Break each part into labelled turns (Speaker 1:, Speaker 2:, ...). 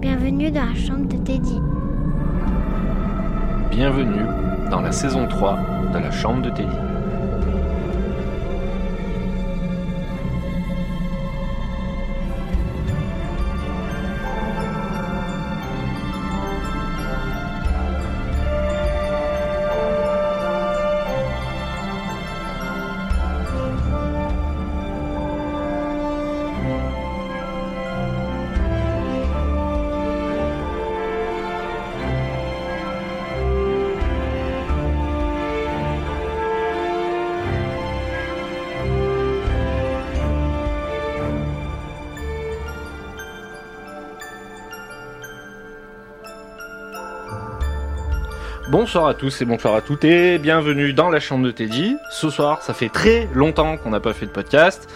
Speaker 1: bienvenue dans la chambre de Teddy.
Speaker 2: Bienvenue dans la saison 3 de la chambre de Teddy. Bonsoir à tous et bonsoir à toutes et bienvenue dans la chambre de Teddy. Ce soir, ça fait très longtemps qu'on n'a pas fait de podcast.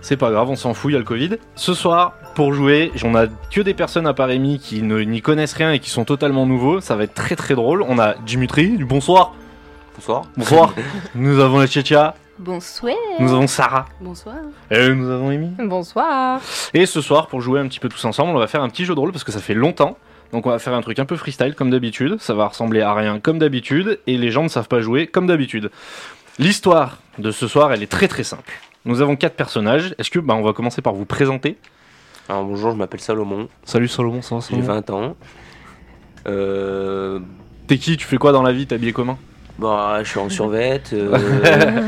Speaker 2: C'est pas grave, on s'en fout, il y a le Covid. Ce soir, pour jouer, j'en a que des personnes à Parémy qui ne- n'y connaissent rien et qui sont totalement nouveaux. Ça va être très très drôle. On a Dimitri, du bonsoir.
Speaker 3: Bonsoir.
Speaker 2: Bonsoir. nous avons la Tchétcha,
Speaker 4: Bonsoir.
Speaker 2: nous avons Sarah
Speaker 4: Bonsoir.
Speaker 2: et nous avons Amy.
Speaker 4: Bonsoir.
Speaker 2: Et ce soir, pour jouer un petit peu tous ensemble, on va faire un petit jeu de rôle parce que ça fait longtemps. Donc on va faire un truc un peu freestyle comme d'habitude, ça va ressembler à rien comme d'habitude, et les gens ne savent pas jouer comme d'habitude. L'histoire de ce soir, elle est très très simple. Nous avons quatre personnages, est-ce que bah, on va commencer par vous présenter
Speaker 3: Alors bonjour, je m'appelle Salomon,
Speaker 2: Salut Solomon, ça va
Speaker 3: j'ai 20 ans. Euh,
Speaker 2: T'es qui Tu fais quoi dans la vie T'es habillé comment
Speaker 3: bah, je suis en survette. euh,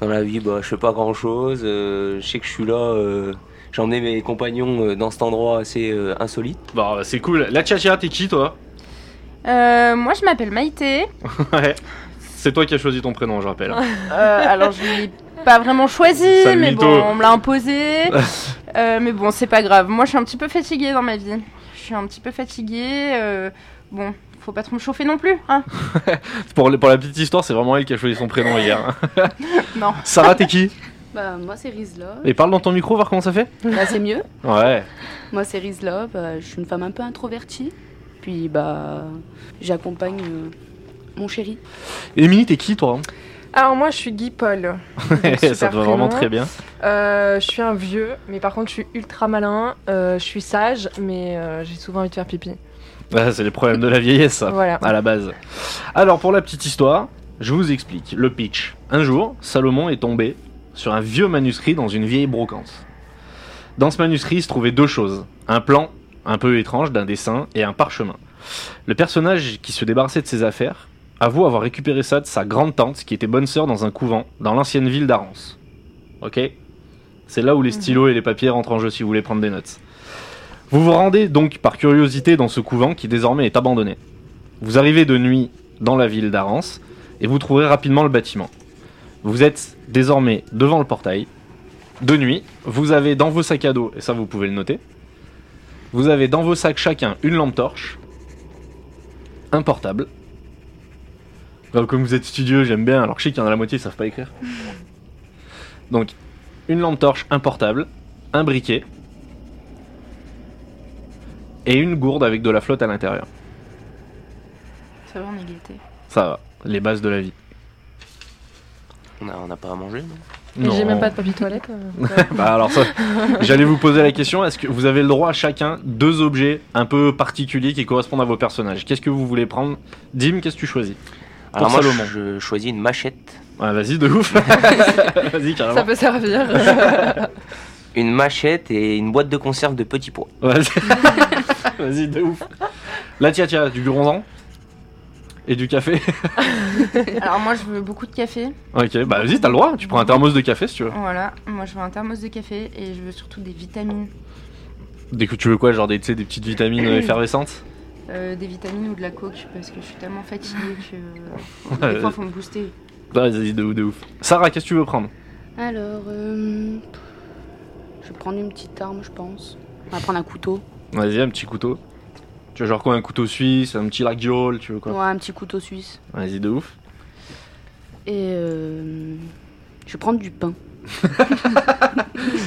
Speaker 3: dans la vie, bah, je fais pas grand chose. je sais que je suis là. euh, j'ai emmené mes compagnons euh, dans cet endroit assez euh, insolite.
Speaker 2: Bah c'est cool, la tcha t'es qui toi
Speaker 4: Euh, moi, je m'appelle Maïté.
Speaker 2: Ouais. C'est toi qui as choisi ton prénom, je rappelle.
Speaker 4: Euh, alors, je l'ai pas vraiment choisi,
Speaker 2: Sale
Speaker 4: mais
Speaker 2: mytho.
Speaker 4: bon, on me l'a imposé. Euh, mais bon, c'est pas grave. Moi, je suis un petit peu fatiguée dans ma vie. Je suis un petit peu fatiguée. euh, bon, faut pas trop me chauffer non plus. Hein
Speaker 2: pour, le- pour la petite histoire, c'est vraiment elle qui a choisi son prénom hier.
Speaker 4: non.
Speaker 2: Sarah, t'es qui
Speaker 5: Bah, moi c'est Rizla.
Speaker 2: Et parle dans ton micro, voir comment ça fait
Speaker 5: Bah, c'est mieux.
Speaker 2: Ouais.
Speaker 5: Moi c'est Rizla. Bah, je suis une femme un peu introvertie. Puis, bah, j'accompagne euh, mon chéri.
Speaker 2: Émilie, t'es qui toi hein
Speaker 6: Alors moi je suis Guy Paul.
Speaker 2: Eh,
Speaker 6: Super
Speaker 2: ça te va vraiment
Speaker 6: prénom.
Speaker 2: très bien.
Speaker 6: Euh, je suis un vieux, mais par contre je suis ultra malin. Euh, je suis sage, mais euh, j'ai souvent envie de faire pipi.
Speaker 2: Ah, c'est les problèmes de la vieillesse, hein. ça,
Speaker 6: Voilà.
Speaker 2: à la base. Alors, pour la petite histoire, je vous explique le pitch. Un jour, Salomon est tombé sur un vieux manuscrit dans une vieille brocante. Dans ce manuscrit, il se trouvaient deux choses un plan un peu étrange d'un dessin et un parchemin. Le personnage qui se débarrassait de ses affaires avoue avoir récupéré ça de sa grande tante qui était bonne sœur dans un couvent dans l'ancienne ville d'Arance. Ok C'est là où les stylos et les papiers rentrent en jeu si vous voulez prendre des notes. Vous vous rendez donc par curiosité dans ce couvent qui désormais est abandonné. Vous arrivez de nuit dans la ville d'Arance et vous trouverez rapidement le bâtiment. Vous êtes désormais devant le portail. De nuit, vous avez dans vos sacs à dos, et ça vous pouvez le noter, vous avez dans vos sacs chacun une lampe torche, un portable. Alors, comme vous êtes studieux, j'aime bien, alors je sais qu'il y en a la moitié, ils savent pas écrire. Donc, une lampe torche, un portable, un briquet, et une gourde avec de la flotte à l'intérieur.
Speaker 4: Ça va, on est gâtés.
Speaker 2: Ça va, les bases de la vie.
Speaker 3: On n'a on a pas à manger. non
Speaker 6: Mais j'ai
Speaker 2: Non.
Speaker 6: même pas de papier toilette. euh,
Speaker 2: Bah alors ça, j'allais vous poser la question, est-ce que vous avez le droit à chacun deux objets un peu particuliers qui correspondent à vos personnages Qu'est-ce que vous voulez prendre Dim, qu'est-ce que tu choisis
Speaker 3: Alors
Speaker 2: Pour
Speaker 3: moi,
Speaker 2: Salomon.
Speaker 3: je, je choisis une machette.
Speaker 2: Ah vas-y, de ouf Vas-y,
Speaker 6: ça
Speaker 2: carrément.
Speaker 6: peut servir.
Speaker 3: Une machette et une boîte de conserve de petits pois.
Speaker 2: Vas-y, Vas-y, de ouf. La tia tia, du bronzant et du café.
Speaker 4: Alors, moi, je veux beaucoup de café.
Speaker 2: ok, bah vas-y, t'as le droit, tu prends un thermos de café si tu veux.
Speaker 4: Voilà. Moi, je veux un thermos de café et je veux surtout des vitamines.
Speaker 2: Dès que tu veux quoi, genre des, tu sais, des petites vitamines effervescentes
Speaker 4: Euh, des vitamines ou de la coke parce que je suis tellement fatiguée que. euh,
Speaker 2: Ouais.
Speaker 4: des fois, faut me booster.
Speaker 2: Bah, Vas-y, de ouf, de ouf. Sarah, qu'est-ce que tu veux prendre
Speaker 5: Alors, euh, je vais prendre une petite arme, je pense. On va prendre un couteau.
Speaker 2: Vas-y, un petit couteau. Tu veux genre quoi, un couteau suisse, un petit lac Diol, tu veux quoi
Speaker 5: Ouais, un petit couteau suisse.
Speaker 2: Vas-y, de ouf.
Speaker 5: Et euh, je vais prendre du pain.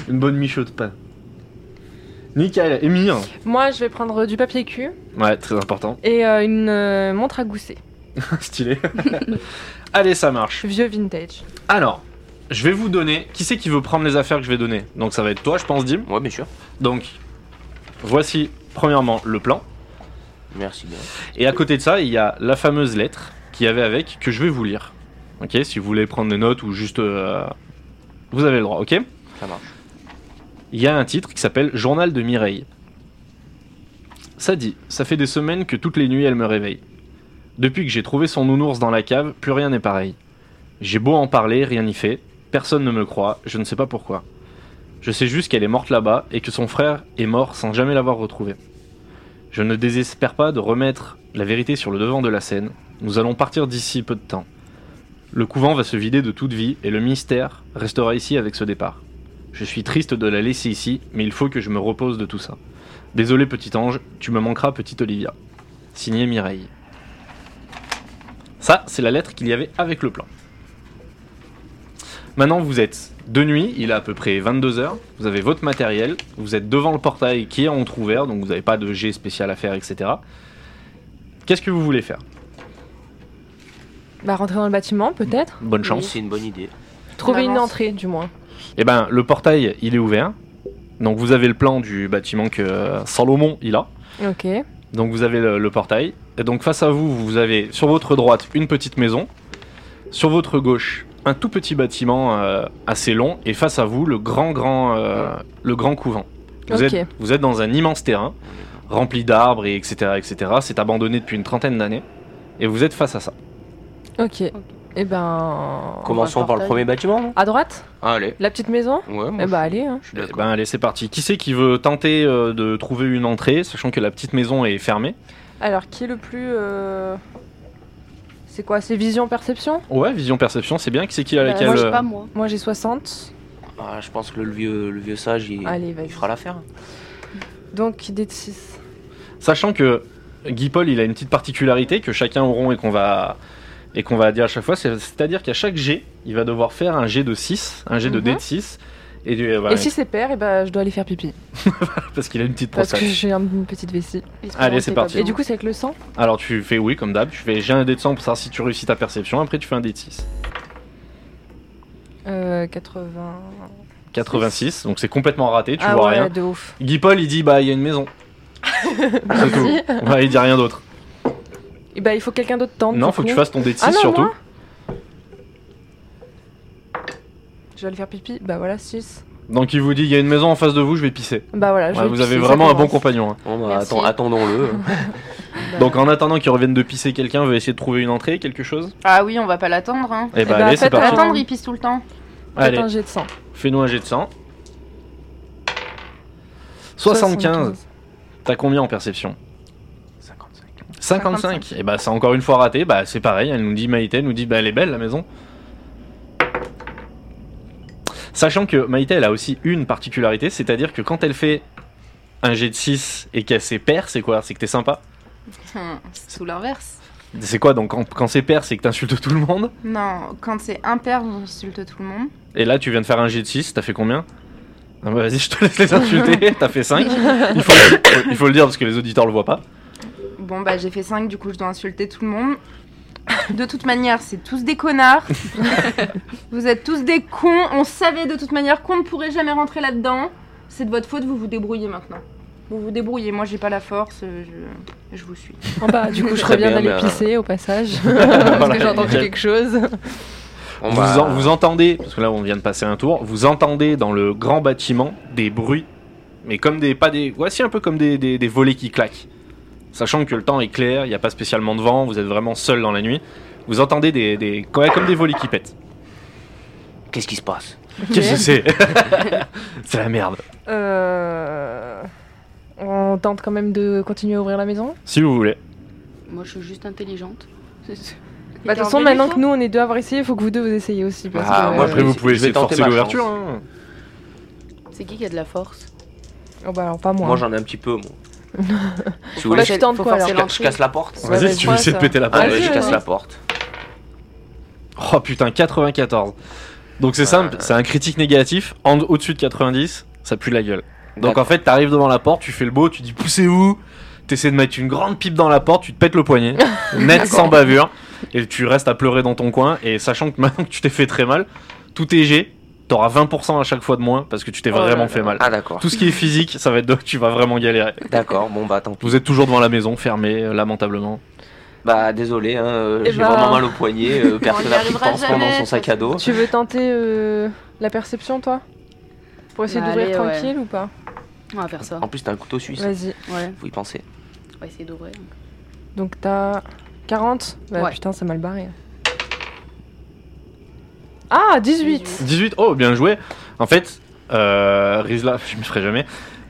Speaker 2: Une bonne miche de pain. Nickel, Émilie. hein.
Speaker 6: Moi je vais prendre du papier cul
Speaker 2: Ouais, très important.
Speaker 6: et euh, une euh, montre à gousset.
Speaker 2: Stylé. Allez, ça
Speaker 6: Je
Speaker 2: marche.
Speaker 6: suis vieux vintage.
Speaker 2: Alors, je vais vous donner. Qui c'est qui veut prendre les affaires que je vais donner Donc, ça va être toi, je pense, Dim.
Speaker 3: Ouais, bien sûr.
Speaker 2: Donc, voici, premièrement, le plan.
Speaker 3: Merci bien.
Speaker 2: Et à côté de ça, il y a la fameuse lettre qu'il y avait avec que je vais vous lire. Ok, si vous voulez prendre des notes ou juste. euh, vous avez le droit, ok
Speaker 3: Ça marche.
Speaker 2: Il y a un titre qui s'appelle Journal de Mireille. Ça dit Ça fait des semaines que toutes les nuits elle me réveille. Depuis que j'ai trouvé son nounours dans la cave, plus rien n'est pareil. J'ai beau en parler, rien n'y fait. Personne ne me croit, je ne sais pas pourquoi. Je sais juste qu'elle est morte là-bas et que son frère est mort sans jamais l'avoir retrouvée. Je ne désespère pas de remettre la vérité sur le devant de la scène. Nous allons partir d'ici peu de temps. Le couvent va se vider de toute vie et le mystère restera ici avec ce départ. Je suis triste de la laisser ici, mais il faut que je me repose de tout ça. Désolé petit ange, tu me manqueras petite Olivia. Signé Mireille. Ça, c'est la lettre qu'il y avait avec le plan. Maintenant, vous êtes de nuit, il est à peu près 22h, vous avez votre matériel, vous êtes devant le portail qui est en ouvert, donc vous n'avez pas de jet spécial à faire, etc. Qu'est-ce que vous voulez faire
Speaker 6: Bah, rentrer dans le bâtiment, peut-être.
Speaker 2: Bonne
Speaker 3: Oui,
Speaker 2: chance.
Speaker 3: C'est une bonne idée.
Speaker 4: Mmh.
Speaker 6: Trouver une
Speaker 4: avance.
Speaker 6: entrée, du moins.
Speaker 2: Eh ben, le portail, il est ouvert. Donc vous avez le plan du bâtiment que euh, Salomon, il a.
Speaker 6: Ok.
Speaker 2: Donc vous avez le, le portail. Et donc face à vous, vous avez sur votre droite une petite maison. Sur votre gauche, un tout petit bâtiment euh, assez long. Et face à vous, le grand, grand, euh, le grand couvent. Vous,
Speaker 6: Ok.
Speaker 2: êtes, vous êtes dans un immense terrain, rempli d'arbres, et etc. etc. C'est abandonné depuis une trentaine d'années. Et vous êtes face à ça.
Speaker 6: Ok. Et ben.
Speaker 3: Commençons par le
Speaker 5: partager.
Speaker 3: premier bâtiment, non
Speaker 6: À droite
Speaker 3: Allez.
Speaker 6: La petite maison
Speaker 3: Ouais, moi,
Speaker 6: Eh bah, allez. hein.
Speaker 3: je suis
Speaker 2: Eh
Speaker 3: d'accord.
Speaker 2: ben allez, c'est parti. Qui c'est qui veut tenter euh, de trouver une entrée, sachant que la petite maison est fermée
Speaker 6: Alors, qui est le plus. euh, C'est quoi C'est vision-perception
Speaker 2: Ouais, vision perception, c'est bien. Qui c'est qui a
Speaker 6: Bah,
Speaker 2: laquelle
Speaker 5: Moi, je
Speaker 2: euh,
Speaker 5: sais pas, moi.
Speaker 6: Moi, j'ai 60.
Speaker 3: Ah, je pense que le vieux, le vieux sage, il,
Speaker 6: Allez,
Speaker 3: il
Speaker 6: vas-y.
Speaker 3: fera l'affaire.
Speaker 6: Donc, idée de 6.
Speaker 2: Sachant que Guy Paul, il a une petite particularité que chacun au rond et qu'on va et qu'on va dire à chaque fois, c'est- c'est-à-dire qu'à chaque G, il va devoir faire un G de 6, un G de
Speaker 6: Mhm.
Speaker 2: D de 6 et, du- euh, voilà,
Speaker 6: Et si c'est père, et bah, je dois aller faire pipi.
Speaker 2: parce qu'il a une petite
Speaker 6: Parce
Speaker 2: prostate.
Speaker 6: que j'ai un- une petite vessie.
Speaker 2: Allez, c'est parti.
Speaker 6: Et du coup, c'est avec le sang
Speaker 2: Alors tu fais oui comme d'hab, tu fais j'ai un D de 100 pour savoir si tu réussis ta perception, après tu fais un D de 6.
Speaker 6: euh, 80.
Speaker 2: 86, donc c'est complètement raté, tu
Speaker 6: ah
Speaker 2: vois
Speaker 6: ouais,
Speaker 2: rien.
Speaker 6: de ouf.
Speaker 2: Guy Paul, il dit bah il y a une maison. c'est tout. Ouais, il dit rien d'autre.
Speaker 6: Et bah, il faut que quelqu'un d'autre tente.
Speaker 2: Non,
Speaker 6: du
Speaker 2: faut que
Speaker 6: coup.
Speaker 2: tu fasses ton D de 6
Speaker 6: Ah non,
Speaker 2: surtout.
Speaker 6: moi Je dois aller faire pipi. Bah voilà, 6.
Speaker 2: Donc il vous dit il y a une maison en face de vous, je vais pisser.
Speaker 6: Bah voilà, je
Speaker 2: Ouais,
Speaker 6: vais
Speaker 2: vous
Speaker 6: pisser,
Speaker 2: avez
Speaker 6: ça
Speaker 2: vraiment un bon
Speaker 6: commence.
Speaker 2: compagnon. hein.
Speaker 3: Bon, bah,
Speaker 4: Merci.
Speaker 3: attends- attendons-le.
Speaker 2: Donc en attendant qu'ils reviennent de pisser, quelqu'un veut essayer de trouver une entrée, quelque chose
Speaker 4: Ah oui, on va pas l'attendre. Hein.
Speaker 2: Eh
Speaker 6: Eh
Speaker 2: bah,
Speaker 6: ben,
Speaker 2: allez, c'est
Speaker 6: faites
Speaker 4: Pas
Speaker 2: parti.
Speaker 6: attends.
Speaker 4: l'attendre, il pisse tout le temps.
Speaker 6: Faites
Speaker 2: Allez,
Speaker 6: un jet de sang.
Speaker 2: fais-nous un jet de sang. 75. T'as combien en perception
Speaker 3: 55.
Speaker 2: 55. Et bah c'est encore une fois raté. Bah c'est pareil. Elle nous dit Maïté, elle nous dit bah elle est belle la maison. Sachant que Maïté elle a aussi une particularité, c'est-à-dire que quand elle fait un jet de 6 et qu'elle s'est paire, c'est quoi C'est que t'es sympa.
Speaker 4: Hum, C'est tout l'inverse.
Speaker 2: C'est quoi donc quand, quand c'est paire, c'est que t'insultes tout le monde.
Speaker 4: Non, quand c'est impair, on insulte tout le monde.
Speaker 2: Et là, tu viens de faire un jet de 6, t'as fait combien Ah bah Vas-y, je te laisse les insulter, t'as fait 5. Il faut, le, il faut le dire parce que les auditeurs le voient pas.
Speaker 4: Bon, bah j'ai fait 5, du coup je dois insulter tout le monde. De toute manière, c'est tous des connards. vous êtes tous des cons. On savait de toute manière qu'on ne pourrait jamais rentrer là-dedans. C'est de votre faute, vous vous débrouillez maintenant. Vous vous débrouillez, moi j'ai pas la force, euh, je, je vous suis.
Speaker 6: Oh bah, du coup, je
Speaker 3: Très
Speaker 6: reviens
Speaker 3: bien,
Speaker 6: d'aller
Speaker 3: bah.
Speaker 6: pisser au passage. Parce
Speaker 2: Voilà,
Speaker 6: que j'ai entendu
Speaker 2: nickel.
Speaker 6: quelque chose.
Speaker 3: On
Speaker 2: vous,
Speaker 3: va-
Speaker 2: en- vous entendez, parce que là on vient de passer un tour, vous entendez dans le grand bâtiment des bruits, mais comme des. pas des. Voici un peu comme des, des- des volets qui claquent. Sachant que le temps est clair, il n'y a pas spécialement de vent, vous êtes vraiment seul dans la nuit. Vous entendez des. des ouais, comme des volets qui pètent.
Speaker 3: Qu'est-ce qui se passe
Speaker 2: Qu'est-ce que c'est C'est la merde.
Speaker 6: Euh, On tente quand même de continuer à ouvrir la maison.
Speaker 2: Si vous voulez.
Speaker 5: Moi, je suis juste intelligente. C'est- c'est-
Speaker 6: Bah, de toute façon, maintenant que nous on est deux à avoir essayé, il faut que vous deux vous essayez aussi. Parce
Speaker 3: Ah,
Speaker 6: que... euh,
Speaker 3: moi,
Speaker 2: Après,
Speaker 3: vais-
Speaker 2: vous pouvez
Speaker 3: je vais
Speaker 2: essayer de
Speaker 3: tenter
Speaker 2: forcer
Speaker 3: ma
Speaker 2: l'ouverture.
Speaker 3: chance.
Speaker 2: hein.
Speaker 5: C'est qui qui a de la force
Speaker 6: Oh, bah, alors pas moi.
Speaker 3: Moi, j'en ai un petit peu, moi. si vous
Speaker 5: Faut
Speaker 3: voulez,
Speaker 6: tu
Speaker 3: je,
Speaker 5: forcer-
Speaker 6: tentes
Speaker 5: faut
Speaker 6: quoi,
Speaker 5: forcer
Speaker 3: je ca- je
Speaker 5: l'entrée.
Speaker 3: casse la porte.
Speaker 6: Ouais,
Speaker 2: Vas-y,
Speaker 6: mais
Speaker 2: si tu
Speaker 6: quoi,
Speaker 2: veux essayer de
Speaker 6: ça
Speaker 2: péter la porte.
Speaker 3: Allez,
Speaker 6: Vas-y,
Speaker 3: je casse
Speaker 6: vas-y.
Speaker 3: la porte.
Speaker 2: Oh putain, 94. Donc c'est simple,
Speaker 3: Ouais.
Speaker 2: c'est un critique négatif. En, au-dessus de 90, ça pue la gueule. Donc
Speaker 3: D'accord.
Speaker 2: en fait, t'arrives devant la porte, tu fais le beau, tu dis poussez-vous. T'essaies de mettre une grande pipe dans la porte, tu te pètes le poignet, net sans bavure, et tu restes à pleurer dans ton coin. Et sachant que maintenant que tu t'es fait très mal, tout est G, t'auras 20% à chaque fois de moins parce que tu t'es
Speaker 6: Oh là
Speaker 2: vraiment
Speaker 6: là
Speaker 2: fait
Speaker 6: là.
Speaker 2: mal.
Speaker 3: Ah d'accord,
Speaker 2: Tout ce qui est physique, ça va être donc tu vas vraiment galérer.
Speaker 3: d'accord, bon bah tant pis.
Speaker 2: Vous êtes toujours devant la maison, fermé, euh, lamentablement.
Speaker 3: Bah désolé, hein, euh,
Speaker 6: Eh
Speaker 3: j'ai
Speaker 6: bah,
Speaker 3: vraiment mal au poignet, euh, personne
Speaker 4: y
Speaker 3: n'a pris le
Speaker 4: arrivera
Speaker 3: temps pendant
Speaker 4: jamais,
Speaker 3: son sac à dos.
Speaker 6: Tu veux tenter euh, la perception, toi Pour essayer
Speaker 5: Bah,
Speaker 6: d'ouvrir
Speaker 5: allez, ouais.
Speaker 6: tranquille ou pas
Speaker 5: On va faire ça.
Speaker 3: En plus t'as un couteau suisse,
Speaker 6: Vas-y.
Speaker 5: Ouais,
Speaker 3: faut y penser.
Speaker 5: on va essayer d'ouvrir.
Speaker 6: Donc t'as 40 Bah
Speaker 5: Ouais.
Speaker 6: putain, c'est mal barré. Ah, 18,
Speaker 5: 18.
Speaker 2: 18, oh, bien joué. En fait, euh, Rizla, je me ferai jamais.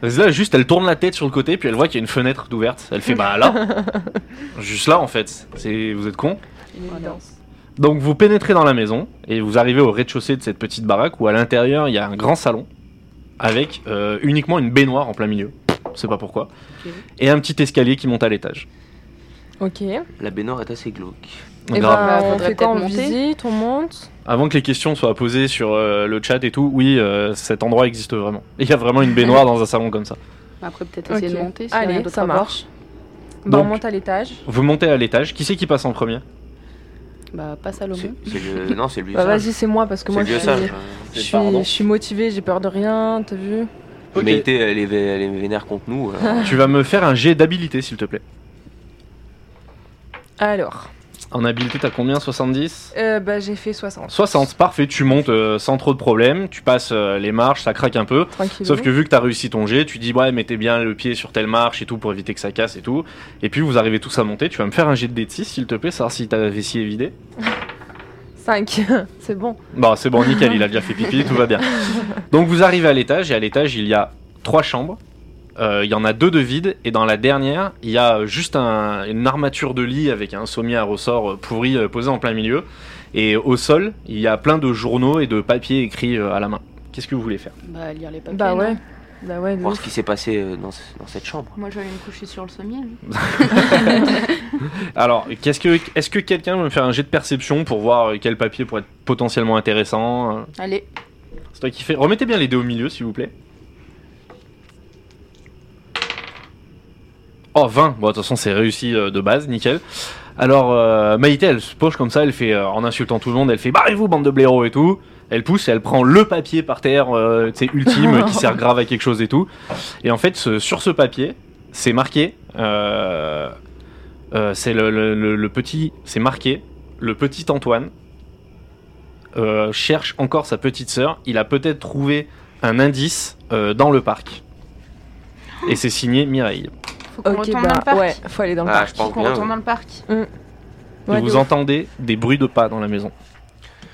Speaker 2: Rizla, juste, elle tourne la tête sur le côté, puis elle voit qu'il y a une fenêtre d'ouverte. Elle fait, bah là. juste là, en fait. C'est, vous êtes con.
Speaker 5: Une évidence.
Speaker 2: Donc vous pénétrez dans la maison et vous arrivez au rez-de-chaussée de cette petite baraque où à l'intérieur il y a un grand salon avec euh, uniquement une baignoire en plein milieu. Je sais pas pourquoi.
Speaker 5: Ok.
Speaker 2: Et un petit escalier qui monte à l'étage.
Speaker 6: Ok. Et
Speaker 3: La baignoire est assez glauque.
Speaker 6: ben,
Speaker 2: Grave.
Speaker 5: Bah,
Speaker 6: on
Speaker 5: faudrait
Speaker 6: fait quoi On
Speaker 5: peut-être monter.
Speaker 6: visite, on monte
Speaker 2: Avant que les questions soient posées sur euh, le chat et tout, oui, euh, cet endroit existe vraiment. Il y a vraiment une baignoire dans un salon comme ça.
Speaker 5: Après, peut-être essayer
Speaker 6: Ok.
Speaker 5: de monter. s'il y a rien
Speaker 6: Allez,
Speaker 5: d'autre
Speaker 6: ça
Speaker 5: à voir.
Speaker 6: marche. Bah, on
Speaker 2: Donc-
Speaker 6: monte à l'étage.
Speaker 2: Vous montez à l'étage. Qui c'est qui passe en premier
Speaker 5: Bah, pas
Speaker 3: C'est
Speaker 5: Salomon.
Speaker 3: c'est le... Non, c'est le vieux
Speaker 6: Bah
Speaker 3: sage.
Speaker 6: vas-y, c'est moi parce que
Speaker 3: C'est
Speaker 6: moi
Speaker 3: le
Speaker 6: je
Speaker 3: vieux hein.
Speaker 6: suis,
Speaker 3: sage.
Speaker 6: je suis, je suis motivée, j'ai peur de rien, t'as vu
Speaker 2: Ok.
Speaker 3: Mais t'es- elle est, vé- elle est vénère contre nous. euh, alors.
Speaker 2: Tu vas me faire un jet d'habilité s'il te plaît.
Speaker 6: Alors,
Speaker 2: En habilité t'as combien 70
Speaker 6: euh, bah j'ai fait 60.
Speaker 2: 60, parfait, tu montes euh, sans trop de problèmes, tu passes euh, les marches, ça craque un peu.
Speaker 6: Tranquille.
Speaker 2: Sauf que vu que t'as réussi ton jet, tu dis ouais mettez bien le pied sur telle marche et tout pour éviter que ça casse et tout. Et puis vous arrivez tous à monter, tu vas me faire un jet de D6 s'il te plaît, savoir si ta vessie est vidée.
Speaker 6: 5, c'est bon.
Speaker 2: Bon Bah, c'est bon nickel, il a bien fait pipi, tout va bien. Donc vous arrivez à l'étage et à l'étage il y a trois chambres. Euh, Il y en a deux de vides et dans la dernière il y a juste un- une armature de lit avec un sommier à ressort euh, pourri euh, posé en plein milieu. Et au sol il y a plein de journaux et de papiers écrits euh, à la main. Qu'est-ce que vous voulez faire
Speaker 5: Bah, lire les papiers.
Speaker 6: Bah
Speaker 5: non
Speaker 6: ouais. Bah ouais, de
Speaker 3: Voir
Speaker 6: ouf.
Speaker 3: ce qui s'est passé euh, dans, ce- dans cette chambre.
Speaker 4: Moi, j'allais me coucher sur le sommier. hein.
Speaker 2: Alors, qu'est-ce que, est-ce que quelqu'un veut me faire un jet de perception pour voir euh, quel papier pourrait être potentiellement intéressant euh,
Speaker 4: Allez,
Speaker 2: C'est toi qui fais. Remettez bien les deux au milieu, s'il vous plaît. Oh, 20. Bon, de toute façon, c'est réussi euh, de base, nickel. Alors, euh, Maïté, elle se poche comme ça, elle fait, euh, en insultant tout le monde, elle fait Barrez-vous, bande de blaireaux et tout. Elle pousse, et elle prend le papier par terre, euh, tu sais, ultime, euh, qui sert grave à quelque chose et tout. Et en fait, ce- sur ce papier, c'est marqué. euh, euh, c'est le, le- le- le petit. C'est marqué. Le petit Antoine euh, cherche encore sa petite sœur. Il a peut-être trouvé un indice euh, dans le parc. Et c'est signé Mireille.
Speaker 4: faut qu'on
Speaker 6: Ok,
Speaker 4: retourne dans
Speaker 6: bah
Speaker 4: le parc.
Speaker 6: ouais, faut aller dans le
Speaker 3: Ah,
Speaker 6: parc.
Speaker 3: je
Speaker 4: Faut
Speaker 3: pense
Speaker 4: qu'on
Speaker 3: bien.
Speaker 4: retourne dans le parc.
Speaker 6: Ouais,
Speaker 2: et vous
Speaker 6: de ouf.
Speaker 2: entendez des bruits de pas dans la maison.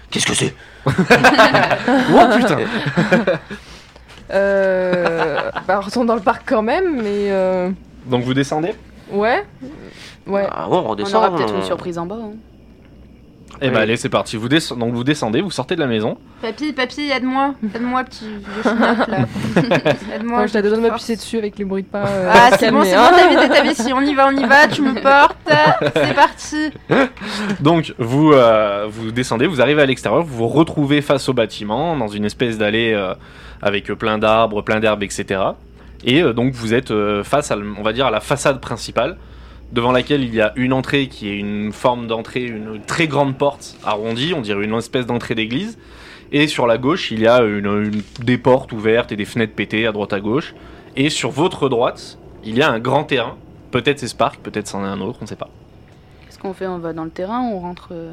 Speaker 3: Qu'est-ce que c'est
Speaker 2: Oh putain
Speaker 6: Euh, bah on retourne dans le parc quand même, mais euh,
Speaker 2: Donc vous descendez
Speaker 6: ouais. Ouais.
Speaker 3: Ah ouais, on
Speaker 5: On
Speaker 3: redescend.
Speaker 5: aura peut-être
Speaker 3: on-
Speaker 5: une surprise en bas. hein.
Speaker 2: Eh ben
Speaker 3: Oui.
Speaker 2: allez, c'est parti. Vous descendez, donc vous descendez, vous sortez de la maison.
Speaker 4: Papy, papy, aide-moi. Aide-moi, petit vieux schnock, là. aide-moi.
Speaker 6: Attends, je t'ai donné de
Speaker 4: force.
Speaker 6: m'appuyer dessus avec les bruits de pas. euh,
Speaker 4: Ah,
Speaker 6: pour
Speaker 4: c'est
Speaker 6: calmer,
Speaker 4: bon, c'est
Speaker 6: hein.
Speaker 4: bon, t'as vu, t'as- t'as vu, si on y va, on y va, tu me portes, c'est parti.
Speaker 2: Donc vous, euh, vous descendez, vous arrivez à l'extérieur, vous vous retrouvez face au bâtiment, dans une espèce d'allée euh, avec plein d'arbres, plein d'herbes, etc. Et euh, donc vous êtes euh, face, à, l- on va dire, à la façade principale, devant laquelle il y a une entrée qui est une forme d'entrée, une très grande porte arrondie, on dirait une espèce d'entrée d'église. Et sur la gauche, il y a une- une- des portes ouvertes et des fenêtres pétées à droite à gauche. Et sur votre droite, il y a un grand terrain. Peut-être c'est ce parc, peut-être c'en est un autre, on ne sait pas.
Speaker 5: Qu'est-ce qu'on fait On va dans le terrain on rentre euh,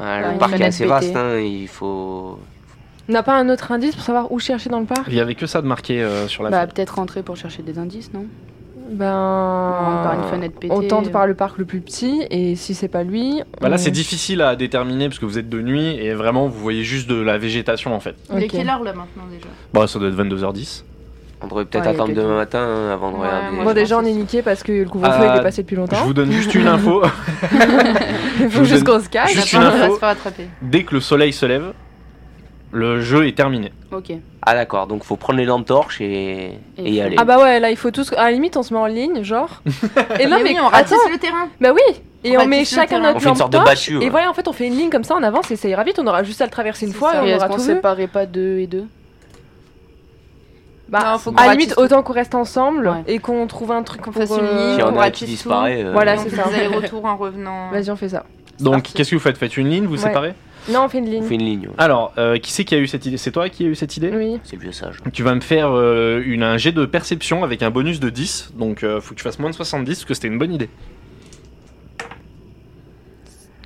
Speaker 3: Ah,
Speaker 5: Ouais,
Speaker 3: le
Speaker 5: une
Speaker 3: parc est
Speaker 5: fenêtre
Speaker 3: assez
Speaker 5: pétée.
Speaker 3: vaste, hein, il faut.
Speaker 6: On n'a pas un autre indice pour savoir où chercher dans le parc
Speaker 2: Il y avait que ça de marqué euh, sur la
Speaker 5: Bah,
Speaker 2: feuille.
Speaker 5: peut-être rentrer pour chercher des indices, non
Speaker 6: Ben.
Speaker 5: On par une fenêtre pétée.
Speaker 6: On tente
Speaker 5: euh,
Speaker 6: par le parc le plus petit, et si c'est pas lui.
Speaker 2: Bah
Speaker 6: on-
Speaker 2: là, c'est difficile à déterminer parce que vous êtes de nuit et vraiment vous voyez juste de la végétation en fait.
Speaker 4: Il est
Speaker 6: Ok.
Speaker 4: quelle heure là maintenant déjà
Speaker 2: Bah, ça doit être 22h10.
Speaker 3: On devrait peut-être
Speaker 5: Ouais, il y a
Speaker 3: attendre
Speaker 5: quelqu'un.
Speaker 3: demain matin hein, avant de
Speaker 4: Ouais,
Speaker 3: regarder.
Speaker 4: moi,
Speaker 6: Bon,
Speaker 4: je
Speaker 6: déjà,
Speaker 4: pense
Speaker 6: on est
Speaker 4: aussi.
Speaker 6: nippé parce que le couvre-feu
Speaker 2: Euh,
Speaker 6: il est passé depuis
Speaker 2: Je
Speaker 6: longtemps.
Speaker 2: vous donne juste une info.
Speaker 6: Il
Speaker 2: je vous
Speaker 6: faut juste
Speaker 2: donne-
Speaker 6: qu'on se cache.
Speaker 2: Juste
Speaker 4: On
Speaker 2: une
Speaker 4: a pas- On
Speaker 2: info.
Speaker 4: va se faire attraper.
Speaker 2: Dès que le soleil se lève, le jeu est terminé.
Speaker 5: euh, Ok.
Speaker 3: Ah d'accord, donc faut prendre les lampes torches et, et y
Speaker 5: faut-
Speaker 3: aller.
Speaker 6: Ah bah ouais, là, il faut tous. À la limite, on se met en ligne, genre. Et
Speaker 4: Mais
Speaker 6: Eh non, mais,
Speaker 4: oui, on
Speaker 6: attends.
Speaker 4: ratisse le terrain.
Speaker 6: Bah oui. Et
Speaker 4: On
Speaker 6: on, met
Speaker 4: ratisse le
Speaker 6: chacun
Speaker 4: terrain.
Speaker 6: notre
Speaker 3: on fait une
Speaker 6: lampe
Speaker 3: sorte de
Speaker 6: torche.
Speaker 3: battue. hein.
Speaker 6: Et voilà, en fait, on fait une ligne comme ça, on avance et ça ira vite. On aura juste à le traverser une
Speaker 4: C'est
Speaker 6: fois
Speaker 4: ça.
Speaker 6: et
Speaker 5: Et
Speaker 6: on
Speaker 5: est-ce
Speaker 6: aura
Speaker 5: qu'on
Speaker 6: tout vu.
Speaker 5: séparait pas deux et deux
Speaker 6: Bah,
Speaker 4: Non, faut qu'on
Speaker 6: à la
Speaker 4: ratisse
Speaker 6: limite,
Speaker 4: tout.
Speaker 6: autant qu'on reste ensemble
Speaker 5: Ouais.
Speaker 6: et qu'on trouve un truc
Speaker 4: Qu'on
Speaker 6: pour.
Speaker 4: fasse une
Speaker 6: euh,
Speaker 4: ligne.
Speaker 3: Si on
Speaker 4: on
Speaker 3: a un
Speaker 4: ratisse
Speaker 3: qui
Speaker 4: tout.
Speaker 3: disparaît, euh,
Speaker 6: Voilà,
Speaker 4: Et on
Speaker 6: c'est
Speaker 4: fait
Speaker 6: ça.
Speaker 4: des allers-retours en revenant.
Speaker 6: Vas-y, on fait ça.
Speaker 2: Donc,
Speaker 4: parti.
Speaker 2: qu'est-ce que vous faites Faites une ligne, vous
Speaker 6: Ouais.
Speaker 2: séparez
Speaker 6: Non, on fait une
Speaker 3: On
Speaker 6: ligne.
Speaker 3: fait une ligne. ouais.
Speaker 2: Alors, euh, qui c'est qui a eu cette idée C'est toi qui a eu cette idée
Speaker 6: Oui.
Speaker 3: C'est le vieux sage.
Speaker 2: Tu vas me faire euh, une, un jet de perception avec un bonus de 10, donc euh, faut que tu fasses moins de 70 parce que c'était une bonne idée.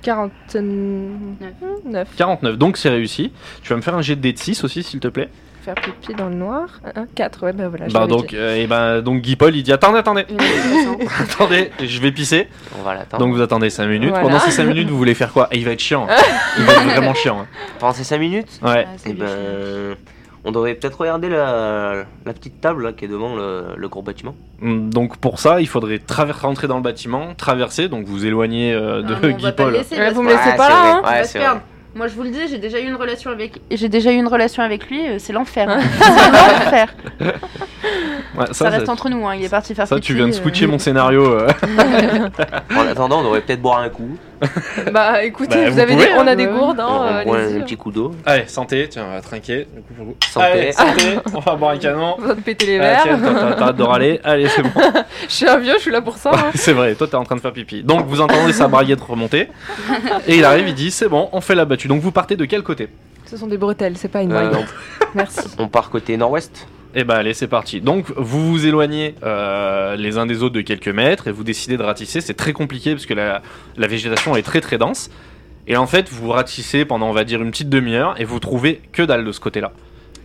Speaker 6: 49.
Speaker 2: 49, donc c'est réussi. Tu vas me faire un jet de dé de 6 aussi, s'il te plaît.
Speaker 6: Faire pipi dans le noir. 4, ouais, bah voilà. je
Speaker 2: bah,
Speaker 6: l'avais
Speaker 2: donc,
Speaker 6: dit.
Speaker 2: euh, et bah, donc Guy Paul il dit Attendez, attendez,
Speaker 5: Une heure et soixante.
Speaker 2: attendez, je vais pisser.
Speaker 3: On va l'attendre.
Speaker 2: Donc vous attendez 5 minutes.
Speaker 6: Voilà.
Speaker 2: Pendant ces 5 minutes, vous voulez faire quoi Et il va être chiant. hein. Il va être vraiment chiant. hein.
Speaker 3: Pendant ces 5 minutes,
Speaker 2: Ouais.
Speaker 5: Ah, c'est
Speaker 3: eh
Speaker 5: lui, chérie.
Speaker 3: ben, on devrait peut-être regarder la, la petite table là, qui est devant le, le gros bâtiment.
Speaker 2: Mm, Donc pour ça, il faudrait traverser, rentrer dans le bâtiment, traverser, donc vous éloigner euh, de
Speaker 4: Ah, mais on
Speaker 2: Guy
Speaker 4: va pas le
Speaker 2: Paul.
Speaker 4: laisser,
Speaker 6: Ouais,
Speaker 4: parce
Speaker 6: vous me
Speaker 4: que-
Speaker 6: laissez
Speaker 4: Ah,
Speaker 6: pas
Speaker 3: c'est
Speaker 6: là,
Speaker 3: vrai.
Speaker 6: hein.
Speaker 4: on va
Speaker 3: Ouais,
Speaker 4: se
Speaker 3: c'est
Speaker 4: perdre.
Speaker 3: vrai.
Speaker 4: Moi, je vous le dis, j'ai déjà eu une relation avec. J'ai déjà eu une relation avec lui. euh, C'est l'enfer. c'est l'enfer.
Speaker 2: Ouais,
Speaker 4: Ça,
Speaker 2: ça,
Speaker 4: reste
Speaker 2: ça-
Speaker 4: entre nous. hein, Il est parti faire.
Speaker 2: ça, tu viens de switcher
Speaker 4: switcher
Speaker 2: mon scénario. euh.
Speaker 3: En attendant, on devrait peut-être boire un coup.
Speaker 6: Bah écoutez,
Speaker 2: Bah,
Speaker 6: vous,
Speaker 2: vous
Speaker 6: avez
Speaker 2: pouvez,
Speaker 6: des- on
Speaker 5: hein,
Speaker 6: a des
Speaker 5: ouais.
Speaker 6: gourdes, hein.
Speaker 3: on boit un
Speaker 6: allez
Speaker 3: petit coup d'eau.
Speaker 2: Allez, santé, tiens, on va trinquer. Du coup, pour le coup.
Speaker 3: Santé.
Speaker 2: Allez, santé, on va boire un canon.
Speaker 6: Vous de péter les
Speaker 2: Ah, tiens,
Speaker 6: verres.
Speaker 2: toi, t'as- t'arrêtes de râler. Allez, c'est bon.
Speaker 6: Je suis un vieux, je suis là pour ça. hein.
Speaker 2: c'est vrai, toi, t'es en train de faire pipi. Donc, vous entendez sa braguette remonter. Et il arrive, il dit C'est bon, on fait la battue. Donc, vous partez de quel côté
Speaker 6: Ce sont des bretelles, c'est pas une
Speaker 3: Euh,
Speaker 6: baguette. Merci.
Speaker 3: on part côté nord-ouest.
Speaker 2: Eh ben, allez, c'est parti. Donc, vous vous éloignez euh, les uns des autres de quelques mètres et vous décidez de ratisser. C'est très compliqué parce que la, la végétation est très très dense. Et en fait, vous ratissez pendant, on va dire, une petite demi-heure et vous trouvez que dalle de ce côté-là.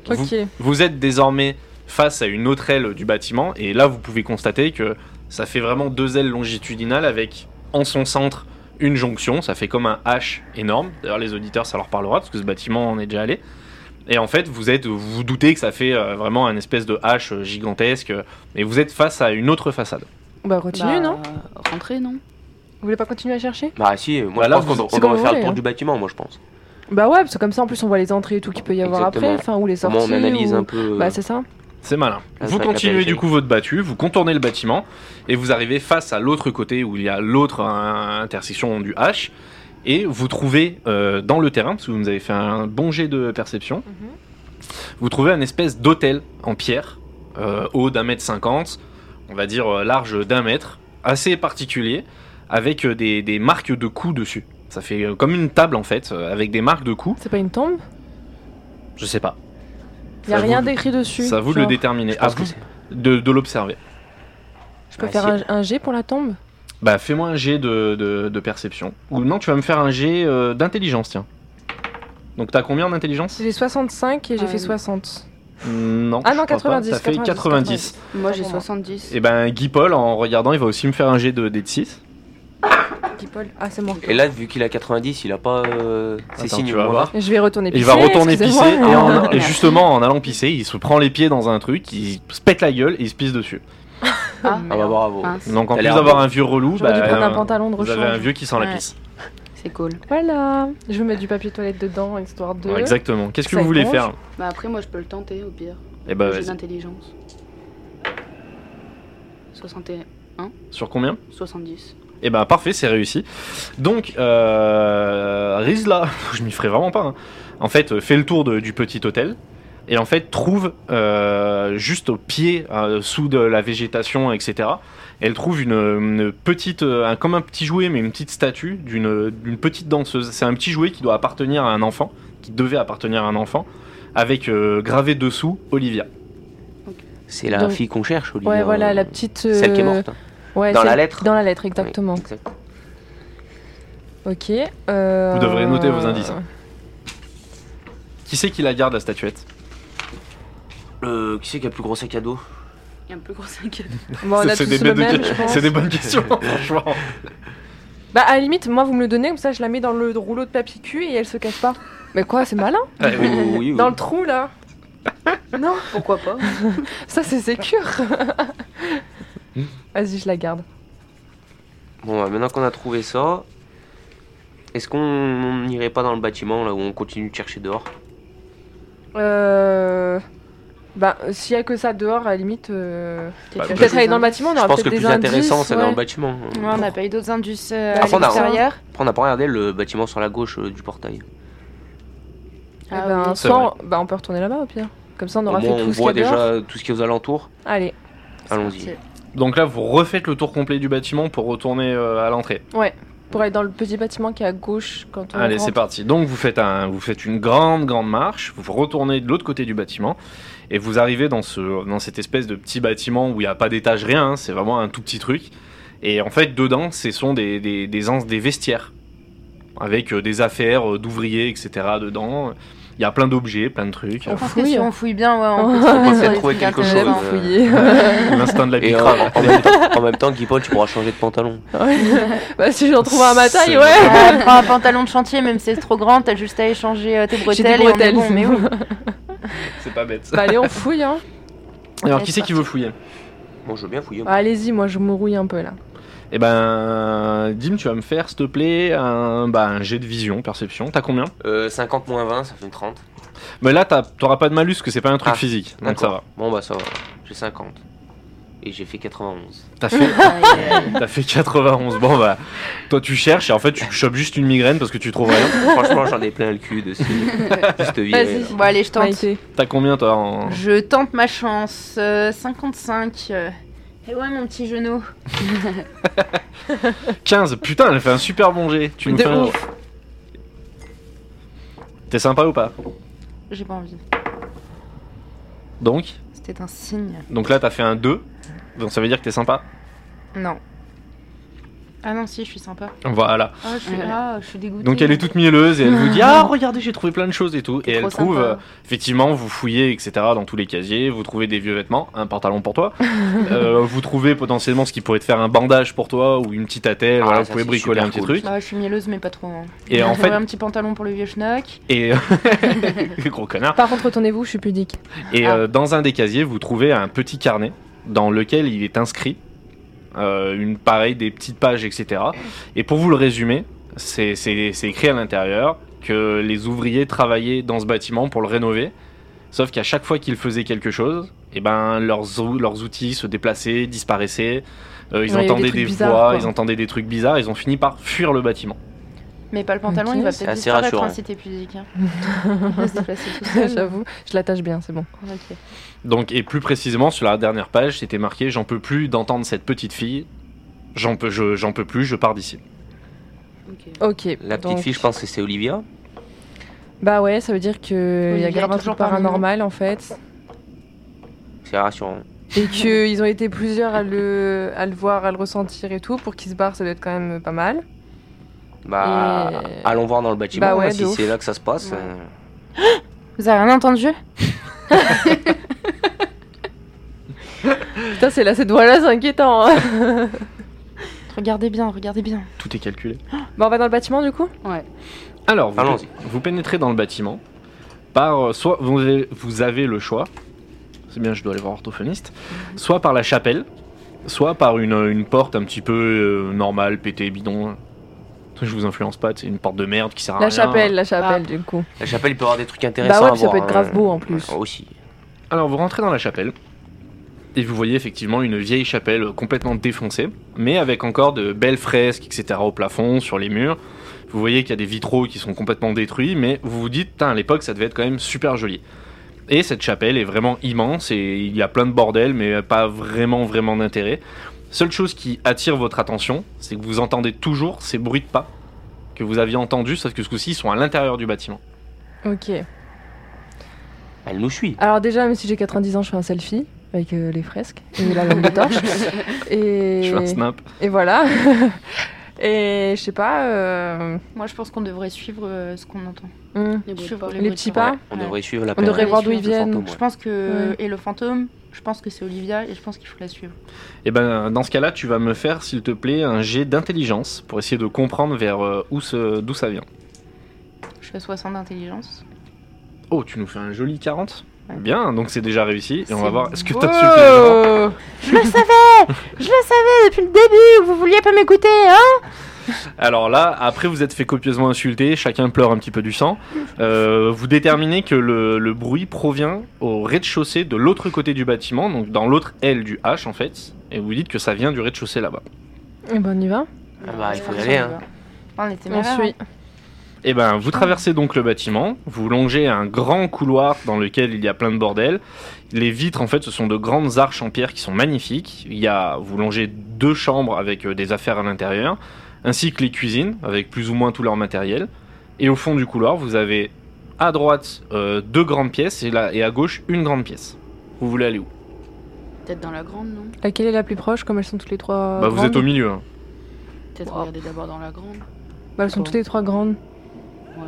Speaker 2: Vous-
Speaker 6: Ok.
Speaker 2: Vous êtes désormais face à une autre aile du bâtiment et là vous pouvez constater que ça fait vraiment deux ailes longitudinales avec en son centre une jonction, ça fait comme un H énorme. D'ailleurs les auditeurs ça leur parlera parce que ce bâtiment on est déjà allé. Et en fait vous êtes vous, vous doutez que ça fait euh, vraiment un espèce de H euh, gigantesque euh, et vous êtes face à une autre façade.
Speaker 6: Bah continue,
Speaker 5: Bah,
Speaker 6: non
Speaker 5: Rentrez, non
Speaker 6: Vous voulez pas continuer à chercher
Speaker 3: Bah si, moi
Speaker 2: Bah, là,
Speaker 3: je pense
Speaker 2: vous-
Speaker 3: qu'on
Speaker 6: c'est
Speaker 3: on devrait
Speaker 6: comme
Speaker 3: faire le
Speaker 6: vous
Speaker 3: tour
Speaker 6: voulez, hein.
Speaker 3: du bâtiment, moi je pense.
Speaker 6: Bah ouais, parce que comme ça en plus on voit les entrées et tout qu'il peut y avoir
Speaker 3: Exactement.
Speaker 6: après, enfin ou les
Speaker 3: Au moins,
Speaker 6: sorties.
Speaker 3: on analyse
Speaker 6: ou-
Speaker 3: un peu. euh,
Speaker 6: Bah c'est ça.
Speaker 2: C'est malin.
Speaker 3: Ah,
Speaker 2: vous
Speaker 3: c'est vrai que la
Speaker 2: continuez du
Speaker 3: périphérie.
Speaker 2: coup votre battue, vous contournez le bâtiment et vous arrivez face à l'autre côté où il y a l'autre euh, intersection du H et vous trouvez euh, dans le terrain, parce que vous nous avez fait un bon jet de perception,
Speaker 6: Mhm.
Speaker 2: vous trouvez un espèce d'hôtel en pierre, euh, haut d'un mètre cinquante, on va dire euh, large d'un mètre, assez particulier, avec euh, des, des marques de coups dessus. Ça fait euh, comme une table en fait, euh, avec des marques de coups,
Speaker 6: C'est pas une tombe
Speaker 2: je sais pas,
Speaker 6: Y a
Speaker 2: Ça
Speaker 6: rien
Speaker 2: vous-
Speaker 6: d'écrit dessus.
Speaker 2: ça vous le
Speaker 6: genre.
Speaker 2: déterminer,
Speaker 3: Je
Speaker 2: à
Speaker 3: pense que
Speaker 2: vous
Speaker 3: c'est-
Speaker 2: de, de l'observer.
Speaker 6: Je peux
Speaker 3: Ah,
Speaker 6: faire
Speaker 3: si.
Speaker 6: un, un G pour la tombe
Speaker 2: Bah fais-moi un jet de, de- de perception. Ou non, tu vas me faire un jet euh, d'intelligence, tiens. Donc t'as combien d'intelligence
Speaker 6: J'ai 65 et j'ai
Speaker 5: Euh,
Speaker 6: fait 60.
Speaker 2: Non.
Speaker 6: Ah
Speaker 2: je
Speaker 6: non,
Speaker 2: crois pas.
Speaker 6: 90.
Speaker 2: T'as fait 90.
Speaker 6: 90.
Speaker 5: Moi, j'ai
Speaker 6: pour moi.
Speaker 5: 70.
Speaker 2: Et ben Guy Paul, en regardant, il va aussi me faire un jet de D6.
Speaker 6: Guy Paul. Ah c'est moi.
Speaker 3: Et là, vu qu'il a 90, il a pas euh, ses
Speaker 2: Attends,
Speaker 3: signes.
Speaker 2: tu vas
Speaker 3: au
Speaker 2: voir.
Speaker 6: Je vais retourner
Speaker 2: Et
Speaker 6: pisser.
Speaker 2: il va retourner pisser.
Speaker 6: excusez-moi.
Speaker 2: Et, en- et justement, en allant pisser, il se prend les pieds dans un truc, il se pète la gueule et il se pisse dessus.
Speaker 5: Ah,
Speaker 3: Ah bah bravo.
Speaker 5: mince,
Speaker 2: Donc en
Speaker 3: T'as
Speaker 2: plus
Speaker 3: l'air
Speaker 2: d'avoir
Speaker 3: beau.
Speaker 2: un vieux relou,
Speaker 6: J'aurais dû
Speaker 2: bah,
Speaker 6: prendre un
Speaker 2: euh,
Speaker 6: pantalon de
Speaker 2: vous avez un
Speaker 6: rechange.
Speaker 2: vieux qui sent la
Speaker 4: Ouais.
Speaker 2: pisse.
Speaker 5: c'est cool.
Speaker 6: Voilà. Je vais mettre du papier toilette dedans, histoire de.
Speaker 2: Ouais, exactement. Qu'est-ce que
Speaker 6: Ça
Speaker 2: vous voulez
Speaker 6: éponge.
Speaker 2: faire
Speaker 5: Bah, après, moi, je peux le tenter, au pire.
Speaker 2: Eh ben
Speaker 5: j'ai
Speaker 2: vas-y.
Speaker 5: d'intelligence. 61,
Speaker 2: Sur combien
Speaker 5: 70.
Speaker 2: Et bah parfait, c'est réussi. Donc, euh, Rizla, je m'y ferai vraiment pas. hein. En fait, euh, fait le tour de- du petit hôtel. Et en fait, trouve euh, juste au pied, euh, sous de la végétation, etc. Elle trouve une, une petite, euh, un- comme un petit jouet, mais une petite statue d'une d'une petite danseuse. C'est un petit jouet qui doit appartenir à un enfant, qui devait appartenir à un enfant, avec euh, gravé dessous Olivia.
Speaker 3: C'est la
Speaker 6: Donc-
Speaker 3: fille qu'on cherche, Olivier.
Speaker 6: Ouais, voilà,
Speaker 3: euh,
Speaker 6: la petite.
Speaker 3: Celle qui est
Speaker 6: euh,
Speaker 3: morte. hein.
Speaker 6: ouais,
Speaker 3: Dans la
Speaker 6: celle-
Speaker 3: lettre.
Speaker 6: Dans la lettre, exactement.
Speaker 3: Exact.
Speaker 6: Ok. euh,
Speaker 2: Vous devrez noter vos indices. Qui c'est qui la garde la statuette
Speaker 3: Euh, qui c'est qui a le plus gros sac à dos
Speaker 5: Il y a un peu gros 5.
Speaker 6: Bon, on a
Speaker 2: C'est
Speaker 6: tous
Speaker 2: des,
Speaker 6: le
Speaker 2: bêtes de-
Speaker 6: même, je pense.
Speaker 2: c'est des bonnes questions, franchement.
Speaker 6: Bah à la limite, moi vous me le donnez comme ça, je la mets dans le rouleau de papier cul et elle se cache pas. Mais quoi, c'est malin
Speaker 2: Ouais, Bah, oui.
Speaker 3: Oh, Oui, oui, oui.
Speaker 6: Dans le trou là. non,
Speaker 5: Pourquoi pas
Speaker 6: ça c'est sécure. Vas-y, je la garde.
Speaker 3: Bon, bah, maintenant qu'on a trouvé ça, est-ce qu'on n'irait pas dans le bâtiment là où on continue de chercher dehors
Speaker 6: Euh... Bah s'il y a que ça dehors, à la limite, euh,
Speaker 2: Bah,
Speaker 5: Peut-être
Speaker 6: peut-être aller
Speaker 5: des
Speaker 6: dans le bâtiment, on
Speaker 3: Je
Speaker 6: aura
Speaker 3: pense
Speaker 6: peut-être
Speaker 3: que le
Speaker 6: des
Speaker 3: plus
Speaker 6: indices.
Speaker 3: intéressant, c'est dans
Speaker 6: ouais.
Speaker 3: le bâtiment. euh.
Speaker 4: on n'a pas eu d'autres indices euh,
Speaker 6: Ah,
Speaker 4: à
Speaker 3: Bah, on a-
Speaker 4: l'extérieur.
Speaker 3: Après, on n'a pas regardé le bâtiment sur la gauche euh, du portail.
Speaker 6: Eh
Speaker 5: Ah
Speaker 6: ben,
Speaker 5: oui.
Speaker 2: C'est
Speaker 6: soit on- bah, on peut retourner là-bas au pire. Comme ça on
Speaker 3: Au
Speaker 6: aura fait
Speaker 3: moins, on
Speaker 6: tout ce qu'il y
Speaker 3: voit
Speaker 6: a dehors.
Speaker 3: déjà tout ce qui est aux alentours.
Speaker 6: Allez,
Speaker 3: Allons-y.
Speaker 2: Donc là, vous refaites le tour complet du bâtiment pour retourner euh, à l'entrée.
Speaker 6: ouais. Pour aller dans le petit bâtiment qui est à gauche quand on
Speaker 2: Allez,
Speaker 6: rentre.
Speaker 2: c'est parti. Donc vous faites, un, vous faites une grande, grande marche, vous retournez de l'autre côté du bâtiment, et vous arrivez dans, ce, dans cette espèce de petit bâtiment où il n'y a pas d'étage, rien, hein, c'est vraiment un tout petit truc. Et en fait, dedans, ce sont des, des, des, ans- des vestiaires, avec euh, des affaires euh, d'ouvriers, etc. dedans. Il y a plein d'objets, plein de trucs.
Speaker 6: On
Speaker 4: Je pense que
Speaker 6: fouille.
Speaker 4: si on fouille bien, ouais, on
Speaker 3: On
Speaker 4: peut trouver
Speaker 3: peut
Speaker 4: sur les
Speaker 3: trouver
Speaker 4: trucs
Speaker 3: quelque
Speaker 4: internet.
Speaker 3: chose.
Speaker 6: fouiller.
Speaker 2: L'instinct de la
Speaker 3: Et euh,
Speaker 2: bicrave.
Speaker 3: en, même temps, en même temps, Guy Paul, tu pourras changer de pantalon.
Speaker 6: bah, si j'en trouve un à ma taille,
Speaker 2: C'est
Speaker 6: ouais.
Speaker 4: Ah, prends un pantalon de chantier, même si c'est trop grand, t'as juste à échanger euh, tes
Speaker 6: J'ai
Speaker 4: bretelles,
Speaker 6: des
Speaker 4: et on est
Speaker 6: bretelles.
Speaker 4: bon, mais oui.
Speaker 2: C'est pas bête.
Speaker 6: Bah, allez, on fouille, hein.
Speaker 2: Alors,
Speaker 4: Allez,
Speaker 2: qui c'est qui veut fouiller
Speaker 3: Bon, je veux bien fouiller.
Speaker 6: Bah, Allez-y, moi je mourouille un peu là.
Speaker 2: Eh ben, Dim, tu vas me faire, s'il te plaît, un, bah, un jet de vision, perception. T'as combien
Speaker 3: Euh, 50 moins 20, ça fait une 30.
Speaker 2: Mais là, t'as- t'auras pas de malus, parce que c'est pas un truc
Speaker 3: Ah,
Speaker 2: physique. Donc ça va.
Speaker 3: Bon, bah ça va. J'ai 50. Et j'ai fait 91.
Speaker 2: T'as fait, t'as fait 91. Bon, bah, toi, tu cherches et en fait, tu chopes juste une migraine parce que tu trouves rien.
Speaker 3: Franchement, j'en ai plein le cul dessus. Juste viré.
Speaker 6: Vas-y.
Speaker 3: là.
Speaker 4: Bon, allez, je tente.
Speaker 6: Maïté.
Speaker 2: T'as combien, toi en-
Speaker 4: Je tente ma chance. euh, 55. euh. Eh ouais, mon petit genou.
Speaker 2: 15. Putain, elle fait un super bon jet. Tu me
Speaker 6: De
Speaker 2: fais un-
Speaker 6: ouf.
Speaker 2: T'es sympa ou pas
Speaker 4: J'ai pas envie.
Speaker 2: Donc,
Speaker 4: C'était un signe.
Speaker 2: donc là, t'as fait un 2. Donc ça veut dire que t'es sympa.
Speaker 4: Non. Ah non, si, je suis sympa.
Speaker 2: Voilà.
Speaker 4: Ah, je suis,
Speaker 5: Ouais.
Speaker 4: ah, je suis dégoûtée.
Speaker 2: Donc elle est toute mielleuse et elle vous dit Ah, regardez, j'ai trouvé plein de choses et tout. Et
Speaker 4: T'es
Speaker 2: elle
Speaker 4: trop
Speaker 2: trouve,
Speaker 4: sympa.
Speaker 2: euh, effectivement, vous fouillez, etc., dans tous les casiers, vous trouvez des vieux vêtements, un pantalon pour toi, Euh, vous trouvez potentiellement ce qui pourrait te faire un bandage pour toi ou une petite attelle,
Speaker 3: Ah,
Speaker 2: voilà,
Speaker 3: ça,
Speaker 2: vous pouvez
Speaker 3: c'est
Speaker 2: bricoler
Speaker 3: super
Speaker 2: un petit
Speaker 3: cool.
Speaker 2: truc.
Speaker 4: Ah, je suis mielleuse, mais pas trop. hein.
Speaker 2: Et en
Speaker 4: J'ai trouvé
Speaker 2: fait,
Speaker 4: un petit pantalon pour le vieux schnock.
Speaker 2: et. Gros connard.
Speaker 6: Par contre, retournez-vous, je suis pudique.
Speaker 2: Et
Speaker 4: Ah.
Speaker 2: euh, dans un des casiers, vous trouvez un petit carnet dans lequel il est inscrit, euh, une pareille, des petites pages, etc. Et pour vous le résumer, c'est c'est- c'est écrit à l'intérieur que les ouvriers travaillaient dans ce bâtiment pour le rénover. Sauf qu'à chaque fois qu'ils faisaient quelque chose, et ben leurs, ou- leurs outils se déplaçaient, disparaissaient. euh, ils
Speaker 6: Ouais, il y avait des
Speaker 2: entendaient
Speaker 6: trucs
Speaker 2: des,
Speaker 6: bizarres,
Speaker 2: voix,
Speaker 6: quoi.
Speaker 2: ils entendaient des trucs bizarres. Ils ont fini par fuir le bâtiment.
Speaker 4: Mais pas le pantalon,
Speaker 6: Ok.
Speaker 4: il va
Speaker 6: C'est
Speaker 4: peut-être
Speaker 3: assez
Speaker 4: disparaître
Speaker 3: rassurant.
Speaker 4: hein, si t'es pudique. hein. Il va se déplacer tout seul.
Speaker 6: J'avoue, je l'attache bien, c'est bon.
Speaker 4: Ok.
Speaker 2: Donc, et plus précisément, sur la dernière page, c'était marqué J'en peux plus d'entendre cette petite fille. J'en peux, je- j'en peux plus, je pars d'ici.
Speaker 5: Ok.
Speaker 6: Ok.
Speaker 3: La petite
Speaker 6: donc-
Speaker 3: fille, je pense que c'est Olivia.
Speaker 6: Bah ouais, ça veut dire que il y
Speaker 4: Olivia
Speaker 6: a grave
Speaker 4: est
Speaker 6: un
Speaker 4: toujours
Speaker 6: truc
Speaker 4: parmi nous.
Speaker 6: paranormal en fait.
Speaker 3: C'est rassurant.
Speaker 6: Et qu'ils ont été plusieurs à le, à le voir, à le ressentir et tout. Pour qu'il se barre, ça doit être quand même pas mal.
Speaker 3: Bah,
Speaker 6: Et-
Speaker 3: allons voir dans le bâtiment
Speaker 6: Bah ouais,
Speaker 3: hein,
Speaker 6: de
Speaker 3: si
Speaker 6: ouf.
Speaker 3: c'est là que ça se passe.
Speaker 4: Ouais.
Speaker 3: euh,
Speaker 4: Vous avez rien entendu
Speaker 6: Putain, c'est là, cette voix-là, c'est inquiétant. hein.
Speaker 4: Regardez bien, regardez bien.
Speaker 2: Tout est calculé.
Speaker 6: bon, on va dans le bâtiment du coup
Speaker 2: Alors, vous,
Speaker 3: Allons-y.
Speaker 2: vous pénétrez dans le bâtiment. Par, euh, soit vous avez, vous avez le choix, c'est bien, je dois aller voir orthophoniste, soit par la chapelle, soit par une, euh, une porte un petit peu euh, normale, pétée, bidon. Je vous influence pas, c'est une porte de merde qui
Speaker 3: Ah,
Speaker 2: sert à
Speaker 6: La
Speaker 2: rien.
Speaker 6: chapelle, la chapelle du coup.
Speaker 3: La chapelle, il peut y avoir des trucs intéressants.
Speaker 6: Bah ouais,
Speaker 3: à
Speaker 6: puis ça
Speaker 3: voir,
Speaker 6: peut être grave
Speaker 3: hein.
Speaker 6: beau en plus.
Speaker 3: Ouais, Aussi.
Speaker 2: Alors vous rentrez dans la chapelle et vous voyez effectivement une vieille chapelle complètement défoncée, mais avec encore de belles fresques, etc. au plafond, sur les murs. Vous voyez qu'il y a des vitraux qui sont complètement détruits, mais vous vous dites, "Tain, à l'époque ça devait être quand même super joli. Et cette chapelle est vraiment immense et il y a plein de bordel, mais pas vraiment vraiment d'intérêt. Seule chose qui attire votre attention, c'est que vous entendez toujours ces bruits de pas que vous aviez entendus, sauf que ce coup-ci ils sont à l'intérieur du bâtiment.
Speaker 6: Ok.
Speaker 3: Elle nous suit.
Speaker 6: Alors déjà, même si j'ai 90 ans, je fais un selfie avec euh, les fresques et la lampe de torche. et...
Speaker 2: Je fais un snap.
Speaker 6: et voilà. et je sais pas. euh,
Speaker 4: Moi, je pense qu'on devrait suivre euh, ce qu'on entend.
Speaker 6: hmm,
Speaker 5: Les bruits de
Speaker 4: Suivre
Speaker 5: pas.
Speaker 4: les
Speaker 6: Les
Speaker 4: bruits
Speaker 6: petits
Speaker 4: de
Speaker 6: pas.
Speaker 4: pas.
Speaker 3: Ouais, on
Speaker 4: Ouais.
Speaker 3: devrait suivre la
Speaker 6: On devrait
Speaker 4: devrait
Speaker 6: voir d'où ils
Speaker 4: suivre
Speaker 3: le
Speaker 6: viennent.
Speaker 3: fantôme,
Speaker 4: Je
Speaker 3: ouais.
Speaker 4: pense que.
Speaker 6: Ouais.
Speaker 4: Et le fantôme, je pense que c'est Olivia et je pense qu'il faut la suivre.
Speaker 2: Et ben dans ce cas-là, tu vas me faire, s'il te plaît, un jet d'intelligence pour essayer de comprendre vers euh, où ce- d'où ça vient.
Speaker 4: Je fais 60 d'intelligence.
Speaker 2: Oh, tu nous fais un joli 40.
Speaker 4: Ouais.
Speaker 2: Bien, donc c'est déjà réussi et on
Speaker 4: C'est
Speaker 2: va voir est-ce que
Speaker 6: Wow.
Speaker 2: t'as suffisamment.
Speaker 4: Je le savais Je le savais depuis le début Vous vouliez pas m'écouter, hein
Speaker 2: Alors là, après vous êtes fait copieusement insulter, chacun pleure un petit peu du sang. Euh, vous déterminez que le, le bruit provient au rez-de-chaussée de l'autre côté du bâtiment, donc dans l'autre aile du H en fait, et vous dites que ça vient du rez-de-chaussée là-bas.
Speaker 6: Eh ben, on y va.
Speaker 3: Ah bah, il faut y
Speaker 4: Ouais,
Speaker 3: aller.
Speaker 4: on
Speaker 3: hein.
Speaker 4: va. Ah, On était
Speaker 6: On
Speaker 4: malades. hein.
Speaker 6: suit.
Speaker 2: Et ben, vous traversez donc le bâtiment, vous longez un grand couloir dans lequel il y a plein de bordel. Les vitres, en fait, ce sont de grandes arches en pierre qui sont magnifiques. Il y a, vous longez deux chambres avec euh, des affaires à l'intérieur, ainsi que les cuisines, avec plus ou moins tout leur matériel. Et au fond du couloir, vous avez à droite euh, deux grandes pièces et, là, et à gauche une grande pièce. Vous voulez aller où
Speaker 5: Peut-être dans la grande, non
Speaker 6: Laquelle est la plus proche, comme elles sont toutes les trois
Speaker 2: Bah, vous êtes au
Speaker 6: grandes
Speaker 2: milieu. hein.
Speaker 5: Peut-être
Speaker 6: Wow.
Speaker 5: regarder d'abord dans la grande.
Speaker 6: Bah, elles sont toutes les trois grandes.
Speaker 5: Ouais.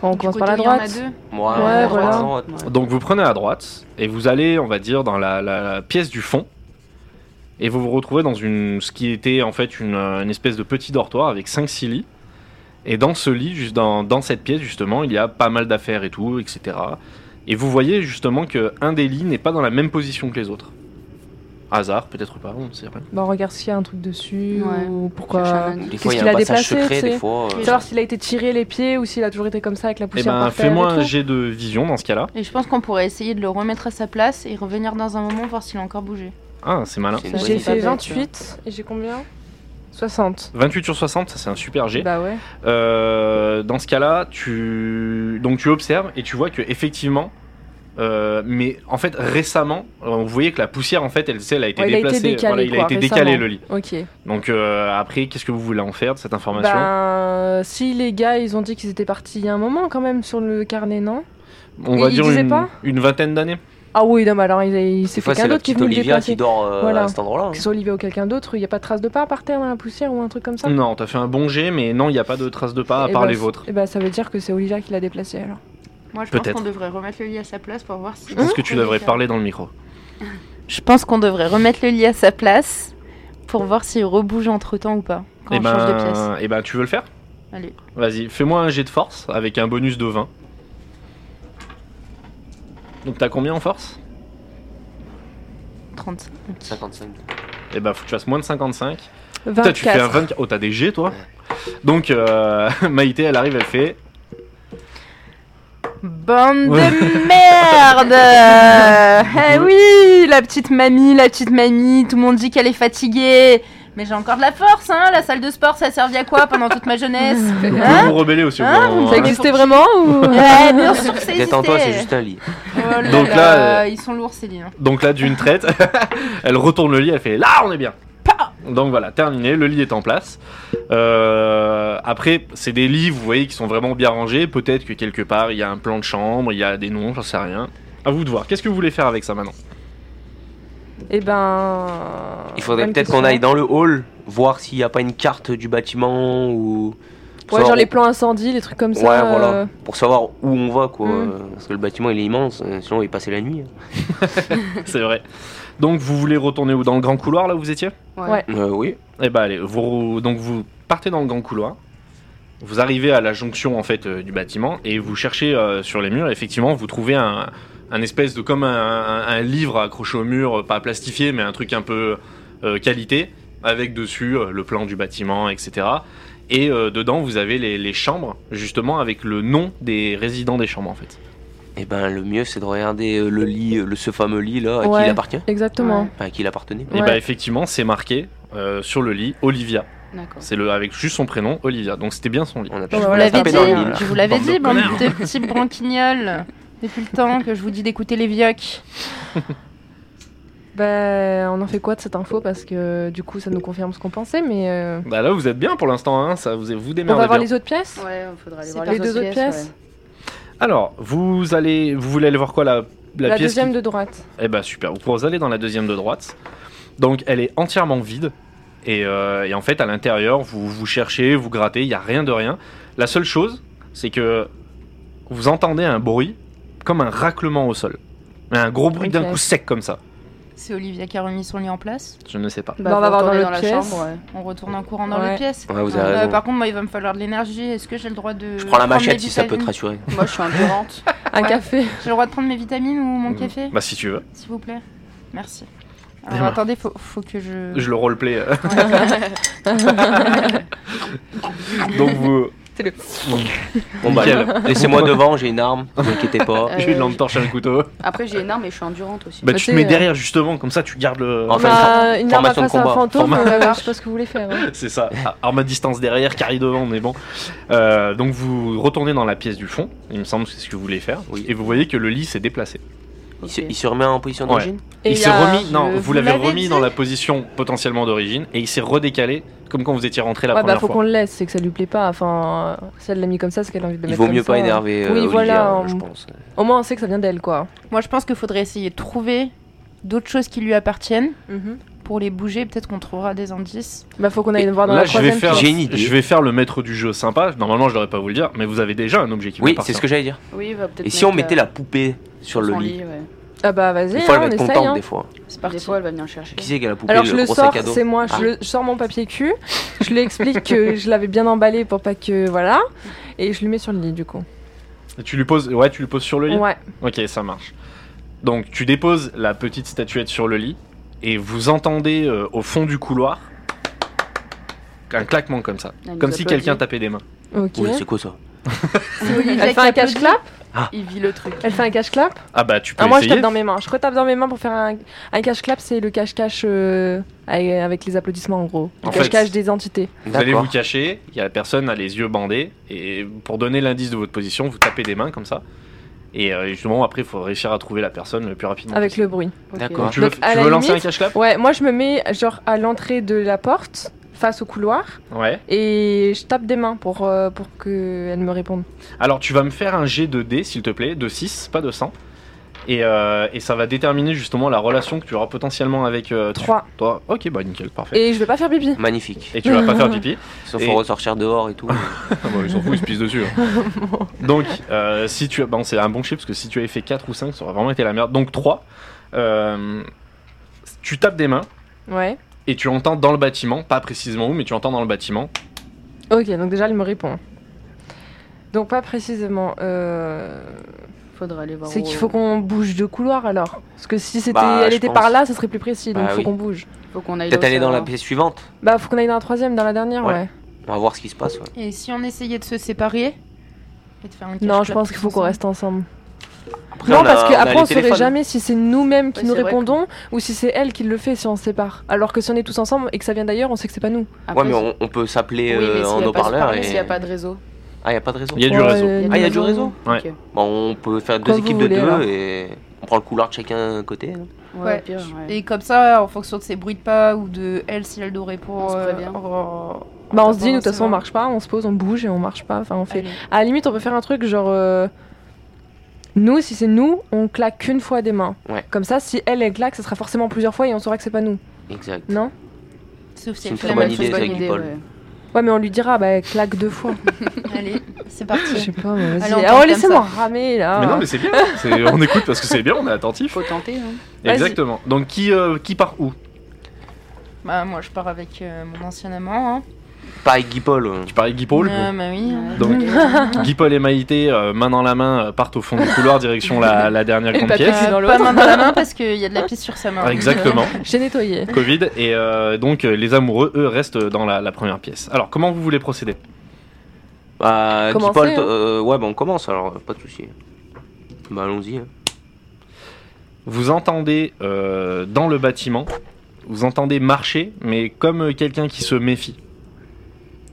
Speaker 6: On
Speaker 4: Du
Speaker 6: commence
Speaker 4: coup,
Speaker 6: par la
Speaker 4: deux, il y en a
Speaker 6: droite.
Speaker 4: deux.
Speaker 3: Moi,
Speaker 6: Ouais,
Speaker 3: euh,
Speaker 6: voilà.
Speaker 3: trois ans,
Speaker 5: Ouais.
Speaker 2: Donc vous prenez à droite et vous allez, on va dire, dans la, la- la pièce du fond. Et vous vous retrouvez dans une, ce qui était en fait une, euh, une espèce de petit dortoir avec 5-6 lits. Et dans ce lit, juste dans, dans cette pièce justement, il y a pas mal d'affaires et tout, etc. Et vous voyez justement que un des lits n'est pas dans la même position que les autres. Hasard, peut-être pas, on ne sait rien.
Speaker 6: Bah, on regarde s'il y a un truc dessus
Speaker 5: Ouais.
Speaker 6: ou pourquoi.
Speaker 5: Cherche un angle.
Speaker 3: Des
Speaker 6: Qu'est-ce
Speaker 3: fois, il y
Speaker 6: qu'il
Speaker 3: a un
Speaker 6: a
Speaker 3: passage
Speaker 6: déplacé,
Speaker 3: secret,
Speaker 6: tu sais
Speaker 3: des fois. euh,
Speaker 5: Et
Speaker 6: Savoir s'il a été tiré les pieds ou s'il a toujours été comme ça avec la
Speaker 2: Eh
Speaker 6: poussière
Speaker 2: ben,
Speaker 6: par terre
Speaker 2: fais-moi
Speaker 6: et
Speaker 2: un
Speaker 6: tout.
Speaker 2: jet de vision dans ce cas-là.
Speaker 4: Et je pense qu'on pourrait essayer de le remettre à sa place et revenir dans un moment voir s'il a encore bougé.
Speaker 2: Ah, c'est malin.
Speaker 3: c'est une bonne
Speaker 6: J'ai
Speaker 3: idée.
Speaker 5: pas
Speaker 6: fait
Speaker 5: bête,
Speaker 6: 28 et j'ai combien 60.
Speaker 2: 28 sur 60, ça c'est un super jet.
Speaker 6: Bah ouais.
Speaker 2: Euh, dans ce cas-là, tu donc tu observes et tu vois que effectivement, euh, mais en fait récemment, euh, vous voyez que la poussière en fait, elle, elle a été
Speaker 6: Ouais, il a été
Speaker 2: déplacée,
Speaker 6: décalé,
Speaker 2: voilà, il a
Speaker 6: quoi,
Speaker 2: été
Speaker 6: récemment.
Speaker 2: décalé le lit.
Speaker 6: Ok.
Speaker 2: Donc euh, après, qu'est-ce que vous voulez en faire de cette information
Speaker 6: Ben, si les gars, ils ont dit qu'ils étaient partis il y a un moment quand même sur le carnet, non
Speaker 2: On
Speaker 6: il-
Speaker 2: va
Speaker 6: il
Speaker 2: dire
Speaker 6: disait
Speaker 2: une,
Speaker 6: pas
Speaker 2: une vingtaine d'années.
Speaker 6: Ah oui, non, mais alors il, il
Speaker 3: Des
Speaker 6: s'est
Speaker 3: fois, c'est
Speaker 6: fait qu'un
Speaker 3: la
Speaker 6: autre qui
Speaker 3: petite
Speaker 6: venait le
Speaker 3: Olivia qui
Speaker 6: déplacer.
Speaker 3: dort euh,
Speaker 6: Voilà.
Speaker 3: à cet endroit-là. hein.
Speaker 6: Que ce soit Olivier ou quelqu'un d'autre, il n'y a pas de trace de pas par terre dans la poussière ou un truc comme ça
Speaker 2: Non, t'as fait un bon jet, mais non, il n'y a pas de traces de pas à
Speaker 6: Eh
Speaker 2: part
Speaker 6: ben,
Speaker 2: les
Speaker 6: c-
Speaker 2: vôtres.
Speaker 6: Eh ben, ça veut dire que c'est Olivia qui l'a déplacé alors.
Speaker 4: Moi, je pense
Speaker 2: Peut-être.
Speaker 4: qu'on devrait remettre le lit à sa place pour voir si.
Speaker 2: Je pense que
Speaker 6: Mmh.
Speaker 2: tu devrais parler dans le micro.
Speaker 4: Je pense qu'on devrait remettre le lit à sa place pour voir s'il rebouge entre temps ou pas quand
Speaker 2: Eh
Speaker 4: on change de pièce.
Speaker 2: ben, eh ben, tu veux le faire
Speaker 4: Allez.
Speaker 2: Vas-y, fais-moi un jet de force avec un bonus de 20. Donc t'as combien en force
Speaker 4: 30.
Speaker 3: 55.
Speaker 2: Eh ben, faut que tu fasses moins de 55. Putain,
Speaker 6: 24.
Speaker 2: tu fais un 24. Oh, t'as des G, toi Donc, euh, Maïté, elle arrive, elle fait.
Speaker 4: Bande
Speaker 2: Ouais.
Speaker 4: de merde Eh oui La petite mamie, la petite mamie, tout le monde dit qu'elle est fatiguée. Mais j'ai encore de la force, hein La salle de sport, ça a servi à quoi pendant toute ma jeunesse
Speaker 2: Vous pouvez
Speaker 4: Hein
Speaker 2: vous rebeller aussi. au
Speaker 4: Hein
Speaker 2: bout d'un moment, hein.
Speaker 6: Ça
Speaker 4: Mais
Speaker 6: existait
Speaker 4: pour-
Speaker 6: vraiment ou
Speaker 4: Ouais, bien sûr que ça
Speaker 3: Détends-toi, c'est
Speaker 4: existait.
Speaker 3: juste un lit.
Speaker 4: Oh là
Speaker 2: Donc
Speaker 4: là,
Speaker 2: là, euh,
Speaker 4: ils sont lourds ces liens.
Speaker 2: Donc là, d'une traite, elle retourne le lit, elle fait là, on est bien. Pa Donc voilà, terminé, le lit est en place. Euh, après, c'est des lits, vous voyez, qui sont vraiment bien rangés. Peut-être que quelque part, il y a un plan de chambre, il y a des noms, j'en sais rien. À vous de voir. Qu'est-ce que vous voulez faire avec ça maintenant
Speaker 6: Eh ben.
Speaker 3: Il faudrait
Speaker 6: bonne
Speaker 3: peut-être
Speaker 6: question.
Speaker 3: qu'on aille dans le hall, voir s'il n'y a pas une carte du bâtiment ou.
Speaker 6: Ouais,
Speaker 3: savoir-
Speaker 6: genre les plans incendies, les trucs comme ça.
Speaker 3: Ouais, voilà.
Speaker 6: euh,
Speaker 3: Pour savoir où on va, quoi.
Speaker 6: Mm.
Speaker 3: euh, Parce que le bâtiment, il est immense, euh, sinon on va y passer la nuit. hein.
Speaker 2: C'est vrai. Donc, vous voulez retourner où Dans le grand couloir, là où vous étiez
Speaker 6: Ouais.
Speaker 3: Euh, oui.
Speaker 2: Eh bah allez, vous, donc vous partez dans le grand couloir, vous arrivez à la jonction en fait euh, du bâtiment et vous cherchez euh, sur les murs. Effectivement, vous trouvez un, un espèce de comme un, un- un livre accroché au mur, euh, pas plastifié, mais un truc un peu euh, qualité, avec dessus euh, le plan du bâtiment, etc. Et euh, dedans, vous avez les, les chambres, justement avec le nom des résidents des chambres en fait.
Speaker 3: Et ben, le mieux, c'est de regarder euh, le lit, euh, le, ce fameux lit là, à
Speaker 6: Ouais.
Speaker 3: qui il appartient.
Speaker 6: Exactement.
Speaker 5: Ouais.
Speaker 3: Enfin, à qui il appartenait.
Speaker 2: Et
Speaker 6: Ouais.
Speaker 2: bah effectivement, c'est marqué euh, sur le lit Olivia.
Speaker 5: D'accord.
Speaker 2: C'est le avec juste son prénom Olivia. Donc c'était bien son lit.
Speaker 3: On a
Speaker 6: bah, On hein. va
Speaker 4: Je vous
Speaker 6: la
Speaker 4: l'avais
Speaker 6: taper dans le
Speaker 4: dit,
Speaker 6: mille.
Speaker 4: je vous l'avais
Speaker 2: Bande de
Speaker 4: dit, bande
Speaker 2: connards.
Speaker 4: de petits branquignols. Depuis le temps que je vous dis d'écouter les vioques.
Speaker 6: Ben, on en fait quoi de cette info Parce que du coup, ça nous confirme ce qu'on pensait, mais. euh,
Speaker 2: Bah là vous êtes bien pour l'instant, hein, ça vous vous démerdez
Speaker 6: On va voir
Speaker 2: bien.
Speaker 6: les autres pièces
Speaker 5: Ouais, il faudra aller
Speaker 6: C'est
Speaker 5: voir
Speaker 6: par les deux autres pièces
Speaker 2: Alors, vous allez, vous voulez aller voir quoi la, la
Speaker 6: La,
Speaker 2: pièce
Speaker 6: deuxième
Speaker 2: qui-
Speaker 6: de droite.
Speaker 2: Eh ben super. Vous pouvez aller dans la deuxième de droite. Donc elle est entièrement vide et, euh, et en fait à l'intérieur vous vous cherchez, vous grattez, il y a rien de rien. La seule chose, c'est que vous entendez un bruit comme un raclement au sol, Mais un gros bruit d'un
Speaker 6: Ok.
Speaker 2: coup sec comme ça.
Speaker 4: C'est Olivia qui a remis son lit en place.
Speaker 2: Je ne sais pas.
Speaker 5: Bah,
Speaker 6: Bah,
Speaker 5: faut
Speaker 6: on va voir
Speaker 5: retourner
Speaker 6: dans
Speaker 5: la
Speaker 6: l'autre pièce.
Speaker 5: chambre. ouais.
Speaker 4: On retourne en courant dans
Speaker 6: Ouais.
Speaker 4: les pièces.
Speaker 3: Ouais, vous avez
Speaker 4: Euh,
Speaker 3: raison.
Speaker 4: par contre, moi, il va me falloir de l'énergie. Est-ce que j'ai le droit de.
Speaker 3: Je prends la
Speaker 4: prendre mes
Speaker 3: machette si ça peut te
Speaker 4: vitamines
Speaker 3: rassurer.
Speaker 5: Moi, je suis endurante.
Speaker 6: Un café.
Speaker 4: J'ai le droit de prendre mes vitamines ou
Speaker 3: Mmh.
Speaker 4: mon café,
Speaker 2: Bah si tu veux.
Speaker 6: Mmh.
Speaker 4: s'il vous plaît Merci.
Speaker 2: Des
Speaker 4: Alors,
Speaker 2: mains.
Speaker 4: attendez, faut, faut que je.
Speaker 2: Je le roleplay. euh. Donc vous.
Speaker 3: Bon, bah,
Speaker 2: Nickel.
Speaker 3: laissez-moi devant, j'ai une arme, ne vous inquiétez pas.
Speaker 5: Euh,
Speaker 2: J'ai une lampe torche et un couteau.
Speaker 5: Après, j'ai une arme et je suis endurante aussi.
Speaker 2: Bah,
Speaker 6: Bah,
Speaker 2: tu te
Speaker 6: c'est,
Speaker 2: mets
Speaker 6: euh,
Speaker 2: derrière justement, comme ça tu gardes le.
Speaker 3: Enfin,
Speaker 6: Bah, une arme à
Speaker 3: formation de
Speaker 6: face à un
Speaker 3: combat.
Speaker 6: fantôme,
Speaker 2: Forma-
Speaker 6: euh, je sais pas ce que vous voulez faire. hein.
Speaker 2: C'est ça, Ah, arme à distance derrière, carré devant, mais bon. Euh, donc vous retournez dans la pièce du fond, il me semble que c'est ce que vous voulez faire,
Speaker 3: Oui.
Speaker 2: et vous voyez que le lit s'est déplacé.
Speaker 3: Il
Speaker 5: euh,
Speaker 3: se, il se remet en position
Speaker 2: Ouais.
Speaker 3: d'origine
Speaker 6: Et
Speaker 2: il
Speaker 6: y
Speaker 2: s'est
Speaker 6: a-
Speaker 2: remis, non,
Speaker 6: je-
Speaker 2: vous l'avez
Speaker 4: l'avez
Speaker 2: remis
Speaker 4: dit.
Speaker 2: dans la position potentiellement d'origine, et il s'est redécalé comme quand vous étiez rentré la
Speaker 6: ouais, bah
Speaker 2: première
Speaker 6: faut qu'on
Speaker 2: fois.
Speaker 6: le laisse, c'est que ça lui plaît pas. Enfin, euh, si elle l'a mis comme ça, c'est qu'elle a envie de le
Speaker 3: Il
Speaker 6: mettre
Speaker 3: vaut
Speaker 6: comme
Speaker 3: mieux
Speaker 6: ça. hein.
Speaker 3: pas énerver euh,
Speaker 6: Oui,
Speaker 3: Olivia,
Speaker 6: voilà,
Speaker 3: je
Speaker 6: on-
Speaker 3: pense.
Speaker 6: Au moins, on sait que ça vient d'elle, quoi.
Speaker 4: Moi, je pense qu'il faudrait essayer de trouver d'autres choses qui lui appartiennent pour les bouger. Peut-être qu'on trouvera des indices.
Speaker 6: Bah, faut qu'on aille le voir dans
Speaker 2: Là,
Speaker 6: la
Speaker 2: je vais,
Speaker 6: troisième
Speaker 2: faire,
Speaker 3: J'ai
Speaker 6: pièce.
Speaker 3: une idée.
Speaker 2: je vais faire le maître du jeu sympa. Normalement, je devrais pas vous le dire, mais vous avez déjà un objet qui vous
Speaker 3: Oui,
Speaker 2: appartient.
Speaker 3: c'est ce que j'allais dire.
Speaker 5: Oui, va peut-être. euh,
Speaker 3: Et si on mettait
Speaker 6: euh,
Speaker 3: la poupée sur le lit
Speaker 6: Ah bah, vas-y,
Speaker 3: Des fois, elle
Speaker 6: hein,
Speaker 3: va
Speaker 6: on
Speaker 3: être
Speaker 6: essaye.
Speaker 3: contente,
Speaker 6: hein.
Speaker 3: des fois.
Speaker 4: C'est
Speaker 5: Par Des
Speaker 4: parti.
Speaker 5: fois, elle va venir chercher.
Speaker 3: Qui c'est qui a la poupée,
Speaker 6: Alors, je le
Speaker 3: gros
Speaker 6: sors,
Speaker 3: sac à dos
Speaker 6: c'est moi, je,
Speaker 3: Ah.
Speaker 6: le- je sors mon papier cul, je lui explique que je l'avais bien emballé pour pas que. Voilà. Et je lui mets sur le lit, du coup.
Speaker 2: Et tu lui poses, ouais, tu lui poses sur le lit.
Speaker 6: Ouais.
Speaker 2: Ok, ça marche. Donc tu déposes la petite statuette sur le lit et vous entendez euh, au fond du couloir un claquement comme ça,
Speaker 5: Elle nous
Speaker 2: comme si
Speaker 5: applaudit.
Speaker 2: quelqu'un tapait des mains.
Speaker 6: Ok.
Speaker 3: Oui, c'est quoi ça
Speaker 6: Elle fait un cash clap
Speaker 5: Il vit le truc.
Speaker 6: Elle fait un cash clap
Speaker 2: Ah bah tu peux
Speaker 6: Ah, moi, je
Speaker 2: essayer.
Speaker 6: tape dans mes mains. Je retape dans mes mains pour faire un, un cash clap, c'est le cache-cache euh, avec avec les applaudissements, en gros. Le
Speaker 2: En fait,
Speaker 6: cache-cache des entités.
Speaker 2: Vous allez
Speaker 3: D'accord.
Speaker 2: vous cacher, il y a la personne a les yeux bandés et pour donner l'indice de votre position, vous tapez des mains comme ça. Et euh, justement après, il faut réussir à trouver la personne le plus rapidement.
Speaker 6: Avec le bruit.
Speaker 3: D'accord.
Speaker 2: Donc, tu veux,
Speaker 6: Donc, à
Speaker 2: tu
Speaker 6: la
Speaker 2: veux lancer
Speaker 6: limite-
Speaker 2: un cache clap
Speaker 6: Ouais, moi je me mets genre à l'entrée de la porte, face au couloir,
Speaker 2: Ouais.
Speaker 6: et je tape des mains pour, euh, pour qu'elle me réponde.
Speaker 2: Alors tu vas me faire un G de D s'il te plaît, de 6, pas de 100. Et, euh, et ça va déterminer justement la relation que tu auras potentiellement avec euh, tu-
Speaker 6: 3.
Speaker 2: Toi, ok, bah nickel, parfait.
Speaker 6: Et je vais pas faire pipi.
Speaker 3: Magnifique.
Speaker 2: Et, tu vas pas faire pipi.
Speaker 3: Sauf
Speaker 2: Et-
Speaker 3: faut ressortir dehors et tout.
Speaker 2: Ah bah, ils s'en foutent, ils se pissent dessus. hein. Donc, euh, si tu as. Bon, c'est un bon chip parce que si tu avais fait 4 ou 5, ça aurait vraiment été la merde. Donc 3. tu tapes des mains
Speaker 3: Mm.
Speaker 6: Ouais.
Speaker 2: et tu entends dans le bâtiment, pas précisément où, mais tu entends dans le bâtiment.
Speaker 6: Ok, donc déjà elle me répond. Donc pas précisément. euh,
Speaker 5: Faudra aller
Speaker 4: Bah,
Speaker 5: voir.
Speaker 6: C'est
Speaker 5: au-
Speaker 6: qu'il faut qu'on bouge de couloir alors. Parce que si c'était,
Speaker 3: Bah,
Speaker 6: elle
Speaker 3: je
Speaker 6: était
Speaker 3: pense.
Speaker 6: par là, ça serait plus précis. Donc
Speaker 3: Bah
Speaker 6: faut
Speaker 3: oui.
Speaker 6: qu'on bouge.
Speaker 5: euh, faut qu'on aille.
Speaker 3: Peut-être
Speaker 5: au
Speaker 3: aller dans la
Speaker 5: salon.
Speaker 3: pièce suivante.
Speaker 6: Bah faut qu'on aille dans la troisième, dans la dernière,
Speaker 3: Ouais.
Speaker 6: ouais.
Speaker 3: On va voir ce qui se passe. ouais.
Speaker 4: Et si on essayait de se séparer et de faire un
Speaker 6: Non,
Speaker 4: cache-clap
Speaker 6: je pense qu'il
Speaker 4: tous
Speaker 6: faut qu'on
Speaker 4: ensemble
Speaker 6: reste ensemble.
Speaker 3: Après,
Speaker 6: non,
Speaker 3: on a-
Speaker 6: parce
Speaker 3: on a
Speaker 6: qu'après
Speaker 3: les
Speaker 6: on, saurait
Speaker 3: téléphones.
Speaker 6: jamais si c'est nous-mêmes qui
Speaker 5: Ouais,
Speaker 6: nous
Speaker 5: c'est vrai que-
Speaker 6: répondons ou si c'est elle qui le fait si on se sépare. Alors que si on est tous ensemble et que ça vient d'ailleurs, on sait que c'est pas nous.
Speaker 5: Après,
Speaker 3: Ouais, mais on, on peut s'appeler
Speaker 5: oui, mais
Speaker 3: euh,
Speaker 5: s'il y a
Speaker 3: en
Speaker 5: pas de
Speaker 3: haut-parleur.
Speaker 5: parler,
Speaker 3: Et...
Speaker 5: S'il n'y a pas de réseau.
Speaker 3: Ah, il a pas de raison.
Speaker 2: Il y a du
Speaker 6: Ouais,
Speaker 2: réseau.
Speaker 6: euh,
Speaker 3: Ah, il y a du réseau
Speaker 2: Ouais.
Speaker 5: Ok.
Speaker 3: Bon, on peut faire deux
Speaker 6: Comme vous
Speaker 3: équipes
Speaker 6: voulez,
Speaker 3: de deux
Speaker 6: alors.
Speaker 3: et on prend le couloir de chacun côté. hein.
Speaker 5: Ouais,
Speaker 4: Ouais.
Speaker 5: pire, ouais.
Speaker 4: Et comme ça, en fonction de ses bruits de pas ou de elle, si elle nous répond.
Speaker 5: On se
Speaker 4: euh,
Speaker 5: prévient.
Speaker 4: en- en-
Speaker 6: Bah
Speaker 4: en
Speaker 6: on se dit, nous, de toute façon, on
Speaker 4: savoir.
Speaker 6: marche pas, on se pose, on bouge et on marche pas. Enfin, on fait.
Speaker 4: Allez.
Speaker 6: À la limite, on peut faire un truc genre. euh, Nous, si c'est nous, on claque qu'une fois des mains.
Speaker 3: Ouais.
Speaker 6: Comme ça, si elle, elle claque, ça sera forcément plusieurs fois et on saura que c'est pas nous.
Speaker 3: Exact.
Speaker 6: Non
Speaker 4: Sauf si
Speaker 3: C'est
Speaker 4: elle
Speaker 3: une
Speaker 4: fait
Speaker 3: très
Speaker 4: la
Speaker 3: bonne
Speaker 4: même
Speaker 3: idée,
Speaker 4: chose.
Speaker 3: ça,
Speaker 4: bonne
Speaker 3: Guy
Speaker 4: idée.
Speaker 3: Paul.
Speaker 5: ouais.
Speaker 6: Ouais, mais on lui dira, bah, elle claque deux fois.
Speaker 4: Allez, c'est
Speaker 6: Je
Speaker 4: parti.
Speaker 6: sais pas, mais vas-y.
Speaker 4: Allez, on tente
Speaker 6: Ah, oh,
Speaker 4: comme
Speaker 6: laissez-moi ramer là.
Speaker 2: Mais non, mais c'est bien. c'est- On écoute parce que c'est bien, on est attentif.
Speaker 5: Faut tenter. Hein.
Speaker 6: Vas-y.
Speaker 2: Exactement. Donc, qui, euh, qui part où
Speaker 4: Bah, moi, je pars avec euh, mon ancien amant. Hein.
Speaker 3: Pas avec Guy Paul. euh.
Speaker 2: Tu pars avec Guy Paul
Speaker 4: Euh, bah oui. hein.
Speaker 2: Donc-
Speaker 5: Ouais.
Speaker 2: Guy Paul et Maïté, euh, main dans la main, euh, partent au fond du couloir direction la, la dernière
Speaker 6: Et
Speaker 2: grande
Speaker 6: Patrick.
Speaker 2: pièce.
Speaker 6: Pièce dans
Speaker 4: Euh, pas
Speaker 6: l'autre.
Speaker 4: main dans la main parce qu'il y a de la piste sur sa main.
Speaker 2: Ah, Exactement.
Speaker 6: J'ai nettoyé.
Speaker 2: Covid et euh, donc euh, les amoureux eux restent dans la, la première pièce. Alors comment vous voulez procéder
Speaker 3: Bah, Guy
Speaker 6: Commencez,
Speaker 3: Paul,
Speaker 6: hein.
Speaker 3: t- euh, ouais, bah, on commence alors, pas de souci. Bah, allons-y. hein.
Speaker 2: Vous entendez euh, dans le bâtiment, vous entendez marcher, mais comme euh, quelqu'un qui se méfie.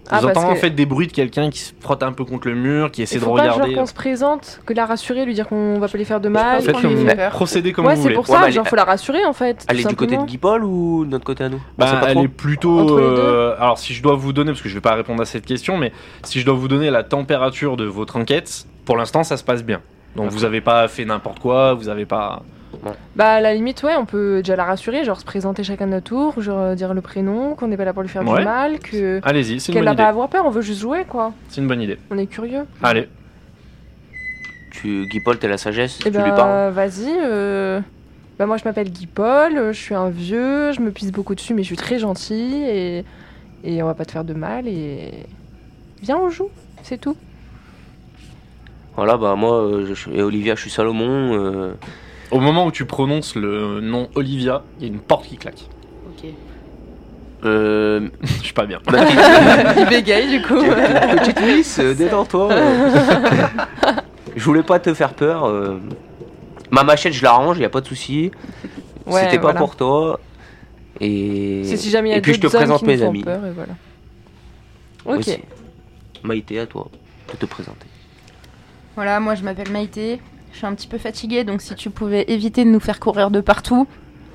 Speaker 2: Vous
Speaker 6: Ah, parce
Speaker 2: entendez en
Speaker 6: que-
Speaker 2: fait des bruits de quelqu'un qui se frotte un peu contre le mur, qui essaie
Speaker 6: Il
Speaker 2: de
Speaker 6: faut pas genre
Speaker 2: regarder. euh.
Speaker 6: qu'on se présente, que la rassurer, lui dire qu'on va pas lui faire de mal.
Speaker 4: pense
Speaker 2: Faites
Speaker 4: qu'on lui
Speaker 2: comme-
Speaker 4: fait peur.
Speaker 2: procédez comme
Speaker 6: ouais,
Speaker 2: vous
Speaker 6: c'est
Speaker 2: voulez. bah,
Speaker 6: pour
Speaker 3: Ouais,
Speaker 6: ça,
Speaker 3: mais
Speaker 6: genre
Speaker 3: elle-
Speaker 6: faut la rassurer en fait.
Speaker 3: Elle est
Speaker 6: tout
Speaker 3: du côté de
Speaker 6: simplement.
Speaker 3: Guy Paul ou de notre côté à nous On sait
Speaker 2: Bah,
Speaker 3: pas
Speaker 2: elle
Speaker 3: trop.
Speaker 2: est plutôt.
Speaker 6: Entre les deux.
Speaker 2: euh, alors, si je dois vous donner, parce que je vais pas répondre à cette question, mais si je dois vous donner la température de votre enquête, pour l'instant, ça se passe bien. Donc, vous avez pas fait n'importe quoi, vous avez pas.
Speaker 6: Bah à la limite ouais on peut déjà la rassurer, genre se présenter chacun de notre tour, genre euh, dire le prénom, qu'on n'est pas là pour lui faire
Speaker 2: Ouais.
Speaker 6: du mal, que
Speaker 2: Allez-y, c'est une
Speaker 6: qu'elle
Speaker 2: bonne
Speaker 6: n'a pas à
Speaker 2: idée.
Speaker 6: avoir peur, on veut juste jouer quoi,
Speaker 2: C'est une bonne idée.
Speaker 6: on est curieux.
Speaker 2: Allez.
Speaker 3: Tu, Guy Paul, t'as la sagesse,
Speaker 6: Et
Speaker 3: tu lui parles.
Speaker 6: bah
Speaker 2: hein.
Speaker 6: vas-y, euh, bah moi je m'appelle Guy Paul, euh, je suis un vieux, je me pisse beaucoup dessus mais je suis très gentil et, et on va pas te faire de mal et viens on joue, c'est tout.
Speaker 3: Voilà, bah moi euh, je, suis- et Olivia, je suis Salomon. euh,
Speaker 2: Au moment où tu prononces le nom Olivia, il y a une porte qui claque.
Speaker 5: Ok.
Speaker 3: euh,
Speaker 2: Je suis pas bien.
Speaker 3: ma petite-
Speaker 6: Il bégaye du coup.
Speaker 3: petite Miss, euh, détends-toi. euh. je voulais pas te faire peur. euh. Ma machette, je l'arrange, y a pas de souci.
Speaker 6: Ouais,
Speaker 3: C'était pas
Speaker 6: voilà.
Speaker 3: pour toi. Et,
Speaker 6: C'est si jamais il y a
Speaker 3: et puis je te
Speaker 6: d'autres hommes
Speaker 3: présente
Speaker 6: qui nous
Speaker 3: mes
Speaker 6: font
Speaker 3: amis.
Speaker 6: peur, et voilà. Ok.
Speaker 3: Aussi. Maïté, à toi de te présenter.
Speaker 4: Voilà, moi, je m'appelle Maïté. Je suis un petit peu fatiguée, donc si tu pouvais éviter de nous faire courir de partout.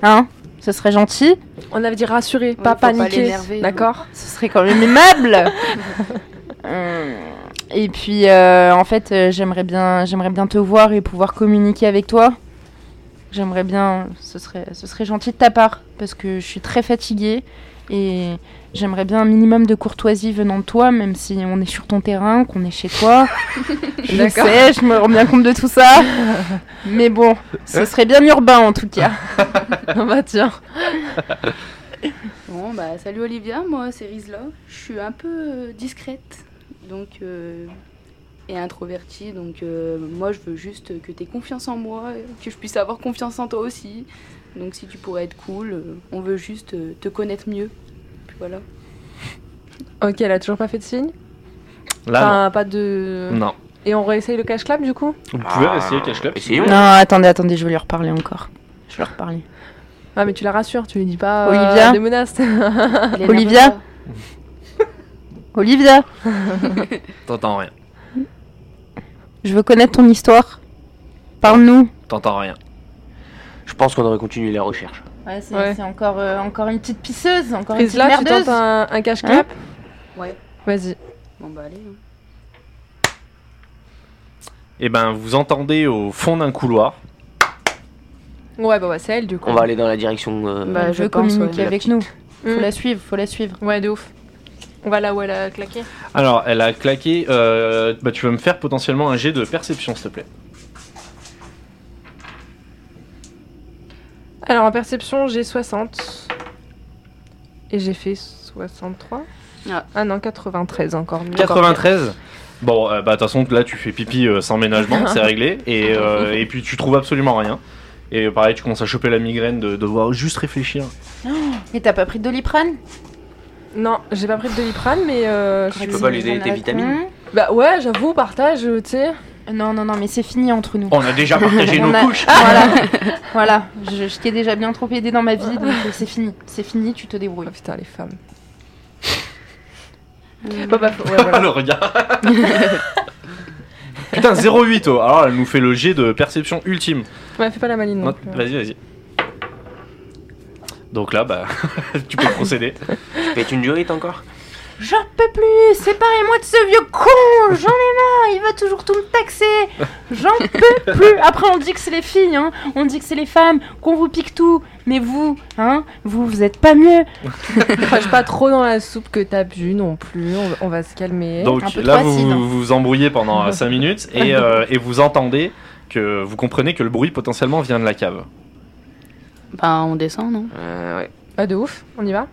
Speaker 4: Hein Ce serait gentil.
Speaker 6: On avait dit rassurer,
Speaker 5: faut
Speaker 6: pas
Speaker 5: pas
Speaker 6: paniquer.
Speaker 5: l'énerver,
Speaker 6: D'accord
Speaker 4: Ce serait quand même aimable. Hum, et puis, euh, en fait, euh, j'aimerais bien, j'aimerais bien te voir et pouvoir communiquer avec toi. J'aimerais bien, ce serait, ce serait gentil de ta part parce que je suis très fatiguée et j'aimerais bien un minimum de courtoisie venant de toi, même si on est sur ton terrain, qu'on est chez toi. je le
Speaker 6: D'accord.
Speaker 4: sais, je me rends bien compte de tout ça. Mais bon, ce serait bien urbain en tout cas. bah tiens.
Speaker 5: Bon, bah, salut Olivia, moi c'est Rizla. Je suis un peu euh, discrète donc, euh, et introvertie, donc euh, moi je veux juste que tu aies confiance en moi, que je puisse avoir confiance en toi aussi. Donc si tu pourrais être cool, euh, on veut juste euh, te connaître mieux. Puis voilà.
Speaker 6: Ok, elle a toujours pas fait de signe
Speaker 3: Bah
Speaker 2: Là,
Speaker 6: Enfin, pas de.
Speaker 2: non. non.
Speaker 6: Et on réessaye le cash clap du coup
Speaker 2: Vous pouvez
Speaker 3: Ah,
Speaker 2: essayer Cash Club.
Speaker 3: Essayons.
Speaker 4: Non, attendez, attendez, je vais lui reparler encore. Je vais lui reparler.
Speaker 6: Ah, mais tu la rassures, tu lui dis pas euh,
Speaker 4: Olivia
Speaker 6: des menaces.
Speaker 5: Elle est
Speaker 4: Olivia
Speaker 5: nerveuse,
Speaker 4: Olivia,
Speaker 2: T'entends rien.
Speaker 4: je veux connaître ton histoire. Parle-nous.
Speaker 2: T'entends rien.
Speaker 3: Je pense qu'on aurait continué la recherche.
Speaker 4: Ouais, c'est
Speaker 6: Ouais.
Speaker 4: c'est encore, euh, encore une petite pisseuse, encore une petite
Speaker 6: Prisla, tu hein. tentes
Speaker 4: merdeuse.
Speaker 6: un, un cash clap
Speaker 5: là Ouais.
Speaker 6: Vas-y.
Speaker 5: Bon bah allez. hein.
Speaker 2: Et ben, vous entendez au fond d'un couloir.
Speaker 6: Ouais, bah, bah, c'est elle du coup.
Speaker 3: On va aller dans la direction. euh,
Speaker 4: Bah, je
Speaker 5: Je
Speaker 4: veux
Speaker 5: pense,
Speaker 4: communiquer
Speaker 3: ouais.
Speaker 4: avec
Speaker 3: La
Speaker 4: nous.
Speaker 6: Mm.
Speaker 4: Faut la suivre, faut la suivre.
Speaker 6: Ouais, de ouf. On va là où elle a claqué.
Speaker 2: Alors, elle a claqué. euh, bah, tu vas me faire potentiellement un jet de perception, s'il te plaît.
Speaker 6: Alors en perception, j'ai 60. Et j'ai fait 63.
Speaker 5: Ah.
Speaker 6: non, 93 encore mieux.
Speaker 2: 93. Bon, euh, bah, de toute façon, là, tu fais pipi euh, sans ménagement, c'est réglé. Et, euh, et puis, tu trouves absolument rien. Et euh, pareil, tu commences à choper la migraine de devoir juste réfléchir.
Speaker 4: Et t'as pas pris de doliprane
Speaker 6: Non, j'ai pas pris de doliprane, mais euh, je
Speaker 3: Tu
Speaker 6: suis...
Speaker 3: peux pas lui donner tes vitamines
Speaker 6: Bah ouais, j'avoue, partage, tu sais.
Speaker 4: Hmm Non, non, non, mais c'est fini entre
Speaker 3: Oh.
Speaker 4: nous.
Speaker 2: On a déjà partagé
Speaker 4: On
Speaker 2: nos
Speaker 4: a-
Speaker 2: couches.
Speaker 4: Voilà, voilà. Je, je t'ai déjà bien trop aidé dans ma vie, donc euh, c'est fini. C'est fini, tu te débrouilles.
Speaker 6: Oh putain, les femmes.
Speaker 5: Euh,
Speaker 6: Bah, bah, ouais, voilà.
Speaker 2: Le regard. Putain, 0,8. oh. Alors, elle nous fait le jet de perception ultime.
Speaker 6: Ouais, fais pas la maline non,
Speaker 2: Non,
Speaker 6: plus. hein.
Speaker 2: Vas-y, vas-y. Donc là, bah, tu peux procéder.
Speaker 3: Faites une durite encore
Speaker 4: J'en peux plus, séparez-moi de ce vieux con, j'en ai marre, il va toujours tout me taxer, j'en peux plus. Après on dit que c'est les filles, hein, on dit que c'est les femmes, qu'on vous pique tout, mais vous, hein, vous, vous êtes pas mieux.
Speaker 6: Crache pas trop dans la soupe que t'as bu non plus, on, va- on va se calmer.
Speaker 2: Donc
Speaker 4: un peu
Speaker 2: là,
Speaker 4: trop
Speaker 2: vous
Speaker 4: acide, hein.
Speaker 2: vous vous embrouillez pendant 5 minutes et, euh, et vous entendez que vous comprenez que le bruit potentiellement vient de la cave.
Speaker 5: Bah on descend non
Speaker 3: Euh, ouais.
Speaker 6: Ah de ouf, on y va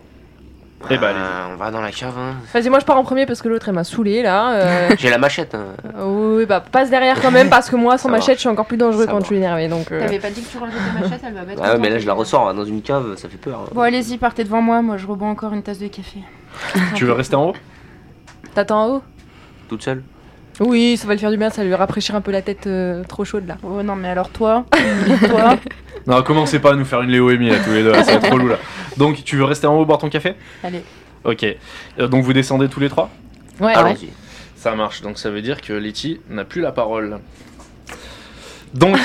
Speaker 2: Eh bah,
Speaker 3: Euh, on va dans la cave. hein.
Speaker 6: Vas-y, moi je pars en premier parce que l'autre elle m'a saoulé là.
Speaker 3: J'ai la machette. hein.
Speaker 6: Euh, oui, bah passe derrière quand même parce que moi
Speaker 3: Ça
Speaker 6: sans machette je suis encore plus dangereux
Speaker 3: Ça
Speaker 6: quand
Speaker 3: va.
Speaker 6: je suis énervé donc. euh,
Speaker 4: pas dit que tu rangeais tes machettes, elle va mettre.
Speaker 3: Ah ouais, mais là je la ressors hein, dans une cave, ça fait peur. hein.
Speaker 4: Bon allez-y, partez devant moi, moi je rebois encore une tasse de café.
Speaker 2: Tu veux rester en haut
Speaker 6: T'attends en haut
Speaker 3: Toute seule.
Speaker 6: Oui, ça va le faire du bien, ça va lui rafraîchir un peu la tête euh, trop chaude là.
Speaker 4: Oh non mais alors toi, toi,
Speaker 2: Non, commencez pas à nous faire une Léo Amy là tous les deux, là, ça va être relou là. Donc tu veux rester en haut boire ton café
Speaker 4: allez.
Speaker 2: Ok. Euh, donc vous descendez tous les trois
Speaker 6: Ouais, ouais.
Speaker 3: Allons-y.
Speaker 2: Ça marche, donc ça veut dire que Letty n'a plus la parole. Donc,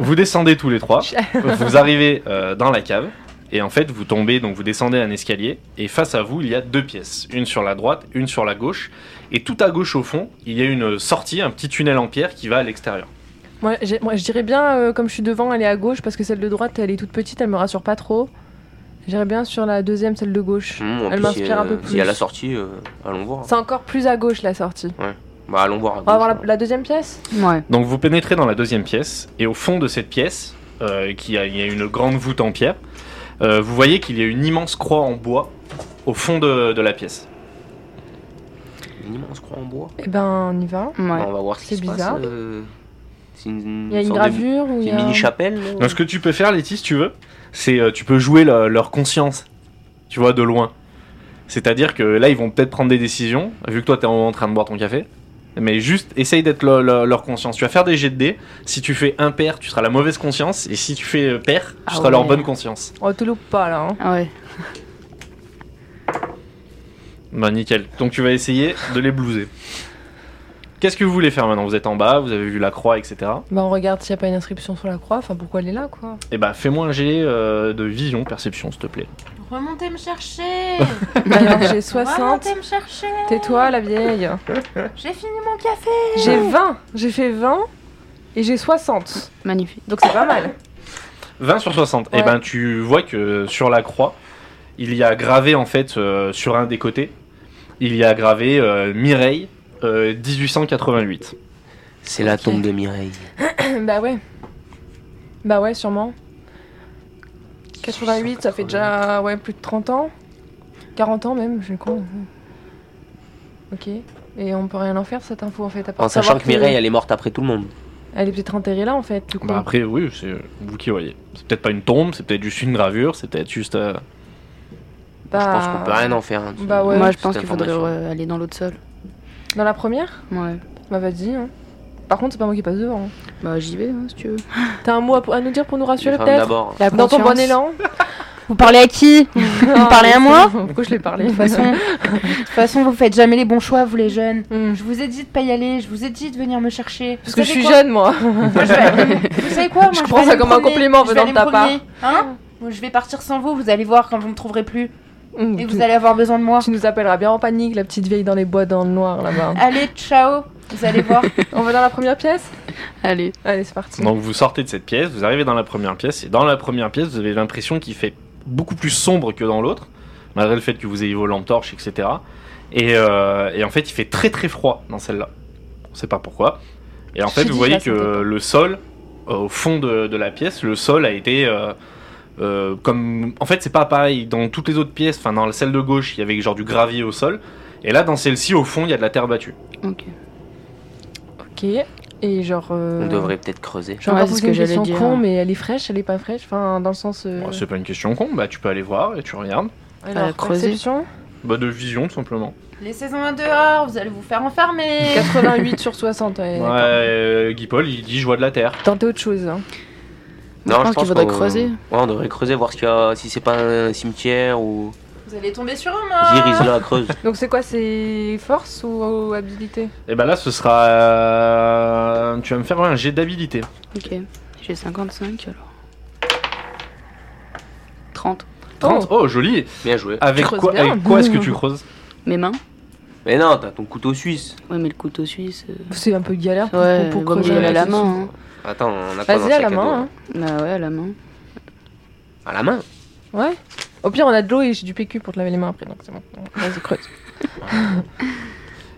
Speaker 2: vous descendez tous les trois, vous arrivez euh, dans la cave, et en fait, vous tombez, donc vous descendez un escalier, et face à vous, il y a deux pièces, une sur la droite, une sur la gauche, et tout à gauche au fond, il y a une sortie, un petit tunnel en pierre qui va à l'extérieur.
Speaker 6: Moi, j'ai- moi, je dirais bien, euh, comme je suis devant, elle est à gauche parce que celle de droite, elle est toute petite, elle me rassure pas trop. J'irais bien sur la deuxième, celle de gauche.
Speaker 3: Mmh, en
Speaker 6: Elle
Speaker 3: plus,
Speaker 6: m'inspire
Speaker 3: si,
Speaker 6: un peu
Speaker 3: euh,
Speaker 6: plus.
Speaker 3: Si à la sortie, euh, allons voir.
Speaker 6: C'est encore plus à gauche la sortie.
Speaker 3: Bah, allons voir. à
Speaker 6: On va
Speaker 3: gauche,
Speaker 6: voir la,
Speaker 3: hein.
Speaker 6: la deuxième pièce
Speaker 5: Ouais.
Speaker 2: Donc, vous pénétrez dans la deuxième pièce, et au fond de cette pièce, euh, qui a, il y a une grande voûte en pierre, euh, vous voyez qu'il y a une immense croix en bois au fond de- de la pièce.
Speaker 3: Une immense croix en bois.
Speaker 6: Eh ben, on y va.
Speaker 3: Bah,
Speaker 5: Ouais.
Speaker 3: on va voir ce qui
Speaker 6: C'est
Speaker 3: se passe.
Speaker 6: bizarre.
Speaker 3: euh, C'est une,
Speaker 6: Il y a une
Speaker 3: sorte de-
Speaker 6: gravure ou il y
Speaker 3: Une
Speaker 6: a.
Speaker 3: mini chapelle. là, ou-
Speaker 2: Donc ce que tu peux faire, Letty, si tu veux, c'est euh, tu peux jouer le- leur conscience, tu vois, de loin. C'est-à-dire que là, ils vont peut-être prendre des décisions, vu que toi, t'es en, en train de boire ton café. Mais juste, essaye d'être le- le- leur conscience. Tu vas faire des jets de dés. Si tu fais impair, tu seras la mauvaise conscience. Et si tu fais euh, pair, tu
Speaker 5: Ah
Speaker 2: seras leur
Speaker 5: ouais.
Speaker 2: bonne conscience.
Speaker 6: On te loupe pas là. hein.
Speaker 5: Ah ouais.
Speaker 2: Bah, nickel. Donc tu vas essayer de les blouser. Qu'est-ce que vous voulez faire maintenant Vous êtes en bas, vous avez vu la croix, etc.
Speaker 6: Bah, on regarde s'il n'y a pas une inscription sur la croix. Enfin, pourquoi elle est là, quoi
Speaker 2: Et bah, fais-moi un jet euh, de vision, perception, s'il te plaît.
Speaker 4: Remontez me chercher
Speaker 6: Alors, j'ai 60.
Speaker 4: Remontez me chercher
Speaker 6: Tais-toi, la vieille.
Speaker 4: J'ai fini mon café
Speaker 6: J'ai 20. J'ai fait 20 et j'ai 60.
Speaker 5: Magnifique.
Speaker 6: Donc, c'est pas mal.
Speaker 2: 20 sur 60. Et
Speaker 6: Ouais.
Speaker 2: ben tu vois que sur la croix, il y a gravé en fait euh, sur un des côtés, il y a gravé euh, Mireille euh, 1888.
Speaker 3: C'est la tombe de Mireille.
Speaker 6: bah, ouais. Bah, ouais, sûrement. 88, ça fait déjà ouais, plus de 30 ans. 40 ans même, je crois. Ok. Et on peut rien en faire cette info en fait. À part
Speaker 3: En sachant
Speaker 6: savoir
Speaker 3: que Mireille, elle est morte après tout le monde.
Speaker 6: Elle est peut-être enterrée là en fait, du coup.
Speaker 2: Bah après oui, c'est vous qui voyez. C'est peut-être pas une tombe, c'est peut-être juste une gravure, c'est peut-être juste euh,
Speaker 3: Je
Speaker 6: Bah,
Speaker 3: pense qu'on peut rien en faire. hein, de
Speaker 6: Bah
Speaker 3: ce-
Speaker 6: ouais.
Speaker 5: Moi,
Speaker 3: de
Speaker 5: je pense
Speaker 3: cette
Speaker 5: qu'il faudrait
Speaker 3: information.
Speaker 5: euh, aller dans l'autre sol.
Speaker 6: Dans la première
Speaker 5: Ouais.
Speaker 6: Bah vas-y. hein. Par contre, c'est pas moi qui passe devant. hein.
Speaker 5: Bah, j'y vais, hein, si tu veux.
Speaker 6: T'as un mot à, à nous dire pour nous
Speaker 3: Les
Speaker 6: rassurer
Speaker 3: femmes
Speaker 6: peut-être
Speaker 3: d'abord.
Speaker 5: La
Speaker 6: Dans ton bon élan
Speaker 4: Vous parlez à qui De
Speaker 6: Vous
Speaker 4: parlez à moi
Speaker 6: Pourquoi je l'ai parlé
Speaker 4: toute façon, de toute façon, vous faites jamais les bons choix, vous les jeunes.
Speaker 6: Hmm.
Speaker 4: Je vous ai dit de pas y aller, je vous ai dit de venir me chercher.
Speaker 6: Parce
Speaker 4: Vous
Speaker 6: que je
Speaker 4: savez
Speaker 6: suis
Speaker 4: quoi
Speaker 6: jeune moi.
Speaker 4: Moi, je vais aller- Vous savez quoi Moi,
Speaker 6: Je
Speaker 4: vais
Speaker 6: prends ça
Speaker 4: aller me
Speaker 6: comme un
Speaker 4: promener.
Speaker 6: compliment
Speaker 4: Je vais
Speaker 6: venant
Speaker 4: aller
Speaker 6: de ta
Speaker 4: me promener. Hein Moi, Je vais partir sans vous, vous allez voir quand vous me trouverez plus. Et
Speaker 6: Hmm.
Speaker 4: vous allez avoir besoin de moi.
Speaker 6: Tu nous appelleras bien en panique, la petite vieille dans les bois dans le noir là-bas.
Speaker 4: Allez, ciao Vous allez voir.
Speaker 6: On va dans la première pièce
Speaker 5: Allez.
Speaker 6: Allez, c'est parti.
Speaker 2: Donc vous sortez de cette pièce, vous arrivez dans la première pièce, et dans la première pièce, vous avez l'impression qu'il fait beaucoup plus sombre que dans l'autre, malgré le fait que vous ayez vos lampes torches, etc. Et, euh, et en fait, il fait très très froid dans celle-là. On sait pas pourquoi. Et en
Speaker 6: Je
Speaker 2: fait,
Speaker 6: dis
Speaker 2: vous voyez
Speaker 6: ça, ça
Speaker 2: que
Speaker 6: dépend.
Speaker 2: le sol, euh, au fond de, de la pièce, le sol a été... euh, euh, comme en fait c'est pas pareil dans toutes les autres pièces enfin dans la salle de gauche il y avait genre du gravier au sol et là dans celle-ci au fond il y a de la terre battue
Speaker 5: Ok.
Speaker 6: Ok. Et genre. euh,
Speaker 3: On devrait peut-être creuser.
Speaker 6: Genre,
Speaker 5: Ouais,
Speaker 6: on va
Speaker 5: c'est ce
Speaker 6: poser
Speaker 5: que
Speaker 6: une
Speaker 5: j'allais
Speaker 6: question
Speaker 5: dire.
Speaker 6: con, mais elle est fraîche, elle est pas fraîche. Enfin, dans le sens. euh,
Speaker 2: Bon, c'est pas une question con bah tu peux aller voir et tu regardes
Speaker 6: Alors,
Speaker 5: Euh, creuser.
Speaker 6: perception
Speaker 2: bah de vision tout simplement
Speaker 4: Les saisons à dehors, vous allez vous faire enfermer.
Speaker 6: 88 sur 60. Ouais.
Speaker 2: Ouais,
Speaker 6: d'accord.
Speaker 2: euh, Guy Paul, il dit je vois de la terre.
Speaker 6: Tentez autre chose. hein.
Speaker 5: Moi, je pense qu'il faudrait
Speaker 3: qu'on-
Speaker 5: creuser.
Speaker 3: Ouais, on devrait creuser, voir ce qu'il y a, si c'est pas un cimetière ou.
Speaker 4: Vous allez tomber sur un
Speaker 3: Iris
Speaker 4: mort.
Speaker 3: là, creuse.
Speaker 6: Donc c'est quoi C'est force ou, ou habilité
Speaker 2: Et bah là, ce sera. euh, Tu vas me faire un jet d'habilité.
Speaker 5: Ok. J'ai 55 alors. 30.
Speaker 2: 30 Oh, joli
Speaker 3: Bien joué.
Speaker 2: Avec
Speaker 6: creuses
Speaker 2: quoi,
Speaker 6: bien.
Speaker 2: avec quoi est-ce que tu creuses
Speaker 5: Mes mains
Speaker 3: Mais non, t'as ton couteau suisse.
Speaker 5: Ouais, mais le couteau suisse. euh,
Speaker 6: C'est un peu galère pour,
Speaker 5: Ouais,
Speaker 6: pour
Speaker 5: vaut mieux
Speaker 6: creuser
Speaker 5: aller à la
Speaker 6: là-dessus.
Speaker 5: main. hein.
Speaker 3: Attends, on a quoi dans
Speaker 6: Vas-y
Speaker 3: le sac
Speaker 6: à la
Speaker 3: à dos,
Speaker 6: main.
Speaker 3: là
Speaker 6: hein.
Speaker 5: Bah ouais, à la main.
Speaker 3: À la main
Speaker 6: Ouais. Au pire, on a de l'eau et j'ai du PQ pour te laver les mains après, donc c'est bon. Vas-y, creuse.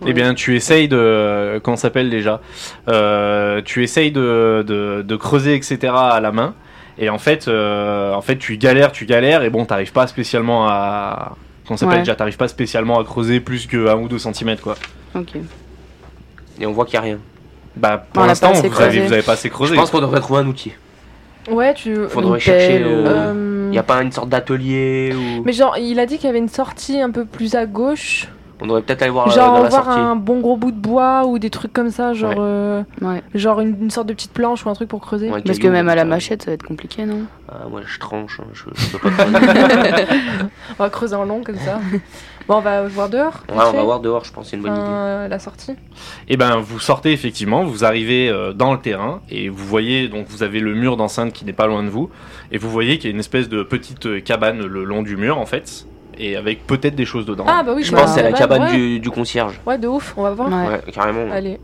Speaker 2: Eh bien, tu essayes de. Comment ça s'appelle déjà Euh, Tu essayes de, de, de creuser, etc. à la main. Et en fait, euh, en fait, tu galères, tu galères. Et bon, t'arrives pas spécialement à. Comment ça s'appelle
Speaker 5: Ouais.
Speaker 2: déjà T'arrives pas spécialement à creuser plus que 1 ou 2 cm quoi.
Speaker 5: Ok.
Speaker 3: Et on voit qu'il n'y a rien.
Speaker 2: Bah, pour
Speaker 5: On a
Speaker 2: l'instant,
Speaker 5: pas assez
Speaker 2: vous avez,
Speaker 5: creusé.
Speaker 2: vous avez pas assez creusé.
Speaker 3: Je pense qu'on devrait trouver un outil.
Speaker 6: Ouais, tu.
Speaker 3: Faudrait
Speaker 5: Une
Speaker 3: chercher.
Speaker 5: pelle ou-
Speaker 3: euh,
Speaker 6: Euh,
Speaker 3: Y a pas une sorte d'atelier ou.
Speaker 6: Mais genre, il a dit qu'il y avait une sortie un peu plus à gauche.
Speaker 3: On devrait peut-être aller voir euh,
Speaker 6: genre,
Speaker 3: dans la
Speaker 6: voir
Speaker 3: sortie.
Speaker 6: un bon gros bout de bois ou des trucs comme ça, genre,
Speaker 3: Ouais.
Speaker 6: euh,
Speaker 5: Ouais.
Speaker 6: genre une, une sorte de petite planche ou un truc pour creuser.
Speaker 3: Ouais,
Speaker 5: Parce que
Speaker 3: caillou,
Speaker 5: même à la
Speaker 3: euh,
Speaker 5: machette, ça va être compliqué, non
Speaker 3: Ah, moi je tranche, hein, je, je peux pas creuser.
Speaker 6: On va creuser en long comme ça. bon, on va voir dehors.
Speaker 3: Ouais,
Speaker 6: vite
Speaker 3: on
Speaker 6: fait.
Speaker 3: va voir dehors, je pense que c'est une bonne idée.
Speaker 6: Enfin, euh, la sortie.
Speaker 2: Et ben vous sortez effectivement, vous arrivez euh, dans le terrain et vous voyez donc vous avez le mur d'enceinte qui n'est pas loin de vous et vous voyez qu'il y a une espèce de petite euh, cabane le long du mur en fait et avec peut-être des choses dedans.
Speaker 6: Ah bah oui,
Speaker 3: Je
Speaker 6: bah,
Speaker 3: pense que c'est la cabane
Speaker 6: ouais.
Speaker 3: du, du concierge.
Speaker 6: Ouais, de ouf, on va voir.
Speaker 5: Ouais.
Speaker 3: Ouais, carrément.
Speaker 6: Allez.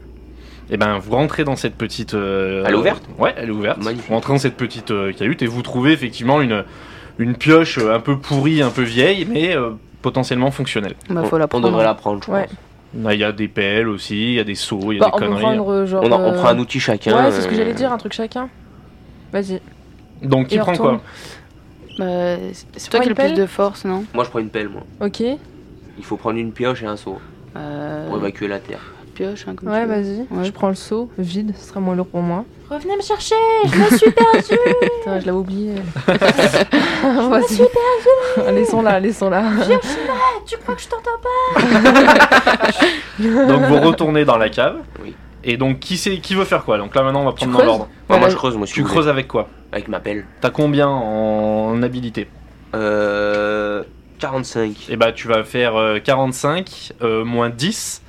Speaker 2: Et ben vous rentrez dans cette petite euh,
Speaker 3: Elle est ouverte
Speaker 2: Ouais, elle est ouverte.
Speaker 3: Magnifique.
Speaker 2: Vous rentrez dans cette petite euh, cahute et vous trouvez effectivement une une pioche euh, un peu pourrie, un peu vieille mais euh, potentiellement fonctionnelle.
Speaker 5: Bah,
Speaker 3: On-
Speaker 5: faut la
Speaker 3: on
Speaker 5: prendre.
Speaker 3: devrait la prendre, je
Speaker 6: Ouais.
Speaker 3: pense.
Speaker 2: Là, Il y a des pelles aussi, il y a des seaux, il y a
Speaker 6: Bah,
Speaker 2: des
Speaker 6: on peut
Speaker 2: conneries. hein.
Speaker 6: prendre euh, genre.
Speaker 3: On, en- on
Speaker 6: euh,
Speaker 3: prend un outil chacun.
Speaker 6: Ouais, c'est ce que
Speaker 3: euh,
Speaker 6: j'allais dire, un truc chacun. Vas-y.
Speaker 2: Donc qui
Speaker 6: Et on
Speaker 2: prend
Speaker 6: retourne.
Speaker 2: quoi
Speaker 5: Bah, c'est- c'est
Speaker 6: prends
Speaker 5: toi qui as
Speaker 6: une
Speaker 5: le plus
Speaker 6: pelle
Speaker 5: de force, non
Speaker 3: Moi je prends une pelle, moi.
Speaker 6: Ok.
Speaker 3: Il faut prendre une pioche et un seau
Speaker 5: euh,
Speaker 3: pour évacuer la terre.
Speaker 5: Pioche, hein, comme
Speaker 6: Ouais,
Speaker 5: tu veux.
Speaker 6: vas-y.
Speaker 5: Ouais.
Speaker 6: Je prends le seau, vide, ce sera moins lourd pour moi.
Speaker 4: Revenez me chercher, je me suis perdue.
Speaker 6: Putain, je l'avais oublié. Vas-y. laissons là, laissons là.
Speaker 4: tu crois que je t'entends pas
Speaker 2: Donc vous retournez dans la cave.
Speaker 3: Oui.
Speaker 2: Et donc qui sait qui veut faire quoi Donc là maintenant on va prendre dans
Speaker 6: creuses
Speaker 2: l'ordre.
Speaker 3: Ouais, moi
Speaker 5: Voilà.
Speaker 3: je creuse, moi je
Speaker 2: Tu creuses avec quoi
Speaker 3: Avec ma pelle.
Speaker 2: T'as combien en habilité Eh
Speaker 3: Euh. 45.
Speaker 2: Et bah tu vas faire euh, 45 euh, moins 10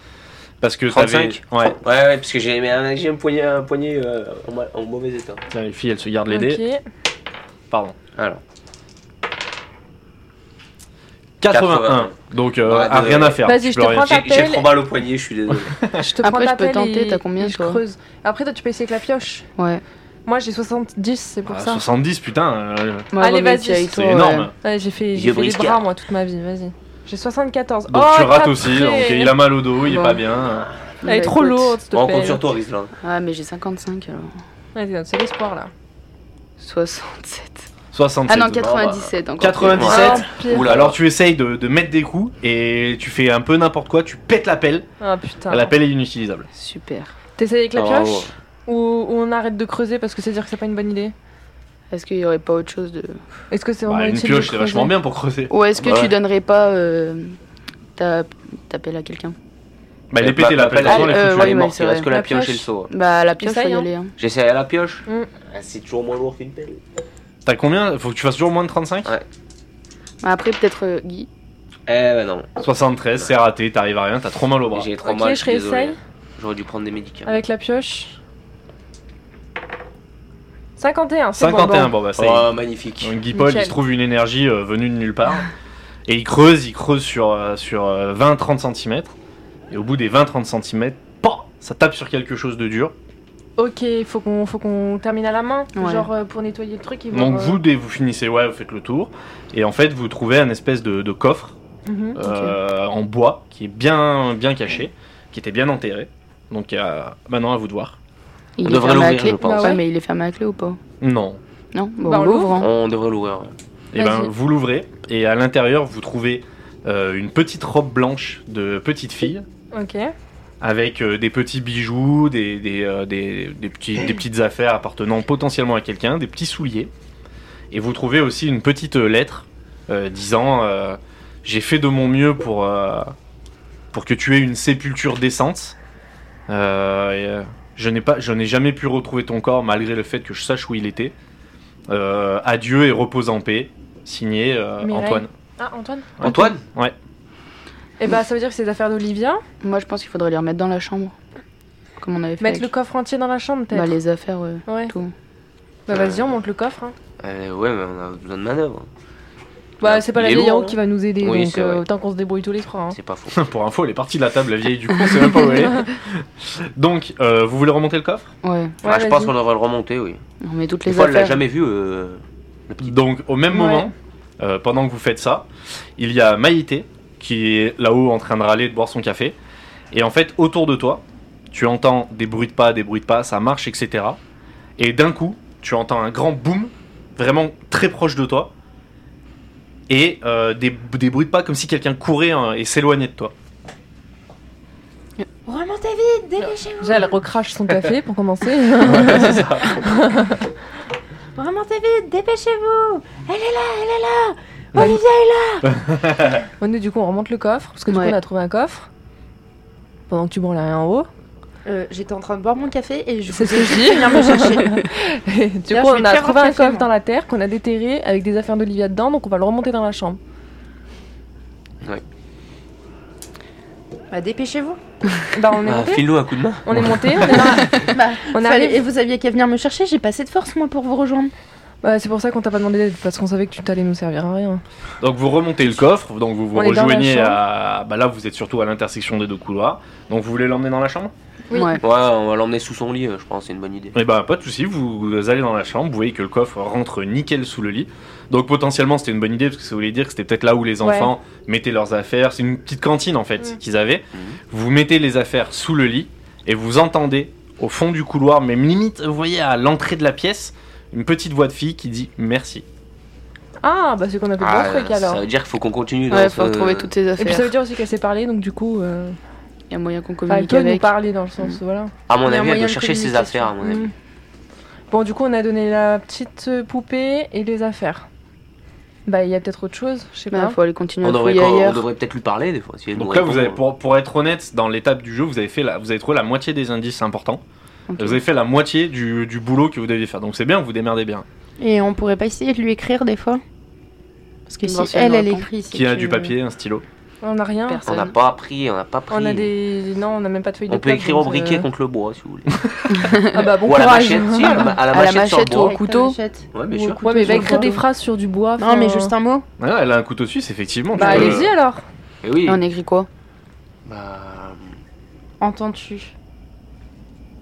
Speaker 2: Parce que
Speaker 3: 35.
Speaker 2: t'avais- Ouais,
Speaker 3: Ouais, ouais, parce que j'ai mais un- j'ai un poignet, un poignet euh, en, ma- en mauvais état.
Speaker 2: tiens, les filles, elles se gardent les dés.
Speaker 6: Ok.
Speaker 2: Pardon.
Speaker 3: Alors,
Speaker 2: 81.
Speaker 3: 81.
Speaker 2: Donc, euh,
Speaker 3: Ouais,
Speaker 2: ah,
Speaker 3: désolé.
Speaker 2: rien à faire.
Speaker 6: Vas-y, je
Speaker 2: peux
Speaker 6: te
Speaker 2: rien-
Speaker 6: prends
Speaker 3: j'ai
Speaker 6: ta
Speaker 3: j'ai
Speaker 6: pelle.
Speaker 3: trop mal au poignet, je suis désolé.
Speaker 6: Je te
Speaker 5: Après,
Speaker 6: prends ta
Speaker 5: je peux
Speaker 6: pelle
Speaker 5: tenter,
Speaker 6: et-
Speaker 5: t'as combien,
Speaker 6: et je
Speaker 5: toi
Speaker 6: creuse. Après, toi, tu peux essayer avec la pioche.
Speaker 5: Ouais.
Speaker 6: Moi, j'ai 70, c'est pour
Speaker 2: Ah,
Speaker 6: ça.
Speaker 2: 70, putain. euh,
Speaker 5: Moi,
Speaker 6: Allez,
Speaker 5: remets le
Speaker 6: vas-y.
Speaker 5: pied avec
Speaker 2: C'est
Speaker 5: toi,
Speaker 2: énorme.
Speaker 5: ouais. Bah,
Speaker 6: Ouais, j'ai fait,
Speaker 3: Il est
Speaker 6: j'ai fait les
Speaker 3: briscard.
Speaker 6: bras, moi, toute ma vie, vas-y. J'ai 74.
Speaker 2: Donc,
Speaker 6: oh,
Speaker 2: tu rates
Speaker 6: t'as
Speaker 2: aussi.
Speaker 6: pris. Ah
Speaker 2: Donc, il a mal au dos, il est
Speaker 5: Bon.
Speaker 2: pas bien.
Speaker 6: Elle est trop
Speaker 5: bah, Écoute.
Speaker 6: lourde, s'il te euh,
Speaker 3: Bon, on
Speaker 6: plaît.
Speaker 3: compte sur toi, Rizla.
Speaker 2: Bah,
Speaker 5: Ah, mais j'ai 55 alors.
Speaker 6: Ouais, c'est notre seul espoir, là.
Speaker 5: 67.
Speaker 2: 67.
Speaker 5: Ah non,
Speaker 2: Bon, bah,
Speaker 5: 97 encore.
Speaker 2: 97.
Speaker 6: Ah, pire.
Speaker 3: Oula.
Speaker 2: Alors, tu essayes de, de mettre des coups et tu fais un peu n'importe quoi. Tu pètes la pelle.
Speaker 6: Ah, putain.
Speaker 2: La pelle est inutilisable.
Speaker 5: Super.
Speaker 2: Ah,
Speaker 6: T'essayes avec la
Speaker 3: Bravo.
Speaker 6: pioche ou, ou on arrête de creuser parce que c'est dire que c'est pas une bonne idée
Speaker 5: Est-ce qu'il y aurait pas autre chose de.
Speaker 6: Est-ce que c'est
Speaker 2: Bah,
Speaker 6: vraiment
Speaker 2: une
Speaker 6: utile de
Speaker 2: pioche, c'est
Speaker 6: creuser
Speaker 2: vachement bien pour creuser.
Speaker 5: Ou est-ce que
Speaker 3: Bah ouais.
Speaker 5: tu donnerais pas euh, ta, ta pelle à quelqu'un
Speaker 2: Bah, elle est
Speaker 3: Bah,
Speaker 2: pétée,
Speaker 3: bah,
Speaker 2: la pelle.
Speaker 3: bah,
Speaker 6: Ah,
Speaker 2: Attends,
Speaker 5: bah,
Speaker 2: elle est
Speaker 5: euh,
Speaker 2: foutue.
Speaker 5: ouais,
Speaker 3: Elle est
Speaker 5: mais
Speaker 3: morte,
Speaker 5: c'est
Speaker 3: il reste
Speaker 5: vrai.
Speaker 3: que la
Speaker 6: La
Speaker 3: pioche et le
Speaker 6: pioche.
Speaker 3: seau.
Speaker 5: Bah, la pioche, faut
Speaker 6: Essaye,
Speaker 5: y
Speaker 6: hein.
Speaker 5: aller. hein.
Speaker 3: J'essaie à la pioche.
Speaker 6: Mm. Eh,
Speaker 3: Ah, c'est toujours moins lourd qu'une pelle.
Speaker 2: T'as combien Faut que tu fasses toujours moins de 35
Speaker 5: Bah, après, peut-être euh, Guy.
Speaker 3: Eh ben non,
Speaker 2: 73, c'est raté, t'arrives à rien, t'as trop mal au bras.
Speaker 3: j'ai trop
Speaker 6: bah, Ok,
Speaker 3: mal.
Speaker 6: je
Speaker 3: suis désolé.
Speaker 6: réessaye.
Speaker 3: J'aurais dû prendre des médicaments.
Speaker 6: Avec la pioche. 51, Ah, c'est
Speaker 2: 51,
Speaker 6: bon.
Speaker 2: bon bah ça y est.
Speaker 3: Oh, magnifique.
Speaker 2: Donc Guy Paul, il
Speaker 6: Nickel.
Speaker 2: se trouve une énergie euh, venue de nulle part. Et il creuse, il creuse sur, euh, sur euh, 20-30 cm. Et au bout des 20-30 cm, ça tape sur quelque chose de dur.
Speaker 6: bon. Ok, faut qu'on faut qu'on termine à la main,
Speaker 5: Ouais.
Speaker 6: genre euh, pour nettoyer le truc. et voir,
Speaker 2: Donc
Speaker 6: euh,
Speaker 2: vous, dès vous finissez, ouais, vous faites le tour. Et en fait, vous trouvez un espèce de, de coffre
Speaker 6: mhm.
Speaker 2: euh, en bois qui est bien, bien caché, qui était bien enterré. Donc euh, maintenant, à vous de voir.
Speaker 5: Il
Speaker 3: On
Speaker 5: est
Speaker 3: devrait
Speaker 5: fermé à
Speaker 3: l'ouvrir,
Speaker 5: clé. Bah
Speaker 3: je pense.
Speaker 6: Ah
Speaker 5: ouais,
Speaker 6: ouais
Speaker 5: mais il est fermé à clé ou pas
Speaker 2: Non.
Speaker 5: Non Bon,
Speaker 6: Bah, on
Speaker 5: on l'ouvre. hein.
Speaker 3: On devrait l'ouvrir. ouais.
Speaker 2: Et ben,
Speaker 5: Vas-y.
Speaker 2: vous l'ouvrez et à l'intérieur, vous trouvez euh, une petite robe blanche de petite fille
Speaker 6: Ok.
Speaker 2: avec euh, des petits bijoux, des, des, euh, des- des petits- des petites affaires appartenant potentiellement à quelqu'un, des petits souliers. Et vous trouvez aussi une petite euh, lettre euh, disant euh, J'ai fait de mon mieux pour, euh, pour que tu aies une sépulture décente. Euh, et, euh, je n'ai pas- je n'ai jamais pu retrouver ton corps malgré le fait que je sache où il était. Euh, adieu et repose en paix. Signé euh,
Speaker 6: Mireille.
Speaker 2: Antoine.
Speaker 6: Ah, Antoine
Speaker 3: Antoine
Speaker 6: Et bah, ça veut dire que c'est des affaires d'Olivia.
Speaker 5: Moi, je pense qu'il faudrait les remettre dans la chambre. Comme on avait fait.
Speaker 6: Mettre le
Speaker 5: avec-
Speaker 6: coffre entier dans la chambre, peut-être.
Speaker 5: Bah, les affaires, ouais.
Speaker 6: Ouais.
Speaker 5: Tout.
Speaker 6: Bah, vas-y, on monte le coffre. hein.
Speaker 3: Euh, Ouais, mais on a besoin de manœuvre.
Speaker 6: Bah, c'est pas
Speaker 3: Il
Speaker 6: la
Speaker 3: est
Speaker 6: vieille
Speaker 3: lourd,
Speaker 6: en haut qui va nous aider,
Speaker 3: Oui,
Speaker 6: donc
Speaker 3: c'est
Speaker 6: euh,
Speaker 3: vrai.
Speaker 6: autant qu'on se débrouille tous les trois. hein.
Speaker 3: C'est pas faux.
Speaker 2: Pour info, elle est partie de la table, la vieille, du coup, on sait même pas où elle est. Donc, euh, vous voulez remonter le coffre
Speaker 5: Ouais.
Speaker 6: Ouais,
Speaker 3: Ah, je pense
Speaker 6: vas-y.
Speaker 3: qu'on devrait le remonter, oui.
Speaker 5: On met toutes
Speaker 3: Des
Speaker 5: les
Speaker 3: fois, on l'a
Speaker 5: affaires.
Speaker 3: jamais vu. euh,
Speaker 2: Donc au même
Speaker 6: Ouais.
Speaker 2: moment, euh, pendant que vous faites ça, il y a Maïté qui est là-haut en train de râler, de boire son café. Et en fait, autour de toi, tu entends des bruits de pas, des bruits de pas, ça marche, etc. Et d'un coup, tu entends un grand boom, vraiment très proche de toi. Et euh, des, des bruits de pas comme si quelqu'un courait hein, et s'éloignait de toi.
Speaker 4: Remontez vite, dépêchez-vous.
Speaker 6: Déjà, elle recrache son café pour commencer.
Speaker 4: Remontez vite, dépêchez-vous. Elle est là, elle est là.
Speaker 6: Ouais.
Speaker 4: Olivia est là.
Speaker 6: Bon, nous, du coup, on remonte le coffre, parce que du
Speaker 5: Ouais.
Speaker 6: coup, on a trouvé un coffre. Pendant que tu branles rien en haut.
Speaker 4: Euh, J'étais en train de boire mon café et je
Speaker 6: C'est
Speaker 4: vous
Speaker 6: ce que
Speaker 4: ai
Speaker 6: je
Speaker 4: dit
Speaker 6: dis.
Speaker 4: de venir me chercher.
Speaker 6: Et du
Speaker 4: Là,
Speaker 6: coup,
Speaker 4: je vais
Speaker 6: on a
Speaker 4: faire
Speaker 6: trouvé
Speaker 4: un
Speaker 6: un
Speaker 4: café,
Speaker 6: coffre
Speaker 4: moi.
Speaker 6: dans la terre qu'on a déterré avec des affaires d'Olivia dedans, donc on va le remonter dans la chambre.
Speaker 4: Bah, dépêchez-vous.
Speaker 6: Bah, on est
Speaker 3: Ah,
Speaker 6: monté,
Speaker 3: File-nous un coup de main.
Speaker 6: on est monté, on est dans la-
Speaker 4: Bah,
Speaker 6: on
Speaker 4: fallait-
Speaker 6: arrive.
Speaker 4: Et vous aviez qu'à venir me chercher. J'ai pas assez de force moi pour vous rejoindre.
Speaker 6: Ouais, Bah, c'est pour ça qu'on t'a pas demandé d'aide, parce qu'on savait que tu t'allais nous servir à rien.
Speaker 2: Donc vous remontez le coffre, donc vous vous
Speaker 6: On est dans la
Speaker 2: rejoignez
Speaker 6: chambre.
Speaker 2: à... Bah là, vous êtes surtout à l'intersection des deux couloirs. Donc vous voulez l'emmener dans la chambre
Speaker 6: Oui.
Speaker 5: Ouais.
Speaker 3: Ouais, on va l'emmener sous son lit, euh, je pense, c'est une bonne idée.
Speaker 2: Eh ben, pas de souci. Vous allez dans la chambre, vous voyez que le coffre rentre nickel sous le lit. Donc potentiellement, c'était une bonne idée parce que ça voulait dire que c'était peut-être là où les
Speaker 6: Ouais.
Speaker 2: enfants mettaient leurs affaires. C'est une petite cantine en fait
Speaker 6: Mm.
Speaker 2: qu'ils avaient.
Speaker 3: Mhm.
Speaker 2: Vous mettez les affaires sous le lit et vous entendez au fond du couloir, même limite, vous voyez à l'entrée de la pièce, une petite voix de fille qui dit merci.
Speaker 6: Ah, bah, c'est qu'on a fait
Speaker 3: Ah,
Speaker 6: le bon truc
Speaker 3: ça
Speaker 6: alors.
Speaker 3: veut dire qu'il faut qu'on continue. dans
Speaker 5: Ouais, faut
Speaker 3: ce-
Speaker 5: retrouver toutes ces
Speaker 6: Et puis, ça
Speaker 5: affaires.
Speaker 6: veut dire aussi qu'elle s'est parlé, donc du coup, euh...
Speaker 5: Il y a moyen qu'on
Speaker 6: enfin, elle
Speaker 5: communique
Speaker 6: peut nous
Speaker 5: avec.
Speaker 6: parler dans le
Speaker 3: Mm.
Speaker 6: sens, voilà.
Speaker 3: À mon
Speaker 4: Il y a
Speaker 3: avis, elle
Speaker 4: moyen
Speaker 3: doit
Speaker 4: de
Speaker 3: chercher ses
Speaker 4: communication.
Speaker 3: affaires, à mon avis.
Speaker 6: Mm. Bon, du coup, on a donné la petite euh, poupée et les affaires. Bah, il y a peut-être autre chose, je sais
Speaker 5: Bah,
Speaker 6: pas.
Speaker 5: faut aller continuer
Speaker 3: On
Speaker 5: à
Speaker 3: devrait,
Speaker 5: fouiller
Speaker 3: on
Speaker 5: ailleurs.
Speaker 3: devrait peut-être lui parler des fois. si elle nous
Speaker 2: Donc là, vous
Speaker 3: répond,
Speaker 2: avez,
Speaker 3: euh.
Speaker 2: pour, pour être honnête, dans l'étape du jeu, vous avez, fait la, vous avez trouvé la moitié des indices importants.
Speaker 5: Ok.
Speaker 2: Vous avez fait la moitié du, du boulot que vous deviez faire. Donc c'est bien, vous vous démerdez bien.
Speaker 4: Et on pourrait pas essayer de lui écrire des fois. Parce que
Speaker 5: Bon,
Speaker 4: si
Speaker 5: si elle
Speaker 4: elle,
Speaker 6: bah,
Speaker 5: nous
Speaker 4: elle
Speaker 5: répond.
Speaker 4: écrit. c'est
Speaker 2: Qui a
Speaker 4: que-
Speaker 2: du papier, un stylo
Speaker 6: On n'a rien.
Speaker 5: Personne.
Speaker 3: On n'a pas appris, on n'a pas pris.
Speaker 6: On a des. Non, on n'a même pas de feuille de
Speaker 3: On peut
Speaker 6: plaque,
Speaker 3: écrire au
Speaker 6: donc,
Speaker 3: briquet
Speaker 6: euh,
Speaker 3: contre le bois si vous voulez.
Speaker 6: Ah bah bon
Speaker 3: Ou à la
Speaker 6: courage.
Speaker 3: machette, si, bah. à la, ma- à la
Speaker 5: À la
Speaker 3: machette sur le
Speaker 5: machette au
Speaker 3: bois.
Speaker 5: couteau.
Speaker 3: Ouais, bien
Speaker 6: Ou au
Speaker 3: sûr.
Speaker 6: couteau
Speaker 5: Ouais, mais
Speaker 6: sur
Speaker 5: va
Speaker 6: le
Speaker 5: écrire
Speaker 6: dos.
Speaker 5: des phrases sur du bois.
Speaker 4: Non, mais
Speaker 5: enfin, euh,
Speaker 4: juste un mot.
Speaker 2: Ouais, Ah, elle a un couteau suisse, effectivement. Euh,
Speaker 6: Bah
Speaker 2: tu vois.
Speaker 6: allez-y alors.
Speaker 3: Et Eh oui.
Speaker 5: Et on écrit quoi
Speaker 3: Bah,
Speaker 4: Entends-tu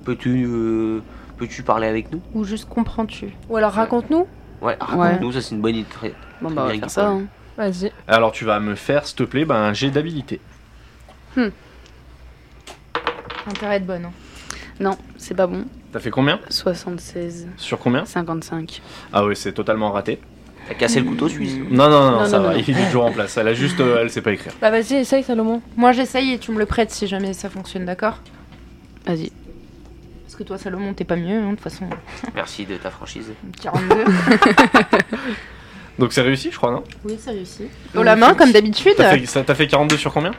Speaker 3: peux-tu euh, peux-tu parler avec nous
Speaker 4: Ou juste comprends-tu
Speaker 6: Ou alors raconte-nous.
Speaker 3: Ouais, raconte-nous, ça c'est une bonne idée. très-
Speaker 5: Bon,
Speaker 3: Très
Speaker 5: bah, on
Speaker 3: bien,
Speaker 5: va faire ça.
Speaker 3: Guitare.
Speaker 5: hein.
Speaker 6: Vas-y.
Speaker 2: Alors tu vas me faire, s'il te plaît, ben, un jet d'habilité.
Speaker 4: Intérêt de bonne. hein.
Speaker 5: Non, c'est pas bon.
Speaker 2: T'as fait combien
Speaker 5: 76,
Speaker 2: Sur combien
Speaker 5: 55.
Speaker 2: Ah oui, c'est totalement raté.
Speaker 3: T'as cassé le couteau suisse.
Speaker 2: Non, non, non,
Speaker 5: Non,
Speaker 2: ça
Speaker 5: non,
Speaker 2: va,
Speaker 5: non.
Speaker 2: il est toujours en place. Elle a juste, euh, elle sait pas écrire.
Speaker 6: Bah vas-y, essaye Salomon.
Speaker 4: Moi j'essaye et tu me le prêtes si jamais ça fonctionne, d'accord
Speaker 5: Vas-y.
Speaker 4: Parce que toi Salomon t'es pas mieux, hein, de toute façon.
Speaker 3: Merci de ta franchise.
Speaker 4: 42.
Speaker 2: Donc c'est réussi, je crois, non
Speaker 4: oui, c'est réussi. Oh la main comme d'habitude
Speaker 2: T'as fait, ça- t'as fait 42 sur combien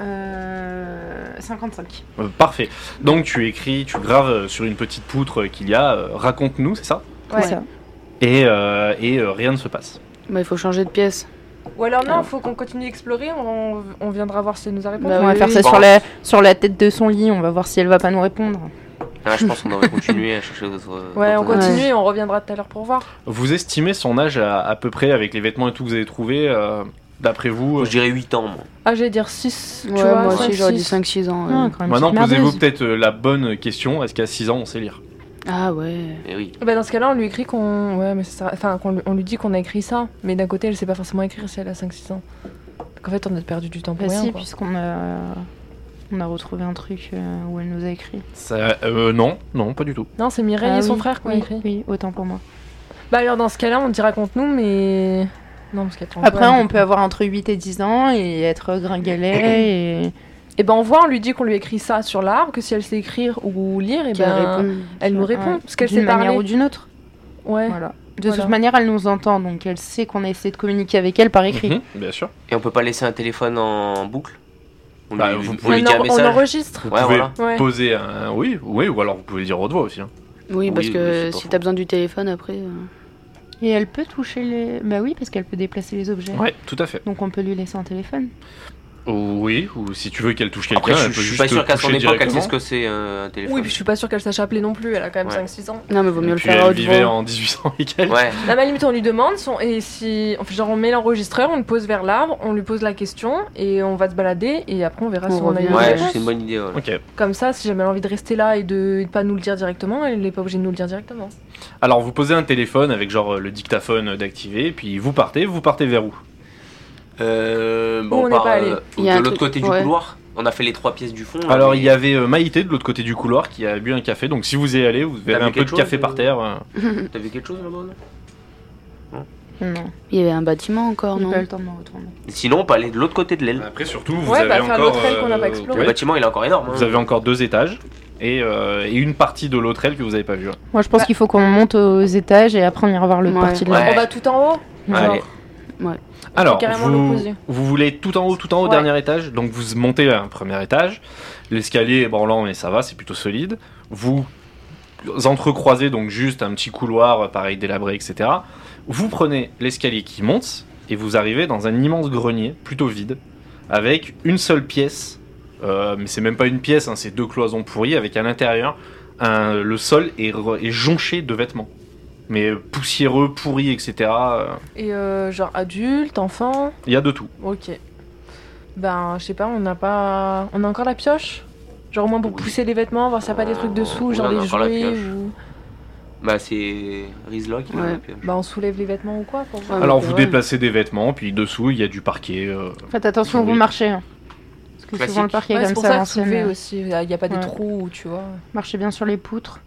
Speaker 4: Euh, 55.
Speaker 2: Euh, Parfait. Donc tu écris, tu graves euh, sur une petite poutre euh, qu'il y a, euh, raconte-nous, c'est ça
Speaker 5: Ouais.
Speaker 6: ça.
Speaker 2: Et, euh, et euh, rien ne se passe.
Speaker 5: Bah, il faut changer de pièce.
Speaker 6: Ou alors non, faut qu'on continue d'explorer. On, on viendra voir si elle nous a répondu.
Speaker 5: Bah
Speaker 4: on va
Speaker 5: oui,
Speaker 4: faire
Speaker 5: oui.
Speaker 4: ça
Speaker 3: Bon.
Speaker 4: sur, la, sur la tête de son lit, on va voir si elle va pas nous répondre.
Speaker 3: Ah, je pense qu'on devrait continuer à chercher d'autres. euh,
Speaker 6: Ouais, on
Speaker 3: d'autres-
Speaker 6: continue et on reviendra tout à l'heure pour voir.
Speaker 2: Vous estimez son âge à, à peu près avec les vêtements et tout que vous avez trouvé, euh, d'après vous euh,
Speaker 3: Je dirais 8 ans, moi.
Speaker 6: Ah, j'allais dire 6.
Speaker 5: Ouais,
Speaker 6: cinq,
Speaker 5: moi aussi, j'aurais dit
Speaker 6: six.
Speaker 5: 5-6 ans. euh.
Speaker 4: Ah, quand même,
Speaker 2: Maintenant,
Speaker 4: petite
Speaker 2: posez-vous
Speaker 4: merdeuse.
Speaker 2: peut-être euh, la bonne question est-ce qu'à 6 ans on sait lire
Speaker 5: Ah ouais.
Speaker 3: Et Eh oui.
Speaker 6: Bah dans ce cas-là, on lui écrit qu'on. Ouais, mais ça sert à- Enfin, qu'on lui- on lui dit qu'on a écrit ça. Mais d'un côté, elle sait pas forcément écrire si elle a 5-6 ans. Donc en fait, on a perdu du temps pour
Speaker 4: Bah
Speaker 6: rien.
Speaker 4: si,
Speaker 6: quoi.
Speaker 4: puisqu'on a... On a retrouvé un truc euh, où elle nous a écrit.
Speaker 2: Ça- euh, Non, non, pas du tout.
Speaker 6: Non, c'est Mireille
Speaker 4: Ah
Speaker 6: et son
Speaker 4: oui,
Speaker 6: frère qui ont
Speaker 4: oui,
Speaker 6: écrit.
Speaker 4: Oui, autant pour moi.
Speaker 6: Bah alors dans ce cas-là, on dit raconte-nous, mais. Non, parce qu'attends.
Speaker 4: Après,
Speaker 6: ouais,
Speaker 4: on peut avoir entre 8 et 10 ans et être gringalet et...
Speaker 6: Et ben on voit, on lui dit qu'on lui écrit ça sur l'art, que si elle sait écrire ou lire, et
Speaker 5: Qu'elle
Speaker 6: ben elle,
Speaker 5: répond.
Speaker 6: nous
Speaker 4: Ouais,
Speaker 6: répond. Parce qu'elle
Speaker 4: d'une
Speaker 6: sait
Speaker 4: manière
Speaker 6: parler.
Speaker 4: ou d'une autre.
Speaker 6: Ouais.
Speaker 4: Voilà. De
Speaker 6: Voilà.
Speaker 4: toute manière, elle nous entend, donc elle sait qu'on a essayé de communiquer avec elle par écrit.
Speaker 2: Mhm, bien sûr.
Speaker 3: Et on peut pas laisser un téléphone en boucle On
Speaker 2: Bah,
Speaker 3: lui,
Speaker 2: vous
Speaker 3: on
Speaker 2: pouvez-
Speaker 3: lui
Speaker 6: on,
Speaker 3: dit un
Speaker 6: en- on
Speaker 3: message
Speaker 6: enregistre.
Speaker 2: Vous
Speaker 3: Ouais,
Speaker 2: pouvez
Speaker 3: voilà.
Speaker 6: Ouais.
Speaker 2: poser un. Oui, oui, ou alors vous pouvez le dire haute voix aussi. hein.
Speaker 5: Oui, parce
Speaker 3: Oui, oui,
Speaker 5: que
Speaker 3: c'est pas
Speaker 5: si
Speaker 3: faux.
Speaker 5: t'as besoin du téléphone après. euh,
Speaker 4: Et elle peut toucher les... Bah oui, parce qu'elle peut déplacer les objets.
Speaker 2: Ouais, tout à fait.
Speaker 4: Donc on peut lui laisser un téléphone.
Speaker 2: Oui, ou si tu veux qu'elle touche quelqu'un,
Speaker 3: Après, je,
Speaker 2: elle peut
Speaker 3: je suis
Speaker 2: juste
Speaker 3: pas sûr qu'à son
Speaker 2: toucher
Speaker 3: époque, elle sait
Speaker 2: directement.
Speaker 3: ce que c'est euh, un téléphone.
Speaker 6: Oui, puis je suis pas sûre qu'elle sache appeler non plus, elle a quand même
Speaker 3: Ouais.
Speaker 6: 5-6 ans.
Speaker 5: Non, mais vaut mieux
Speaker 2: Et
Speaker 5: le
Speaker 2: puis
Speaker 5: faire à
Speaker 2: elle
Speaker 5: haute
Speaker 2: vivait
Speaker 5: voix.
Speaker 2: en 1800 et quelques.
Speaker 3: Ouais,
Speaker 6: La même limite, on lui demande son... et si on fait genre on met l'enregistreur, on le pose vers l'arbre, on lui pose la question et on va se balader et après on verra
Speaker 5: On
Speaker 6: si on a eu
Speaker 5: revient.
Speaker 6: une
Speaker 3: ouais,
Speaker 6: réponse.
Speaker 3: c'est une bonne idée. ouais.
Speaker 2: Ok.
Speaker 6: Comme ça, si jamais elle a envie de rester là et de pas nous le dire directement, elle n'est pas obligée de nous le dire directement.
Speaker 2: Alors vous posez un téléphone avec genre euh, le dictaphone euh, d'activer, puis vous partez, vous partez vers où
Speaker 3: Euh,
Speaker 6: Nous,
Speaker 3: bon,
Speaker 6: on
Speaker 3: on
Speaker 6: n'est
Speaker 3: part
Speaker 6: pas
Speaker 3: euh,
Speaker 6: allés.
Speaker 5: Il y a
Speaker 3: de
Speaker 5: un
Speaker 3: l'autre
Speaker 5: truc-
Speaker 3: côté du
Speaker 5: ouais.
Speaker 3: couloir. On a fait les trois pièces du fond. là,
Speaker 2: Alors
Speaker 3: mais-
Speaker 2: il y avait euh, Maïté de l'autre côté du couloir qui a bu un café, donc si vous y allez, vous verrez
Speaker 3: vu
Speaker 2: un peu
Speaker 3: quelque
Speaker 2: de café
Speaker 3: chose,
Speaker 2: par
Speaker 3: euh
Speaker 2: terre. euh.
Speaker 3: T'as vu quelque chose là-bas non
Speaker 4: Non,
Speaker 5: Il y avait un bâtiment encore,
Speaker 4: j'ai
Speaker 5: non
Speaker 4: pas eu le temps de me retourner.
Speaker 3: Sinon, on peut aller de l'autre côté de l'aile.
Speaker 2: Après surtout, vous
Speaker 6: Ouais,
Speaker 2: avez
Speaker 6: bah, faire
Speaker 2: encore
Speaker 6: l'autre aile qu'on n'a pas
Speaker 2: euh,
Speaker 6: explorée.
Speaker 3: Le
Speaker 2: ouais,
Speaker 3: bâtiment, il est encore énorme. hein.
Speaker 2: vous avez encore deux étages et, euh, et une partie de l'autre aile que vous avez pas vue. hein.
Speaker 4: Moi, je pense
Speaker 6: Bah-
Speaker 4: qu'il faut qu'on monte aux étages et après on ira voir le
Speaker 5: Ouais.
Speaker 4: parti de
Speaker 3: Ouais.
Speaker 4: là.
Speaker 6: On va tout en haut
Speaker 3: Allez.
Speaker 2: Alors,
Speaker 6: carrément
Speaker 2: vous,
Speaker 6: l'opposé.
Speaker 2: vous voulez tout en haut, tout en haut,
Speaker 6: Ouais.
Speaker 2: dernier étage. Donc vous montez à un premier étage. L'escalier est branlant, mais ça va, c'est plutôt solide. Vous entrecroisez donc juste un petit couloir, euh, pareil, délabré, etc. Vous prenez l'escalier qui monte et vous arrivez dans un immense grenier, plutôt vide, avec une seule pièce. Euh, mais c'est même pas une pièce, hein, c'est deux cloisons pourries avec à l'intérieur un- le sol est, re- est jonché de vêtements. Mais euh, poussiéreux, pourris, etc. euh,
Speaker 6: Et euh, genre adulte, enfant,
Speaker 2: Il y a de tout.
Speaker 6: ok. Ben je sais pas, on n'a pas, on a encore la pioche. Genre au moins pour
Speaker 3: Oui.
Speaker 6: pousser les vêtements, voir s'il n'y a pas des trucs dessous,
Speaker 3: Oui,
Speaker 6: genre
Speaker 3: on a
Speaker 6: les
Speaker 3: encore la
Speaker 6: jouets
Speaker 3: pioche.
Speaker 6: ou.
Speaker 3: Bah, c'est Rizla qui
Speaker 5: Ouais.
Speaker 3: l'a pioche.
Speaker 6: Bah on soulève les vêtements ou quoi pour voir.
Speaker 5: Ouais,
Speaker 2: Alors
Speaker 5: mais
Speaker 2: vous
Speaker 5: Ah, c'est vrai.
Speaker 2: déplacez des vêtements, puis dessous il y a du parquet. euh.
Speaker 4: Faites attention où
Speaker 2: Oui.
Speaker 4: vous marchez. hein. Parce que
Speaker 3: Classique.
Speaker 4: souvent le parquet est
Speaker 6: Ouais, c'est
Speaker 4: comme
Speaker 6: pour
Speaker 4: ça, à
Speaker 6: ça que
Speaker 4: l'ancienne.
Speaker 6: soulever aussi, il n'y a pas des
Speaker 4: Ouais.
Speaker 6: trous, tu vois.
Speaker 4: Marchez bien sur les poutres.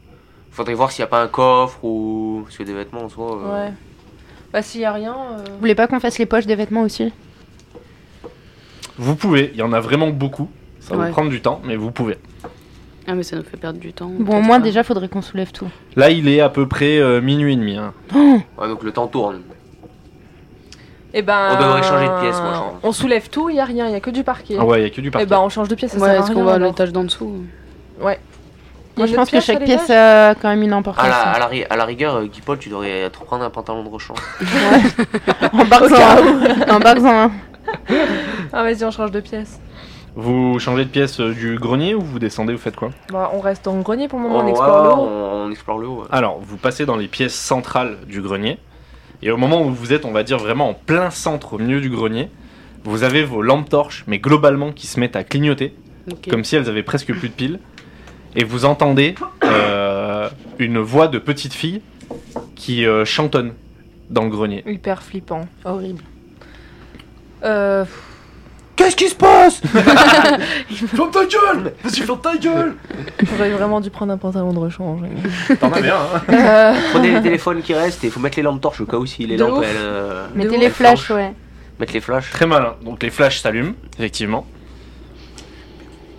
Speaker 3: Faudrait voir s'il n'y a pas un coffre ou. Parce que des vêtements en soi. euh,
Speaker 6: Ouais. Bah s'il n'y a rien. euh,
Speaker 4: Vous voulez pas qu'on fasse les poches des vêtements aussi
Speaker 2: Vous pouvez, il y en a vraiment beaucoup. Ça va
Speaker 5: Ouais.
Speaker 2: vous prendre du temps, mais vous pouvez.
Speaker 5: Ah, mais ça nous fait perdre du temps.
Speaker 4: Bon, au
Speaker 5: peut-être hein.
Speaker 4: moins
Speaker 5: pas.
Speaker 4: déjà, faudrait qu'on soulève tout.
Speaker 2: Là il est à peu près euh, minuit et demi. hein.
Speaker 3: ouais, donc le temps tourne.
Speaker 6: Et ben.
Speaker 3: On devrait changer de pièce, moi, je pense.
Speaker 6: On soulève tout, il n'y a rien, il n'y a que du parquet.
Speaker 2: Ah ouais, il y a que
Speaker 5: Eh
Speaker 2: du
Speaker 6: Et
Speaker 2: parquet.
Speaker 6: ben on change de pièce, ça
Speaker 5: Ouais,
Speaker 6: sert à
Speaker 5: est-ce qu'on
Speaker 6: rien,
Speaker 5: va à
Speaker 6: alors.
Speaker 5: l'étage d'en dessous
Speaker 6: Il y a
Speaker 4: Moi, je
Speaker 6: une
Speaker 4: pense que
Speaker 6: pioche à
Speaker 4: chaque
Speaker 6: l'étage
Speaker 4: pièce a quand même une importance.
Speaker 3: À la,
Speaker 2: Ah
Speaker 3: à la ri- à la rigueur, euh, Guy Paul, tu devrais te prendre un pantalon de rechange.
Speaker 4: hein. Embarque-en un. Embarque-en un.
Speaker 6: Ah, vas-y, on change de pièce.
Speaker 2: Vous changez de pièce euh, du grenier ou vous descendez, vous faites quoi
Speaker 6: Bah, on reste en grenier pour le moment, on
Speaker 3: Ouais,
Speaker 6: explore
Speaker 3: Oh, ouais,
Speaker 6: l'eau.
Speaker 3: on- on explore le haut. ouais.
Speaker 2: Alors, vous passez dans les pièces centrales du grenier, et au moment où vous êtes, on va dire vraiment en plein centre, au milieu du grenier, vous avez vos lampes torches, mais globalement qui se mettent à clignoter,
Speaker 5: Ok.
Speaker 2: comme si elles avaient presque plus de piles, et vous entendez euh, une voix de petite fille qui euh, chantonne dans le grenier.
Speaker 6: Hyper flippant.
Speaker 5: Horrible.
Speaker 6: Euh,
Speaker 3: Qu'est-ce qui se passe
Speaker 2: Ferme ta gueule Vas-y, ferme ta gueule
Speaker 6: J'aurais vraiment dû prendre un pantalon de rechange.
Speaker 2: T'en as bien, hein
Speaker 6: Euh,
Speaker 3: Prenez les téléphones qui restent et faut mettre les lampes torches au cas où si les
Speaker 6: De
Speaker 3: lampes
Speaker 6: ouf.
Speaker 3: elles. euh,
Speaker 4: Mettez
Speaker 6: ouf.
Speaker 4: les flashs, ouais.
Speaker 3: mettre les flashs.
Speaker 2: Très malin. Donc les flashs s'allument, effectivement.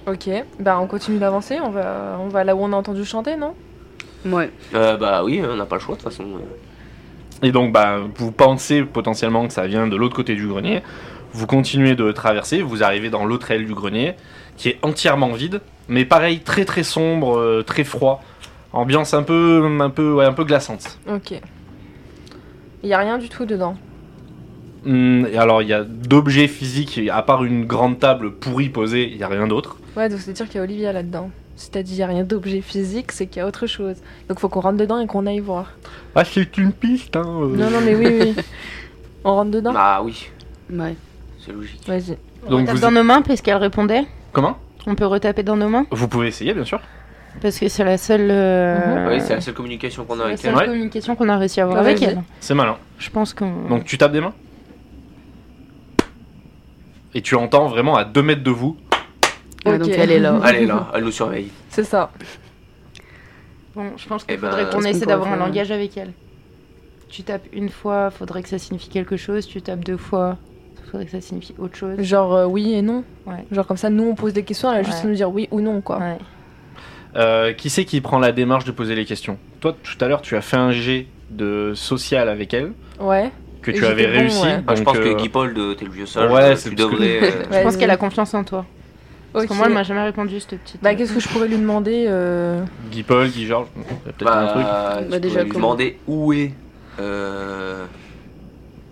Speaker 6: ok, bah on continue d'avancer, on va, on va là où on a entendu chanter, non
Speaker 5: Ouais.
Speaker 3: Euh, bah oui, on n'a pas le choix de toute façon.
Speaker 2: Et donc, bah, vous pensez potentiellement que ça vient de l'autre côté du grenier. Vous continuez de traverser, vous arrivez dans l'autre aile du grenier, qui est entièrement vide, mais pareil, très très sombre, euh, très froid. Ambiance un peu, un peu, ouais, un peu glaçante.
Speaker 6: Ok. Il y a rien du tout dedans.
Speaker 2: Hum, et alors, il y a d'objets physiques, et à part une grande table pourrie posée, il n'y a rien d'autre.
Speaker 6: Ouais, donc c'est-à-dire qu'il y a Olivia là-dedans. Si t'as dit il y a rien d'objet physique, c'est qu'il y a autre chose. Donc faut qu'on rentre dedans et qu'on aille voir.
Speaker 2: Ah, c'est une piste, hein
Speaker 6: Non, non, mais oui, oui. On rentre dedans
Speaker 3: Ah oui,
Speaker 5: Ouais.
Speaker 3: c'est logique.
Speaker 6: Vas-y.
Speaker 4: On
Speaker 2: Donc
Speaker 4: retape
Speaker 2: vous-
Speaker 4: dans nos mains parce qu'elle répondait.
Speaker 2: Comment
Speaker 4: On peut retaper dans nos mains
Speaker 2: Vous pouvez essayer, bien sûr.
Speaker 4: parce que c'est la seule, euh,
Speaker 3: Mhm. Oui, c'est la seule communication qu'on a
Speaker 4: la
Speaker 3: avec
Speaker 4: seule
Speaker 3: elle.
Speaker 2: Ouais.
Speaker 4: communication qu'on a réussi à avoir
Speaker 6: Ouais,
Speaker 4: avec
Speaker 6: vas-y.
Speaker 4: elle.
Speaker 2: C'est malin.
Speaker 4: Je pense qu'on.
Speaker 2: Donc tu tapes des mains Et tu entends vraiment à 2 mètres de vous.
Speaker 5: Ouais,
Speaker 6: Ok.
Speaker 5: Donc elle est là.
Speaker 3: Elle est là, elle nous surveille.
Speaker 6: C'est ça.
Speaker 4: Bon, je pense
Speaker 3: Eh
Speaker 4: qu'il
Speaker 3: ben,
Speaker 4: faudrait qu'on
Speaker 5: qu'est-ce qu'on
Speaker 4: essaie d'avoir un
Speaker 5: pourrait faire
Speaker 4: langage avec elle. Tu tapes une fois, faudrait que ça signifie quelque chose. Tu tapes deux fois, faudrait que ça signifie autre chose.
Speaker 6: Genre euh, oui et non.
Speaker 4: Ouais.
Speaker 6: Genre comme ça, nous on pose des questions, elle a juste
Speaker 4: Ouais.
Speaker 6: à nous dire oui ou non, quoi.
Speaker 4: Ouais.
Speaker 2: Euh, qui c'est qui prend la démarche de poser les questions Toi, tout à l'heure, tu as fait un jet de social avec elle
Speaker 6: Ouais.
Speaker 2: que
Speaker 6: Et
Speaker 2: tu
Speaker 6: j'étais
Speaker 2: avais
Speaker 6: bon,
Speaker 2: réussi.
Speaker 6: ouais.
Speaker 3: Ah, je
Speaker 2: donc,
Speaker 3: pense
Speaker 2: euh,
Speaker 3: que Guy Paul, de- t'es le vieux sage,
Speaker 2: Ouais,
Speaker 3: tu
Speaker 2: c'est parce que-
Speaker 3: devrais. euh,
Speaker 4: Je pense
Speaker 6: Vas-y.
Speaker 4: qu'elle a confiance en toi. Parce
Speaker 6: Ok.
Speaker 4: que moi, elle m'a jamais répondu cette petite. euh,
Speaker 6: Bah qu'est-ce que je pourrais lui demander euh,
Speaker 2: Guy Paul, Guy Georges, il y a peut-être un truc.
Speaker 3: bah, tu
Speaker 5: Bah, déjà,
Speaker 3: pourrais lui
Speaker 5: comment
Speaker 3: demander où est. euh,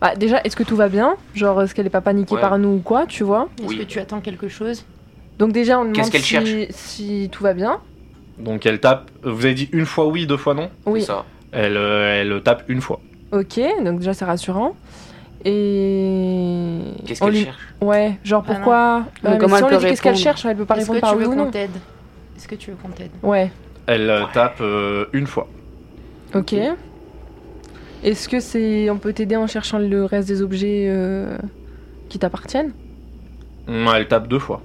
Speaker 6: Bah déjà, est-ce que tout va bien Genre est-ce qu'elle est pas paniquée
Speaker 3: Ouais.
Speaker 6: par nous ou quoi, tu vois
Speaker 4: Est-ce
Speaker 3: Oui.
Speaker 4: que tu attends quelque chose
Speaker 6: Donc déjà, on demande
Speaker 3: Qu'est-ce qu'elle
Speaker 6: si,
Speaker 3: cherche
Speaker 6: si tout va bien.
Speaker 2: Donc elle tape. Vous avez dit une fois oui, deux fois non
Speaker 3: c'est
Speaker 6: Oui.
Speaker 3: ça.
Speaker 2: elle, euh, elle tape une fois.
Speaker 6: Ok, donc déjà c'est rassurant. Et
Speaker 3: Qu'est-ce
Speaker 6: on
Speaker 3: qu'elle
Speaker 6: lui-
Speaker 3: cherche
Speaker 6: Ouais, genre
Speaker 4: Ah non.
Speaker 6: pourquoi
Speaker 5: Mais
Speaker 6: Ouais, mais
Speaker 5: comment
Speaker 6: si
Speaker 5: elle
Speaker 6: on lui
Speaker 5: peut
Speaker 6: dit qu'est-ce qu'elle
Speaker 5: répondre
Speaker 6: cherche, elle peut pas
Speaker 4: Est-ce
Speaker 6: répondre
Speaker 4: que
Speaker 6: par
Speaker 4: tu
Speaker 6: oui
Speaker 4: veux
Speaker 6: ou
Speaker 4: qu'on
Speaker 6: non.
Speaker 4: t'aide Est-ce que tu veux qu'on t'aide
Speaker 6: Ouais.
Speaker 2: Elle euh,
Speaker 3: Ouais.
Speaker 2: tape euh, une fois.
Speaker 6: Ok. Est-ce que c'est on peut t'aider en cherchant le reste des objets euh, qui t'appartiennent
Speaker 2: Non, Elle tape deux fois.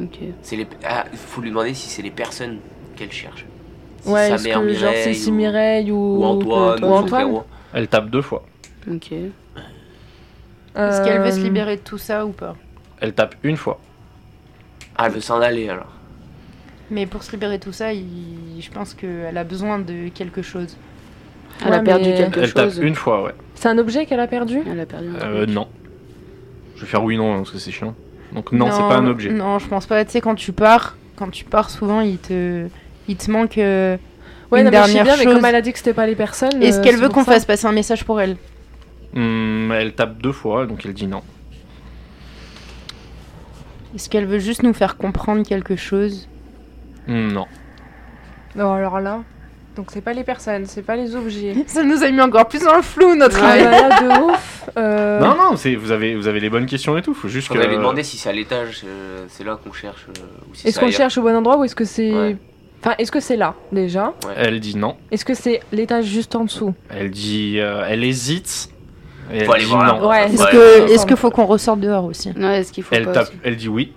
Speaker 5: Ok.
Speaker 3: C'est les. Ah, faut lui demander si c'est les personnes qu'elle cherche. Si
Speaker 6: Ouais,
Speaker 3: sa
Speaker 6: est-ce
Speaker 3: mère
Speaker 6: que genre c'est
Speaker 3: Mireille
Speaker 6: si
Speaker 3: ou-
Speaker 6: Mireille ou, euh,
Speaker 3: ou Antoine
Speaker 6: ou
Speaker 3: ou son
Speaker 6: Antoine
Speaker 3: frérot.
Speaker 2: Elle tape deux fois.
Speaker 5: Ok.
Speaker 4: Est-ce qu'elle veut se
Speaker 6: Euh,
Speaker 4: libérer de tout ça ou pas
Speaker 2: Elle tape une fois.
Speaker 3: Ah, elle veut s'en aller alors.
Speaker 4: Mais pour se libérer de tout ça, il- je pense qu'elle a besoin de quelque chose.
Speaker 5: Elle
Speaker 6: Ouais,
Speaker 5: a perdu
Speaker 6: mais-
Speaker 5: quelque
Speaker 2: elle
Speaker 5: chose.
Speaker 2: tape une fois, ouais.
Speaker 6: Euh, C'est un objet qu'elle a perdu
Speaker 5: Elle a perdu. un
Speaker 2: Euh,
Speaker 5: truc.
Speaker 2: non. Je vais faire oui, non, parce que c'est chiant. Donc, non, c'est pas un objet.
Speaker 4: Non, je pense pas. Tu sais, quand tu pars, quand tu pars, souvent, il te, il te manque. euh,
Speaker 6: Ouais,
Speaker 4: Une
Speaker 6: non, mais je sais
Speaker 4: dernière
Speaker 6: bien, mais
Speaker 4: chose.
Speaker 6: comme elle a dit que c'était pas les personnes.
Speaker 4: Est-ce
Speaker 6: euh,
Speaker 4: qu'elle
Speaker 6: c'est
Speaker 4: veut
Speaker 6: pour
Speaker 4: qu'on
Speaker 6: ça.
Speaker 4: fasse passer un message pour elle
Speaker 2: Hum, elle tape deux fois, donc elle dit non.
Speaker 4: Est-ce qu'elle veut juste nous faire comprendre quelque chose
Speaker 2: Hum, non.
Speaker 6: Non, alors là. Donc c'est pas les personnes, c'est pas les objets.
Speaker 4: Ça nous a mis encore plus dans le flou, notre
Speaker 6: Ah bah là, de ouf. euh,
Speaker 2: Non, non, c'est- vous avez, vous avez les bonnes questions et tout. Faut juste
Speaker 3: On
Speaker 2: que.
Speaker 3: va lui demander si c'est à l'étage, euh, c'est là qu'on cherche. euh, ou si
Speaker 6: Est-ce
Speaker 3: c'est
Speaker 6: qu'on le
Speaker 3: ailleurs.
Speaker 6: cherche au bon endroit ou est-ce que c'est.
Speaker 3: Ouais.
Speaker 6: Enfin, est-ce que c'est là déjà
Speaker 2: Elle dit non.
Speaker 6: Est-ce que c'est l'étage juste en dessous
Speaker 2: Elle dit. euh, elle hésite. Et elle
Speaker 3: Faut aller
Speaker 2: dit
Speaker 3: voir là.
Speaker 2: non.
Speaker 6: Ouais.
Speaker 4: Est-ce
Speaker 3: Ouais.
Speaker 4: que, est-ce qu'il faut qu'on ressorte dehors aussi
Speaker 5: Ouais, est-ce qu'il faut
Speaker 2: Elle
Speaker 5: pas
Speaker 2: tape.
Speaker 5: aussi
Speaker 2: Elle dit oui.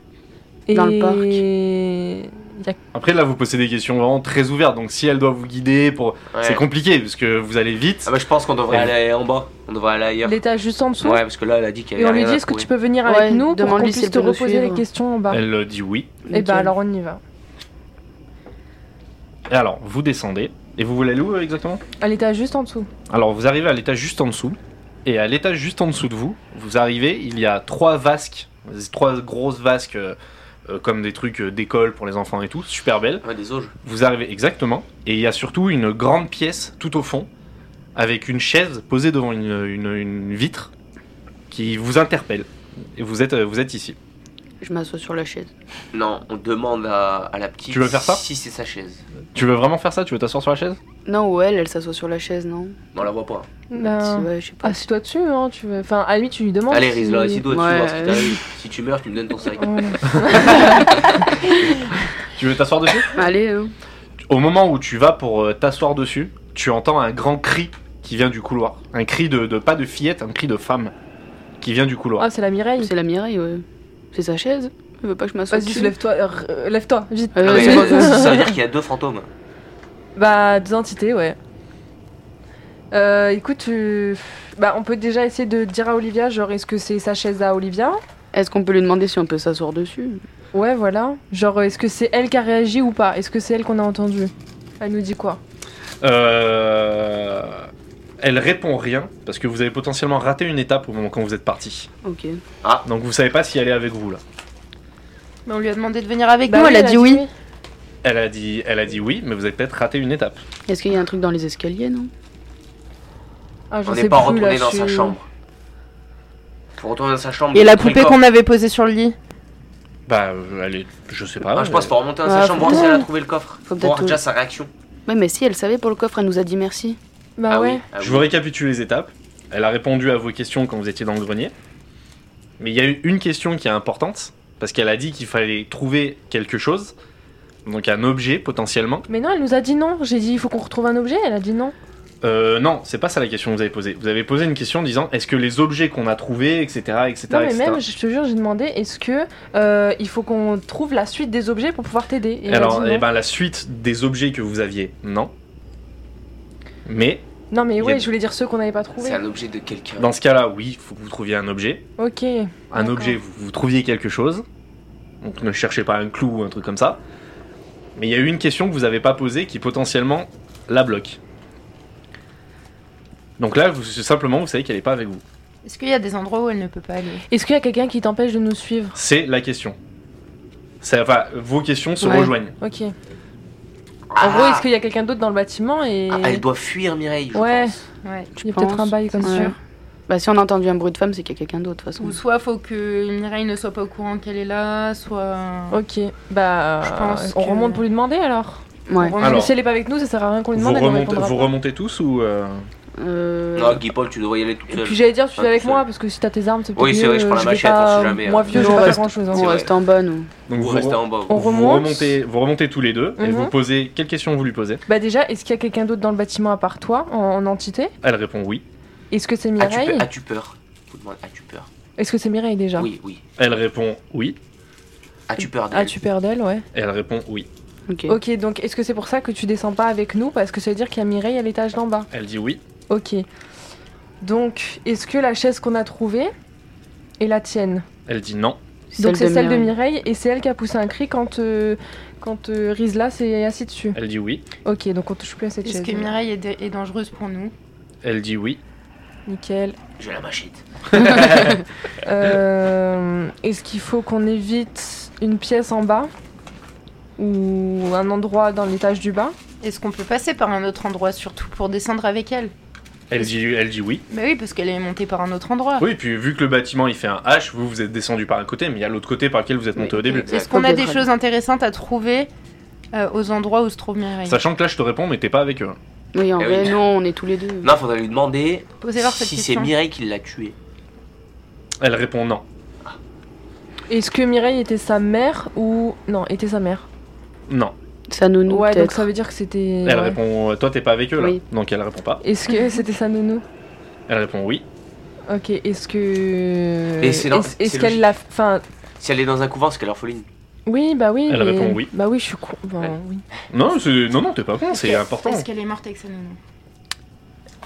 Speaker 5: Dans le parc.
Speaker 6: Et... y a-
Speaker 2: Après, là, vous posez des questions vraiment très ouvertes. Donc, si elle doit vous guider, pour,
Speaker 3: Ouais.
Speaker 2: c'est compliqué parce que vous allez vite.
Speaker 3: Ah, bah, je pense qu'on devrait
Speaker 2: Elle-
Speaker 3: aller en bas. On devrait aller ailleurs.
Speaker 6: L'étage juste en dessous.
Speaker 3: Ouais, parce que là, elle a dit qu'elle
Speaker 6: Et on lui dit est-ce que tu peux venir
Speaker 5: Ouais,
Speaker 6: avec nous pour qu'on
Speaker 5: demande-lui si
Speaker 6: puisse
Speaker 5: elle
Speaker 6: te
Speaker 5: peut nous
Speaker 6: reposer les
Speaker 5: suivre.
Speaker 6: questions
Speaker 3: bah.
Speaker 6: en bas
Speaker 2: Elle euh, dit oui.
Speaker 6: Et bah
Speaker 5: Ok.
Speaker 6: alors on y va.
Speaker 2: Et alors, vous descendez. Et vous voulez aller où euh, exactement
Speaker 6: À l'étage juste en dessous.
Speaker 2: Alors, vous arrivez à l'étage juste en dessous. Et à l'étage juste en dessous de vous, vous arrivez, il y a trois vasques, trois grosses vasques, euh, euh, comme des trucs euh, d'école pour les enfants et tout, super belles.
Speaker 3: Ouais, des auges.
Speaker 2: Vous arrivez exactement, et il y a surtout une grande pièce tout au fond, avec une chaise posée devant une, une- une vitre, qui vous interpelle. Et vous êtes, euh, vous êtes ici.
Speaker 5: Je m'assois sur la chaise.
Speaker 3: Non, on demande à, à la petite
Speaker 2: Tu veux faire ça
Speaker 3: si c'est sa chaise.
Speaker 2: Tu veux vraiment faire ça Tu veux t'asseoir sur la chaise
Speaker 5: Non, ou elle, elle s'assoit sur la chaise, non
Speaker 3: On la voit pas.
Speaker 5: Si,
Speaker 6: Ben,
Speaker 5: ouais, je sais pas.
Speaker 6: Assieds-toi dessus, hein, tu veux. Enfin, à la limite, tu lui demandes.
Speaker 3: Allez, Rizla,
Speaker 6: si-
Speaker 3: assis-toi, tu
Speaker 5: Ouais,
Speaker 3: vois ce qui
Speaker 5: euh,
Speaker 3: t'arrive. Si tu meurs, tu me donnes ton sac.
Speaker 6: Voilà.
Speaker 2: Tu veux t'asseoir dessus
Speaker 5: Allez, hein.
Speaker 2: Au moment où tu vas pour euh, t'asseoir dessus, tu entends un grand cri qui vient du couloir. Un cri de, de- pas de fillette, un cri de femme qui vient du couloir.
Speaker 6: Ah, c'est la Mireille.
Speaker 5: c'est la Mireille, ouais. C'est sa chaise. Elle veut pas que je m'assoie.
Speaker 6: Vas-y,
Speaker 5: dessus.
Speaker 6: tu lèves-toi, euh, lève-toi, vite.
Speaker 5: Euh,
Speaker 3: Non,
Speaker 5: ouais,
Speaker 3: Ah, mais
Speaker 5: c'est pas grave.
Speaker 3: ça veut dire qu'il y a deux fantômes.
Speaker 6: Bah, deux entités, ouais. Euh, écoute, tu- bah, on peut déjà essayer de dire à Olivia, genre, est-ce que c'est sa chaise à Olivia
Speaker 5: Est-ce qu'on peut lui demander si on peut s'asseoir dessus
Speaker 6: Ouais, voilà. Genre, est-ce que c'est elle qui a réagi ou pas Est-ce que c'est elle qu'on a entendu Elle nous dit quoi
Speaker 2: Euh, Elle répond rien parce que vous avez potentiellement raté une étape au moment quand vous êtes parti.
Speaker 5: Ok.
Speaker 2: Donc vous savez pas si elle est avec vous là.
Speaker 4: Mais on lui a demandé de venir avec
Speaker 6: Bah
Speaker 4: nous,
Speaker 6: oui,
Speaker 4: elle a dit oui.
Speaker 2: Elle a dit, elle a dit oui, mais vous avez peut-être raté une étape.
Speaker 5: Est-ce qu'il y a un truc dans les escaliers, non
Speaker 6: Ah, je
Speaker 3: on n'est
Speaker 6: sais
Speaker 3: pas
Speaker 6: plus, là,
Speaker 3: retourné dans
Speaker 6: je
Speaker 3: sa
Speaker 6: suis-
Speaker 3: chambre. Faut retourner dans sa chambre. il
Speaker 4: Et
Speaker 3: y a
Speaker 4: la
Speaker 3: tout le
Speaker 4: poupée
Speaker 3: corps.
Speaker 4: qu'on avait posée sur le lit.
Speaker 2: Bah, euh, elle est, je sais pas.
Speaker 3: Ah, je pense
Speaker 2: euh,
Speaker 3: faut remonter dans
Speaker 5: Ah,
Speaker 3: sa chambre, voir
Speaker 5: faut-
Speaker 3: si elle a trouvé le coffre.
Speaker 5: Faut peut-être
Speaker 3: voir
Speaker 5: tout-
Speaker 3: déjà sa réaction.
Speaker 5: Ouais, mais si, elle savait pour le coffre, elle nous a dit merci.
Speaker 6: Bah ouais.
Speaker 3: oui. ah
Speaker 2: Je
Speaker 3: oui.
Speaker 2: vous récapitule les étapes. Elle a répondu à vos questions quand vous étiez dans le grenier. Mais il y a eu une question qui est importante, parce qu'elle a dit qu'il fallait trouver quelque chose, donc un objet potentiellement.
Speaker 6: Mais non, elle nous a dit non. J'ai dit, il faut qu'on retrouve un objet. Elle a dit non.
Speaker 2: Euh, non, c'est pas ça la question que vous avez posée. Vous avez posé une question en disant est-ce que les objets qu'on a trouvés, etc., etc.,
Speaker 6: Non, mais
Speaker 2: etc.
Speaker 6: même, je te jure, j'ai demandé, est-ce que euh, il faut qu'on trouve la suite des objets pour pouvoir t'aider Et elle a
Speaker 2: Alors,
Speaker 6: dit non.
Speaker 2: eh ben, la suite des objets que vous aviez, non. Mais
Speaker 6: non, mais
Speaker 2: il y
Speaker 6: ouais,
Speaker 2: a-
Speaker 6: je voulais dire ceux qu'on n'avait pas trouvés.
Speaker 3: C'est un objet de quelqu'un.
Speaker 2: dans ce cas-là, oui, il faut que vous trouviez un objet.
Speaker 6: Ok.
Speaker 2: un
Speaker 6: D'accord.
Speaker 2: objet, vous, vous trouviez quelque chose. Donc ne cherchez pas un clou ou un truc comme ça. Mais il y a eu une question que vous n'avez pas posée qui potentiellement la bloque. Donc là, vous, c'est simplement, vous savez qu'elle n'est pas avec vous.
Speaker 4: Est-ce qu'il y a des endroits où elle ne peut pas aller
Speaker 6: Est-ce qu'il y a quelqu'un qui t'empêche de nous suivre
Speaker 2: C'est la question. Ça, enfin, vos questions se
Speaker 5: Ouais.
Speaker 2: rejoignent.
Speaker 6: Ok.
Speaker 3: Ah,
Speaker 6: En gros, est-ce qu'il y a quelqu'un d'autre dans le bâtiment et...
Speaker 3: ah, Elle doit fuir Mireille. Je
Speaker 6: Ouais,
Speaker 3: pense.
Speaker 4: Ouais.
Speaker 6: il y a peut-être
Speaker 5: penses
Speaker 6: un bail comme
Speaker 5: Ouais.
Speaker 6: ça.
Speaker 5: Bah, si on a entendu un bruit de femme, c'est qu'il y a quelqu'un d'autre, de toute façon.
Speaker 4: Ou soit faut que Mireille ne soit pas au courant qu'elle est là, soit.
Speaker 6: Ok, bah
Speaker 4: Je pense
Speaker 6: on
Speaker 4: que-
Speaker 6: remonte pour lui demander alors.
Speaker 5: Ouais.
Speaker 4: Vraiment.
Speaker 2: Alors,
Speaker 6: si elle est pas avec nous, ça sert à rien qu'on lui
Speaker 2: Vous
Speaker 6: demande. elle nous
Speaker 2: remontez,
Speaker 6: répondra
Speaker 2: vous
Speaker 6: pas.
Speaker 2: remontez tous ou euh,
Speaker 5: Euh,
Speaker 3: Non, Guy Paul, tu devrais y aller toute
Speaker 6: Et
Speaker 3: seule.
Speaker 6: puis j'allais dire, tu
Speaker 3: Ah,
Speaker 6: es avec
Speaker 3: tout
Speaker 6: moi
Speaker 3: seul.
Speaker 6: parce que si t'as tes armes, c'est peut-être
Speaker 3: Oui, c'est vrai,
Speaker 6: mieux,
Speaker 3: je prends la
Speaker 6: vais
Speaker 3: machette,
Speaker 6: pas-
Speaker 3: on sait jamais,
Speaker 6: Moi
Speaker 3: hein.
Speaker 6: vieux, je
Speaker 5: Non,
Speaker 6: fais pas
Speaker 5: reste-
Speaker 6: grand chose.
Speaker 5: On
Speaker 3: C'est
Speaker 5: reste en bas, nous.
Speaker 2: donc
Speaker 3: Vous
Speaker 2: vous,
Speaker 3: restez
Speaker 2: vous,
Speaker 3: en bas. vous.
Speaker 6: On remonte.
Speaker 2: remontez, vous remontez tous les deux et
Speaker 6: Mhm.
Speaker 2: vous posez quelles questions vous lui posez.
Speaker 6: Bah déjà, est-ce qu'il y a quelqu'un d'autre dans le bâtiment à part toi, en, en entité
Speaker 2: Elle répond oui.
Speaker 6: Est-ce que c'est
Speaker 3: As-tu
Speaker 6: Mireille
Speaker 3: peur As-tu peur Vous demandez, As-tu peur
Speaker 6: Est-ce que c'est Mireille déjà
Speaker 3: Oui, oui.
Speaker 2: Elle répond oui.
Speaker 3: As-tu peur
Speaker 6: Ah,
Speaker 3: d'elle
Speaker 6: tu perds d'elle, ouais.
Speaker 2: Et elle répond oui.
Speaker 5: Ok.
Speaker 6: Ok, donc est-ce que c'est pour ça que tu descends pas avec nous Parce que ça veut dire qu'il y a Mireille à l'étage d'en bas.
Speaker 2: Elle dit oui.
Speaker 6: Ok. Donc, est-ce que la chaise qu'on a trouvée est la tienne
Speaker 2: Elle dit non.
Speaker 6: Donc c'est celle de Mireille et c'est elle qui a poussé un cri quand, euh, quand euh, Rizla s'est assis dessus.
Speaker 2: Elle dit oui.
Speaker 6: Ok, donc on touche plus à cette
Speaker 4: Est-ce
Speaker 6: chaise.
Speaker 4: que Mireille est, est dangereuse pour nous
Speaker 2: Elle dit oui.
Speaker 6: Nickel.
Speaker 3: J'ai la machette.
Speaker 6: Euh, Est-ce qu'il faut qu'on évite une pièce en bas ou un endroit dans l'étage du bas
Speaker 4: Est-ce qu'on peut passer par un autre endroit, surtout pour descendre avec elle
Speaker 2: Elle dit, elle dit oui.
Speaker 4: Bah oui, parce qu'elle est montée par un autre
Speaker 5: Ah.
Speaker 4: endroit.
Speaker 2: Oui, puis vu que le bâtiment il fait un H, vous vous êtes descendu par un côté, mais il y a l'autre côté par lequel vous êtes monté
Speaker 5: Oui.
Speaker 2: au début.
Speaker 4: Est-ce qu'on a des
Speaker 5: Exact.
Speaker 4: choses intéressantes à trouver euh, aux endroits où se trouve Mireille
Speaker 2: Sachant que là je te réponds, mais t'es pas avec eux.
Speaker 5: Oui, en
Speaker 3: Eh
Speaker 5: vrai,
Speaker 3: oui.
Speaker 5: non, on est tous les deux.
Speaker 3: Non, faudrait lui demander
Speaker 4: Posez-leur cette
Speaker 3: si c'est
Speaker 4: question.
Speaker 3: Mireille qui l'a tué.
Speaker 2: Elle répond non.
Speaker 6: Est-ce que Mireille était sa mère ou non était sa mère
Speaker 2: Non.
Speaker 5: Sa nounou,
Speaker 6: Ouais, donc
Speaker 5: peut-être.
Speaker 6: ça veut dire que c'était.
Speaker 2: Elle
Speaker 6: ouais.
Speaker 2: répond euh, toi t'es pas avec eux là.
Speaker 5: Oui.
Speaker 2: Donc elle répond pas.
Speaker 6: Est-ce que c'était sa nounou
Speaker 2: Elle répond oui.
Speaker 6: Ok, est-ce que.
Speaker 3: Et c'est dans-
Speaker 6: Est-ce est-ce
Speaker 3: c'est
Speaker 6: qu'elle
Speaker 3: logique.
Speaker 6: l'a. Enfin,
Speaker 3: Si elle est dans un couvent, c'est qu'elle est orpheline.
Speaker 6: oui, bah oui.
Speaker 2: Elle
Speaker 6: mais-
Speaker 2: répond oui.
Speaker 6: Bah oui, je suis con. enfin,
Speaker 3: Ouais.
Speaker 6: oui.
Speaker 2: Non, c'est- non, non, t'es pas con, c'est important.
Speaker 4: Est-ce qu'elle est morte avec sa nounou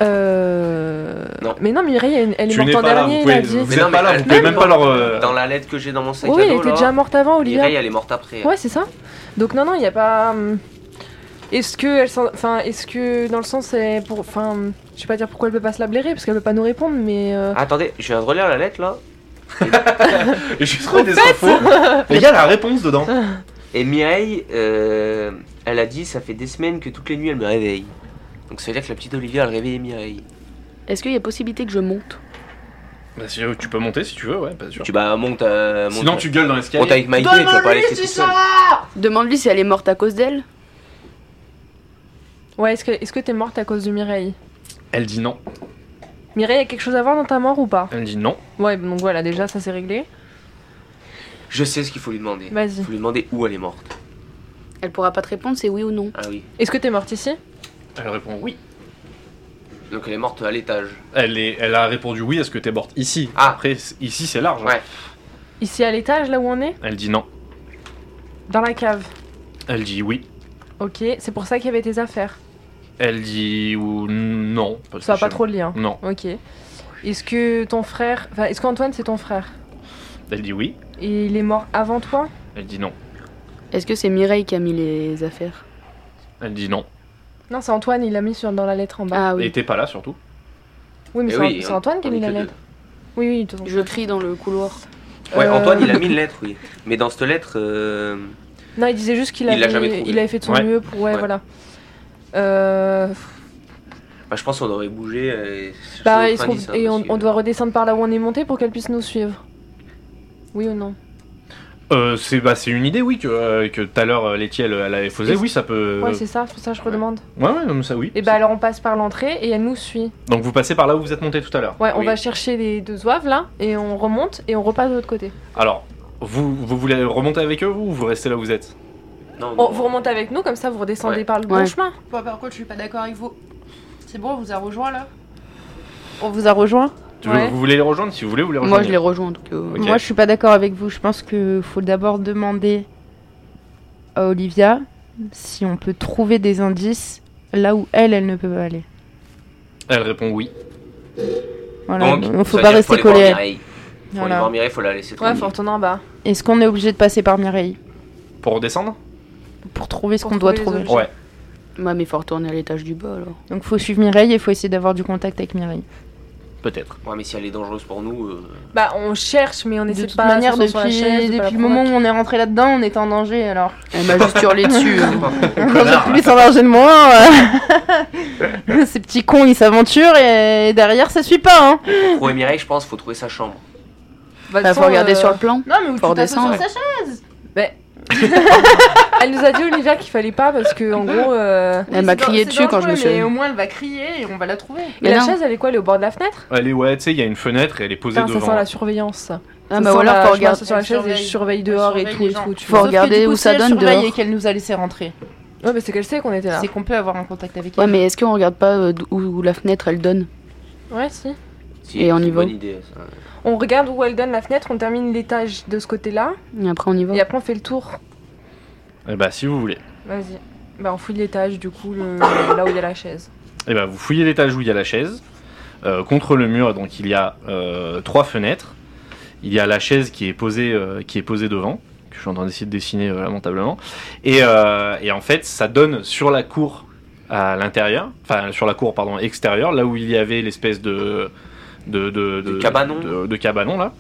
Speaker 6: Euh...
Speaker 3: Non.
Speaker 6: Mais non, Mireille, elle, elle est
Speaker 2: Tu
Speaker 6: morte
Speaker 2: n'es
Speaker 6: en
Speaker 2: pas là,
Speaker 6: dernier,
Speaker 2: vous
Speaker 6: il a
Speaker 2: pouvez-
Speaker 6: dit.
Speaker 2: vous
Speaker 3: Mais
Speaker 2: êtes
Speaker 3: non,
Speaker 2: pas
Speaker 3: mais
Speaker 2: là,
Speaker 3: elle-
Speaker 2: vous pouvez même pas leur. euh,
Speaker 3: Dans la lettre que j'ai dans mon sac
Speaker 6: Oui,
Speaker 3: à
Speaker 6: elle
Speaker 3: dos,
Speaker 6: était
Speaker 3: là,
Speaker 6: déjà morte avant, Olivia.
Speaker 3: Mireille, elle est morte après.
Speaker 6: Ouais, c'est ça. Donc non, non, il n'y a pas... hum, Est-ce que elle s'en- Enfin, est-ce que dans le sens, c'est pour... Enfin, hum, je vais pas dire pourquoi elle peut pas se la blairer, parce qu'elle peut pas nous répondre, mais... euh,
Speaker 3: Attendez, je viens de relire la lettre là.
Speaker 2: Et J'ai trouvé des infos. Mais il y a la réponse dedans.
Speaker 3: Et Mireille, euh, elle a dit ça fait des semaines que toutes les nuits elle me réveille. Donc ça veut dire que la petite Olivia elle réveillait Mireille.
Speaker 5: Est-ce qu'il y a possibilité que je monte
Speaker 2: Bah, si, euh, tu peux monter si tu veux, ouais, pas sûr.
Speaker 3: Tu bah monte euh, monte-
Speaker 2: Sinon, tu gueules dans l'escalier.
Speaker 3: monte avec Mikey, tu vas pas laisser tout seul.
Speaker 5: Demande-lui si elle est morte à cause d'elle.
Speaker 3: Ah.
Speaker 6: Ouais, est-ce que est-ce que t'es morte à cause de Mireille
Speaker 2: Elle dit non.
Speaker 6: Mireille, y a quelque chose à voir dans ta mort ou pas
Speaker 2: Elle dit non.
Speaker 6: Ouais, donc voilà, déjà ça c'est réglé.
Speaker 3: Je sais ce qu'il faut lui demander.
Speaker 6: Vas-y.
Speaker 3: Il faut lui demander où elle est morte.
Speaker 5: Elle pourra pas te répondre, c'est oui ou non.
Speaker 3: Ah oui.
Speaker 6: Est-ce que t'es morte ici
Speaker 2: Elle répond oui.
Speaker 3: Donc elle est morte à l'étage.
Speaker 2: Elle, est, elle a répondu oui à ce que t'es morte ici.
Speaker 3: Ah.
Speaker 2: Après, c- ici c'est large. hein.
Speaker 3: Ouais.
Speaker 6: Ici à l'étage, là où on est
Speaker 2: Elle dit non.
Speaker 6: Dans la cave.
Speaker 2: Elle dit oui.
Speaker 6: Ok, c'est pour ça qu'il y avait tes affaires.
Speaker 2: Elle dit ou non. parce
Speaker 6: Ça
Speaker 2: que
Speaker 6: va pas
Speaker 2: je-
Speaker 6: trop le lien.
Speaker 2: Non.
Speaker 6: Ok. Est-ce que ton frère. Enfin, est-ce qu'Antoine c'est ton frère
Speaker 2: Elle dit oui.
Speaker 6: Et il est mort avant toi
Speaker 2: Elle dit non.
Speaker 5: Est-ce que c'est Mireille qui a mis les affaires
Speaker 2: Elle dit non.
Speaker 6: Non, c'est Antoine, il l'a mis sur, dans la lettre en bas.
Speaker 5: Ah
Speaker 2: Et
Speaker 5: oui.
Speaker 2: t'es pas là surtout.
Speaker 6: Oui, mais
Speaker 3: Eh
Speaker 6: c'est
Speaker 3: oui,
Speaker 6: c'est
Speaker 3: on-
Speaker 6: Antoine qui a
Speaker 3: on est
Speaker 6: mis
Speaker 3: que
Speaker 6: la
Speaker 3: deux.
Speaker 6: lettre. Oui, oui, de toute façon.
Speaker 5: Je crie dans le couloir.
Speaker 3: Ouais,
Speaker 6: Euh,
Speaker 3: Antoine, il a mis une lettre, oui. Mais dans cette lettre, euh,
Speaker 6: Non, il disait juste qu'il
Speaker 3: Il
Speaker 6: avait,
Speaker 3: l'a jamais trouvé.
Speaker 6: il avait fait de son
Speaker 2: Ouais.
Speaker 6: mieux pour. Ouais,
Speaker 3: Ouais.
Speaker 6: voilà. Euh,
Speaker 3: bah, je pense qu'on aurait bougé. euh, chercher
Speaker 6: bah,
Speaker 3: d'autres
Speaker 6: il se trouve-
Speaker 3: indices, hein,
Speaker 6: et on,
Speaker 3: parce que-
Speaker 6: on doit redescendre par là où on est monté pour qu'elle puisse nous suivre. Oui ou non
Speaker 2: Euh, c'est bah, c'est une idée, oui, que euh, que tout à l'heure euh, Letty elle, elle avait posé.
Speaker 6: Et-
Speaker 2: Oui, ça peut.
Speaker 6: Ouais, c'est ça, c'est pour ça que je
Speaker 3: Euh, ouais.
Speaker 6: redemande.
Speaker 2: ouais, ouais, non, mais ça oui.
Speaker 6: Et bah, alors on passe par l'entrée et elle nous suit.
Speaker 2: Donc vous passez par là où vous êtes monté tout à l'heure.
Speaker 6: Ouais, on
Speaker 3: Oui.
Speaker 6: va chercher les deux oeuvres là et on remonte et on repasse de l'autre côté.
Speaker 2: Alors, vous, vous voulez remonter avec eux vous, ou vous restez là où vous êtes
Speaker 3: Non,
Speaker 6: Oh,
Speaker 3: non.
Speaker 6: vous remontez avec nous, comme ça vous redescendez
Speaker 3: Ouais.
Speaker 6: par le bon
Speaker 5: Ouais.
Speaker 6: chemin.
Speaker 4: Bon, par contre, je suis pas d'accord avec vous. C'est bon, on vous a rejoint là On vous a rejoint
Speaker 2: Tu-
Speaker 6: Ouais.
Speaker 2: Vous voulez les rejoindre Si vous voulez, vous les rejoignez.
Speaker 5: Moi, je les rejoins en tout cas.
Speaker 2: Ok.
Speaker 4: Moi, je suis pas d'accord avec vous. Je pense que faut d'abord demander à Olivia si on peut trouver des indices là où elle, elle ne peut pas aller.
Speaker 2: Elle répond oui.
Speaker 4: Voilà,
Speaker 3: Donc,
Speaker 4: donc, faut
Speaker 3: ça veut
Speaker 4: pas
Speaker 3: dire
Speaker 4: rester
Speaker 3: qu'il faut aller
Speaker 4: collé. à
Speaker 3: voir
Speaker 4: elle.
Speaker 3: Mireille. Faut aller
Speaker 4: Voilà.
Speaker 3: voir Mireille, faut la laisser
Speaker 6: Ouais,
Speaker 3: tranquille.
Speaker 6: faut retourner en bah. bas.
Speaker 4: Est-ce qu'on est obligé de passer par Mireille
Speaker 2: Pour redescendre
Speaker 4: pour trouver ce
Speaker 6: Pour
Speaker 4: qu'on doit
Speaker 6: trouver les
Speaker 4: trouver
Speaker 6: objets.
Speaker 2: Ouais.
Speaker 5: Ouais, mais faut retourner à l'étage du bas alors.
Speaker 4: Donc faut suivre Mireille et faut essayer d'avoir du contact avec Mireille.
Speaker 2: Peut-être.
Speaker 3: Ouais, mais si elle est dangereuse pour nous, euh,
Speaker 6: Bah, on cherche, mais on
Speaker 4: de
Speaker 6: essaie
Speaker 4: toute
Speaker 6: pas
Speaker 4: manière,
Speaker 6: de se sentir
Speaker 4: depuis,
Speaker 6: sur la chaise, de pas la
Speaker 4: depuis le moment où
Speaker 6: provoquer.
Speaker 4: on est rentré là-dedans, on était en danger alors.
Speaker 5: Elle m'a juste hurlé dessus. hein.
Speaker 4: J'en ai plus en danger de moi. euh. Ces petits cons, ils s'aventurent et derrière, ça suit pas. Hein.
Speaker 3: pour trouver Mireille, je pense, faut trouver sa chambre.
Speaker 6: Bah, de
Speaker 5: Bah,
Speaker 6: toute
Speaker 5: faut
Speaker 6: façon,
Speaker 5: regarder
Speaker 6: euh,
Speaker 5: sur le plan.
Speaker 4: Non, mais où
Speaker 5: Faut
Speaker 4: tu t'assois
Speaker 5: redescendre.
Speaker 4: sur sa chaise
Speaker 6: Elle nous a dit, Olivia, qu'il fallait pas parce que, en gros. euh,
Speaker 5: Elle m'a
Speaker 4: c'est
Speaker 5: crié
Speaker 4: dan-
Speaker 5: dessus
Speaker 4: c'est
Speaker 5: quand je me
Speaker 4: dangereux,
Speaker 5: suis.
Speaker 4: Mais au moins, elle va crier et on va la trouver.
Speaker 6: Mais
Speaker 5: Mais
Speaker 6: la
Speaker 5: non. Ah,
Speaker 6: chaise, elle est quoi Elle est au bord de la fenêtre
Speaker 2: Elle est, ouais, tu sais, il y a une fenêtre et elle est posée
Speaker 6: Putain, ça
Speaker 2: devant.
Speaker 6: sent la surveillance. ça.
Speaker 5: Ah,
Speaker 6: Ça
Speaker 5: bah
Speaker 6: sent
Speaker 5: voilà,
Speaker 6: la-
Speaker 5: faut
Speaker 6: je m'assois
Speaker 5: regarder.
Speaker 6: sur la
Speaker 4: Elle
Speaker 6: chaise et je
Speaker 4: surveille.
Speaker 6: surveille
Speaker 4: Elle
Speaker 6: dehors et
Speaker 4: surveille
Speaker 6: tout et
Speaker 4: les gens.
Speaker 6: tout. Tu
Speaker 5: Faut
Speaker 6: vois.
Speaker 5: regarder
Speaker 4: Sauf que du
Speaker 5: où
Speaker 4: coup,
Speaker 5: ça
Speaker 4: si elle
Speaker 5: donne
Speaker 4: surveille
Speaker 5: dehors.
Speaker 4: et qu'elle nous a laissé rentrer.
Speaker 6: Ouais, mais c'est qu'elle sait qu'on était là.
Speaker 4: C'est qu'on peut avoir un contact avec
Speaker 5: Ouais,
Speaker 4: elle.
Speaker 5: mais est-ce qu'on regarde pas euh, d'où- où la fenêtre elle donne
Speaker 6: Ouais, si.
Speaker 3: Si,
Speaker 5: Et on
Speaker 3: c'est
Speaker 5: y
Speaker 3: une
Speaker 5: va.
Speaker 3: Bonne idée, ça.
Speaker 6: On regarde où elle donne la fenêtre, on termine l'étage de ce côté-là
Speaker 5: Et après, on y va.
Speaker 6: et après on fait le tour.
Speaker 2: Eh bah, si vous voulez.
Speaker 6: Vas-y. Bah, on fouille l'étage du coup, le- là où il y a la chaise.
Speaker 2: Eh bah, vous fouillez l'étage où il y a la chaise. Euh, contre le mur, donc il y a euh, trois fenêtres. Il y a la chaise qui est posée, euh, qui est posée devant, que je suis en train d'essayer de dessiner euh, lamentablement. Et, euh, et en fait, ça donne sur la cour à l'intérieur, enfin sur la cour pardon extérieure, là où il y avait l'espèce de de, de,
Speaker 3: De cabanon.
Speaker 2: de, de cabanon là.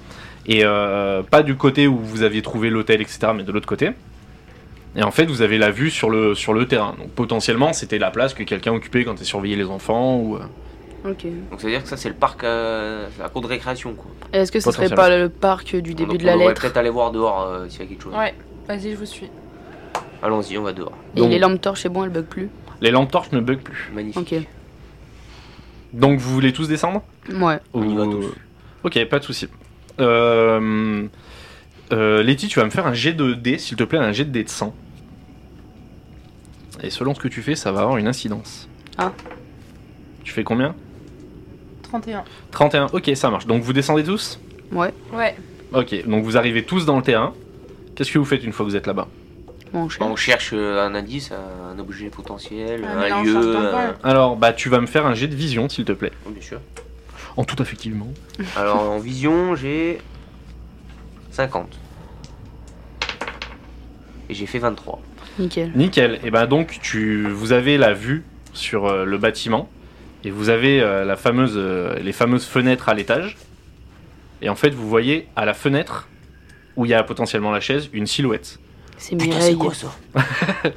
Speaker 2: Et euh, pas du côté où vous aviez trouvé l'hôtel, etc., mais de l'autre côté. Et en fait, vous avez la vue sur le, sur le terrain. Donc potentiellement, c'était la place que quelqu'un occupait quand il surveillait les enfants. Ou, euh,
Speaker 5: Ok.
Speaker 3: Donc ça veut dire que ça, c'est le parc, euh, la cour de récréation, quoi.
Speaker 5: Est-ce que ce serait
Speaker 2: Potentiellement.
Speaker 5: pas le parc du début
Speaker 3: Donc,
Speaker 5: de la
Speaker 3: on devrait
Speaker 5: lettre
Speaker 3: peut-être aller voir dehors euh, s'il y a quelque chose.
Speaker 6: Ouais, vas-y, je vous suis.
Speaker 3: Allons-y, on va dehors.
Speaker 5: Et
Speaker 2: Donc-
Speaker 5: les lampes torches, c'est bon, elles bug plus.
Speaker 2: Les lampes torches ne bug plus.
Speaker 3: Magnifique.
Speaker 5: Ok.
Speaker 2: Donc vous voulez tous descendre
Speaker 5: Ouais.
Speaker 3: On y va
Speaker 2: Ou-
Speaker 3: tous.
Speaker 2: Ok, pas de souci. Euh... euh, Letty, tu vas me faire un jet de dés, s'il te plaît, un jet de dés de 100. Et selon ce que tu fais, ça va avoir une incidence.
Speaker 5: Ah.
Speaker 2: Tu fais combien
Speaker 4: 31.
Speaker 2: 31, ok, ça marche. Donc vous descendez tous
Speaker 5: Ouais.
Speaker 6: Ouais.
Speaker 2: Ok, donc vous arrivez tous dans le terrain. Qu'est-ce que vous faites une fois que vous êtes là-bas
Speaker 5: Bon, on
Speaker 3: Bah,
Speaker 5: cherche.
Speaker 3: on cherche euh, un indice, un objet potentiel,
Speaker 4: Ah, mais là,
Speaker 3: un
Speaker 4: on cherche
Speaker 3: lieu.
Speaker 4: dans le coin.
Speaker 3: un-
Speaker 2: Alors, bah tu vas me faire un jet de vision, s'il te plaît.
Speaker 3: Oui, bien sûr.
Speaker 2: En tout effectivement.
Speaker 3: Alors en vision, j'ai 50. Et j'ai fait 23.
Speaker 5: Nickel.
Speaker 2: Nickel. Et ben donc tu vous avez la vue sur euh, le bâtiment et vous avez euh, la fameuse euh, les fameuses fenêtres à l'étage. Et en fait, vous voyez à la fenêtre où il y a potentiellement la chaise une silhouette.
Speaker 5: C'est Mireille.
Speaker 3: ça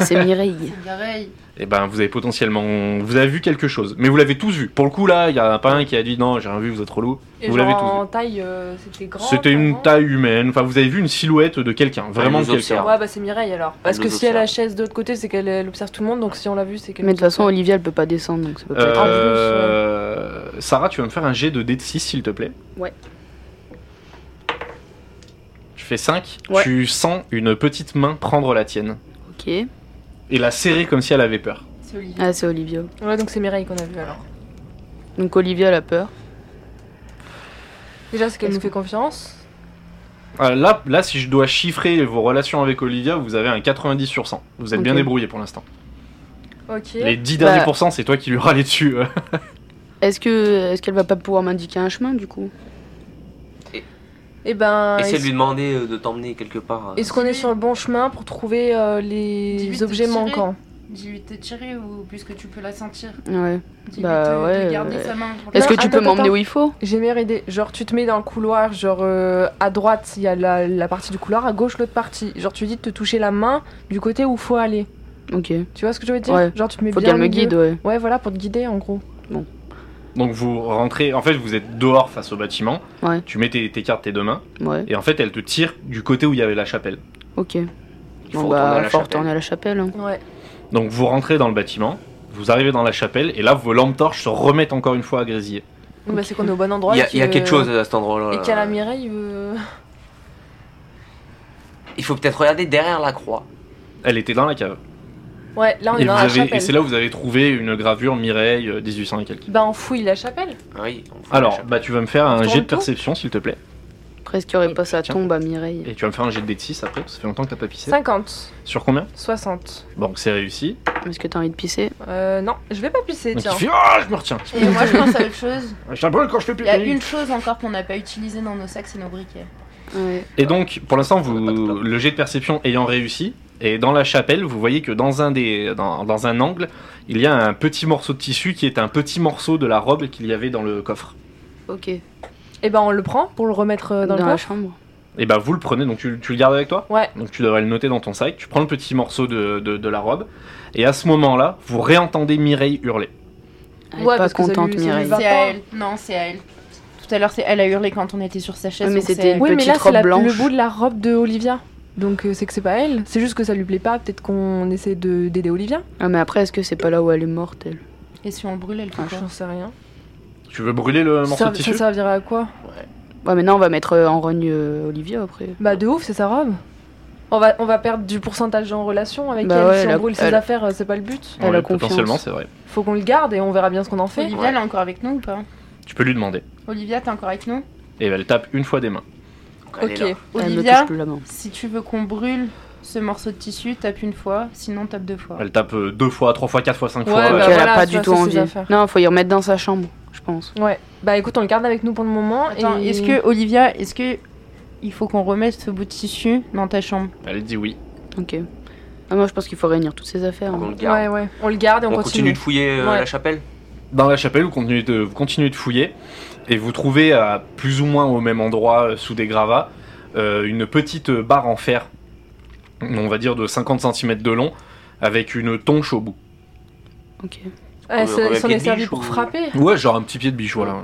Speaker 5: C'est Mireille.
Speaker 4: Mireille.
Speaker 2: et ben vous avez potentiellement vous avez vu quelque chose. Mais vous l'avez tous vu. Pour le coup là, il y en a pas un qui a dit non, j'ai rien vu, vous êtes relou.
Speaker 6: Et
Speaker 2: Vous
Speaker 6: genre
Speaker 2: l'avez tous
Speaker 6: en taille, euh, c'était grand.
Speaker 2: C'était une
Speaker 6: vraiment
Speaker 2: taille humaine. Enfin, vous avez vu une silhouette de quelqu'un, vraiment
Speaker 3: nous
Speaker 2: quelqu'un.
Speaker 3: observe.
Speaker 6: Ouais, bah c'est Mireille alors. Parce
Speaker 3: nous
Speaker 6: que si
Speaker 3: observe.
Speaker 6: elle la chaise de l'autre côté, c'est qu'elle elle observe tout le monde, donc si on l'a vu, c'est qu'elle.
Speaker 5: Mais de toute façon, Olivia, elle peut pas descendre, donc ça peut pas être.
Speaker 2: Euh, Sarah, tu vas me faire un jet de D6 s'il te plaît.
Speaker 5: Ouais.
Speaker 2: Tu fais 5,
Speaker 5: Ouais.
Speaker 2: tu sens une petite main prendre la tienne
Speaker 5: Ok.
Speaker 2: et la serrer comme si elle avait peur.
Speaker 6: C'est Olivia.
Speaker 5: Ah, c'est Olivia.
Speaker 6: Ouais, donc c'est Mireille qu'on a vu alors.
Speaker 5: Donc Olivia, elle a peur.
Speaker 6: Déjà, c'est qu'elle
Speaker 5: Est-ce
Speaker 6: nous fait confiance.
Speaker 2: Ah, là, là, si je dois chiffrer vos relations avec Olivia, vous avez un 90 sur 100. Vous êtes bien
Speaker 5: Ok.
Speaker 2: débrouillé pour l'instant.
Speaker 6: Ok.
Speaker 2: Les 10 derniers
Speaker 5: Bah.
Speaker 2: pourcents, c'est toi qui lui râlais dessus. euh.
Speaker 5: Est-ce que, est-ce qu'elle va pas pouvoir m'indiquer un chemin du coup
Speaker 6: Et ben.
Speaker 3: Essaye
Speaker 6: est-ce-
Speaker 3: de lui demander euh, de t'emmener quelque part. euh.
Speaker 6: Est-ce qu'on est sur le bon chemin pour trouver euh, les
Speaker 4: Dis-lui
Speaker 6: objets
Speaker 4: de tirer.
Speaker 6: manquants
Speaker 4: Dis-lui de te tirer ou puisque tu peux la sentir.
Speaker 5: Ouais.
Speaker 4: Dis-lui
Speaker 5: Bah
Speaker 4: de,
Speaker 5: ouais,
Speaker 4: de garder
Speaker 5: euh,
Speaker 4: sa main. pour
Speaker 5: Est-ce
Speaker 4: la-
Speaker 5: que tu
Speaker 6: attends,
Speaker 5: peux m'emmener
Speaker 6: attends.
Speaker 5: où il faut
Speaker 6: J'ai meilleure idée. Genre, tu te mets dans le couloir, genre euh, à droite, il y a la, la partie du couloir, à gauche, l'autre partie. Genre, tu dis de te toucher la main du côté où faut aller.
Speaker 5: Ok.
Speaker 6: Tu vois ce que je veux dire
Speaker 5: Ouais.
Speaker 6: Genre, tu te mets
Speaker 5: Faut
Speaker 6: bien.
Speaker 5: qu'elle me
Speaker 6: au milieu.
Speaker 5: guide, ouais.
Speaker 6: Ouais, voilà, pour te guider en gros.
Speaker 2: Donc vous rentrez, en fait vous êtes dehors face au bâtiment,
Speaker 5: Ouais.
Speaker 2: tu mets tes, tes cartes, tes deux mains,
Speaker 5: Ouais.
Speaker 2: et en fait elle te tire du côté où il y avait la chapelle.
Speaker 5: Ok.
Speaker 3: Il faut
Speaker 5: Bon
Speaker 3: retourner à
Speaker 5: bah,
Speaker 3: la
Speaker 5: faut
Speaker 3: chapelle.
Speaker 5: retourner à la chapelle. hein.
Speaker 6: Ouais.
Speaker 2: Donc vous rentrez dans le bâtiment, vous arrivez dans la chapelle, et là vos lampes torches se remettent encore une fois à grésiller.
Speaker 6: Bah, c'est qu'on est au bon endroit.
Speaker 3: Il y
Speaker 6: et
Speaker 3: a, il y a
Speaker 6: que-
Speaker 3: quelque chose euh, à cet endroit-là.
Speaker 6: Et
Speaker 3: là.
Speaker 6: qu'à la Mireille. euh,
Speaker 3: Il faut peut-être regarder derrière la croix.
Speaker 2: Elle était dans la cave.
Speaker 6: Ouais, là, on est
Speaker 2: Et,
Speaker 6: dans
Speaker 2: vous
Speaker 6: la
Speaker 2: avez- et
Speaker 6: chapelle.
Speaker 2: c'est là où vous avez trouvé une gravure Mireille euh, 1800 et quelques.
Speaker 6: Bah, on fouille la chapelle.
Speaker 3: Ah Oui, on fout la
Speaker 2: Alors,
Speaker 3: chapelle.
Speaker 2: bah tu vas me faire un
Speaker 6: Tourne
Speaker 2: jet de
Speaker 6: tout
Speaker 2: perception s'il te plaît,
Speaker 5: Presque qu'il y aurait pas sa
Speaker 2: Tiens.
Speaker 5: tombe à Mireille.
Speaker 2: et tu vas me faire un jet de D6 après, parce que ça fait longtemps que t'as pas pissé.
Speaker 6: 50,
Speaker 2: Sur combien
Speaker 6: 60.
Speaker 2: Bon, c'est réussi.
Speaker 5: Est-ce que t'as envie de pisser
Speaker 6: Euh, non, je vais pas pisser,
Speaker 2: Donc il
Speaker 6: tiens.
Speaker 2: fait Ah, je me retiens
Speaker 4: Et moi je pense à autre chose.
Speaker 2: J'ai brûle quand je fais
Speaker 4: Il y a
Speaker 2: pipi
Speaker 4: une chose encore qu'on n'a pas utilisée dans nos sacs, c'est nos briquets.
Speaker 5: Ouais.
Speaker 2: Et donc, pour l'instant,
Speaker 3: On a pas de
Speaker 2: vous,
Speaker 3: plan.
Speaker 2: le jet de perception ayant réussi, et dans la chapelle, vous voyez que dans un, des, dans, dans un angle, il y a un petit morceau de tissu qui est un petit morceau de la robe qu'il y avait dans le coffre.
Speaker 5: Ok.
Speaker 6: Et ben, on le prend pour le remettre euh, dans,
Speaker 5: Dans,
Speaker 6: le
Speaker 5: la
Speaker 6: coffre.
Speaker 5: chambre.
Speaker 2: Et bah, vous le prenez, donc tu, tu le gardes avec toi
Speaker 6: Ouais.
Speaker 2: Donc tu devrais le noter dans ton sac. Tu prends le petit morceau de, de- de la robe, et à ce moment-là, vous réentendez Mireille hurler.
Speaker 5: Elle est
Speaker 6: Ouais,
Speaker 5: pas
Speaker 6: parce que ça
Speaker 5: contente
Speaker 6: lui- ça lui
Speaker 5: Mireille.
Speaker 6: va.
Speaker 4: C'est
Speaker 6: pas.
Speaker 4: à elle. Non, c'est à elle. Tout à l'heure, c'est elle a hurlé quand on était sur sa chaise.
Speaker 5: Ouais, mais
Speaker 4: donc
Speaker 5: c'était
Speaker 4: c'est elle.
Speaker 5: une
Speaker 6: Oui, mais là,
Speaker 5: petite
Speaker 6: c'est la-
Speaker 5: robe blanche.
Speaker 6: le bout de la robe de Olivia. Donc, euh, c'est que c'est pas elle. C'est juste que ça lui plaît pas. Peut-être qu'on essaie de- d'aider Olivia.
Speaker 5: Ah mais après, est-ce que c'est pas là où elle est morte elle
Speaker 4: Et si on le brûle, elle fait
Speaker 5: Ah,
Speaker 4: quoi
Speaker 6: J'en sais rien.
Speaker 2: Tu veux brûler le morceau
Speaker 6: Ça,
Speaker 2: de
Speaker 6: ça
Speaker 2: tissu
Speaker 6: servira à quoi
Speaker 5: Ouais, mais non, on va mettre euh, en rogne euh, Olivia après.
Speaker 6: Bah, de ouf, c'est sa robe. On va, on va perdre du pourcentage en relation avec
Speaker 5: Bah
Speaker 6: elle.
Speaker 5: ouais,
Speaker 6: si
Speaker 5: elle a-
Speaker 6: on brûle ses
Speaker 5: elle-
Speaker 6: affaires, euh, c'est pas le but.
Speaker 5: Elle a
Speaker 2: potentiellement,
Speaker 5: confiance.
Speaker 2: c'est vrai.
Speaker 6: Faut qu'on le garde et on verra bien ce qu'on en fait.
Speaker 4: Olivia, elle est encore avec nous ou pas
Speaker 2: Tu peux lui demander.
Speaker 4: Olivia, t'es encore avec nous
Speaker 2: Et elle tape une fois des mains.
Speaker 3: Elle est là.
Speaker 6: Ok.
Speaker 5: Elle me
Speaker 4: Olivia,
Speaker 5: touche plus la main.
Speaker 4: si tu veux qu'on brûle ce morceau de tissu, tape une fois, sinon tape deux fois.
Speaker 2: Elle tape euh, deux fois, trois fois, quatre fois, cinq
Speaker 6: Ouais,
Speaker 2: fois.
Speaker 6: bah,
Speaker 5: Ok,
Speaker 2: euh,
Speaker 5: elle
Speaker 6: voilà,
Speaker 5: a pas
Speaker 6: tu
Speaker 5: du
Speaker 6: vois,
Speaker 5: tout
Speaker 6: c'est ses
Speaker 5: envie.
Speaker 6: affaires.
Speaker 5: Non, faut y remettre dans sa chambre, je pense.
Speaker 6: Ouais. Bah, écoute, on le garde avec nous pour le moment.
Speaker 4: Attends,
Speaker 6: et-
Speaker 4: est-ce que Olivia, est-ce que il faut qu'on remette ce bout de tissu dans ta chambre
Speaker 2: Elle dit oui.
Speaker 5: Ok. Ah, moi, je pense qu'il faut réunir toutes ses affaires.
Speaker 3: Donc, on
Speaker 5: hein.
Speaker 3: le garde.
Speaker 6: Ouais, ouais. On le garde et on,
Speaker 3: On
Speaker 6: continue.
Speaker 3: continue de fouiller euh,
Speaker 6: Ouais.
Speaker 3: la chapelle
Speaker 2: Dans la chapelle, vous continuez de, vous continuez de fouiller et vous trouvez à plus ou moins au même endroit, euh, sous des gravats, euh, une petite euh, barre en fer, on va dire de 50 cm de long, avec une tonche au bout.
Speaker 5: Ok.
Speaker 6: Ouais,
Speaker 3: Comme- comme
Speaker 6: ça-
Speaker 3: un
Speaker 6: ça en
Speaker 3: pied
Speaker 6: est
Speaker 3: de
Speaker 6: servi
Speaker 3: biche
Speaker 6: pour
Speaker 3: ou-
Speaker 6: frapper.
Speaker 2: Ouais, genre un petit pied de biche, voilà.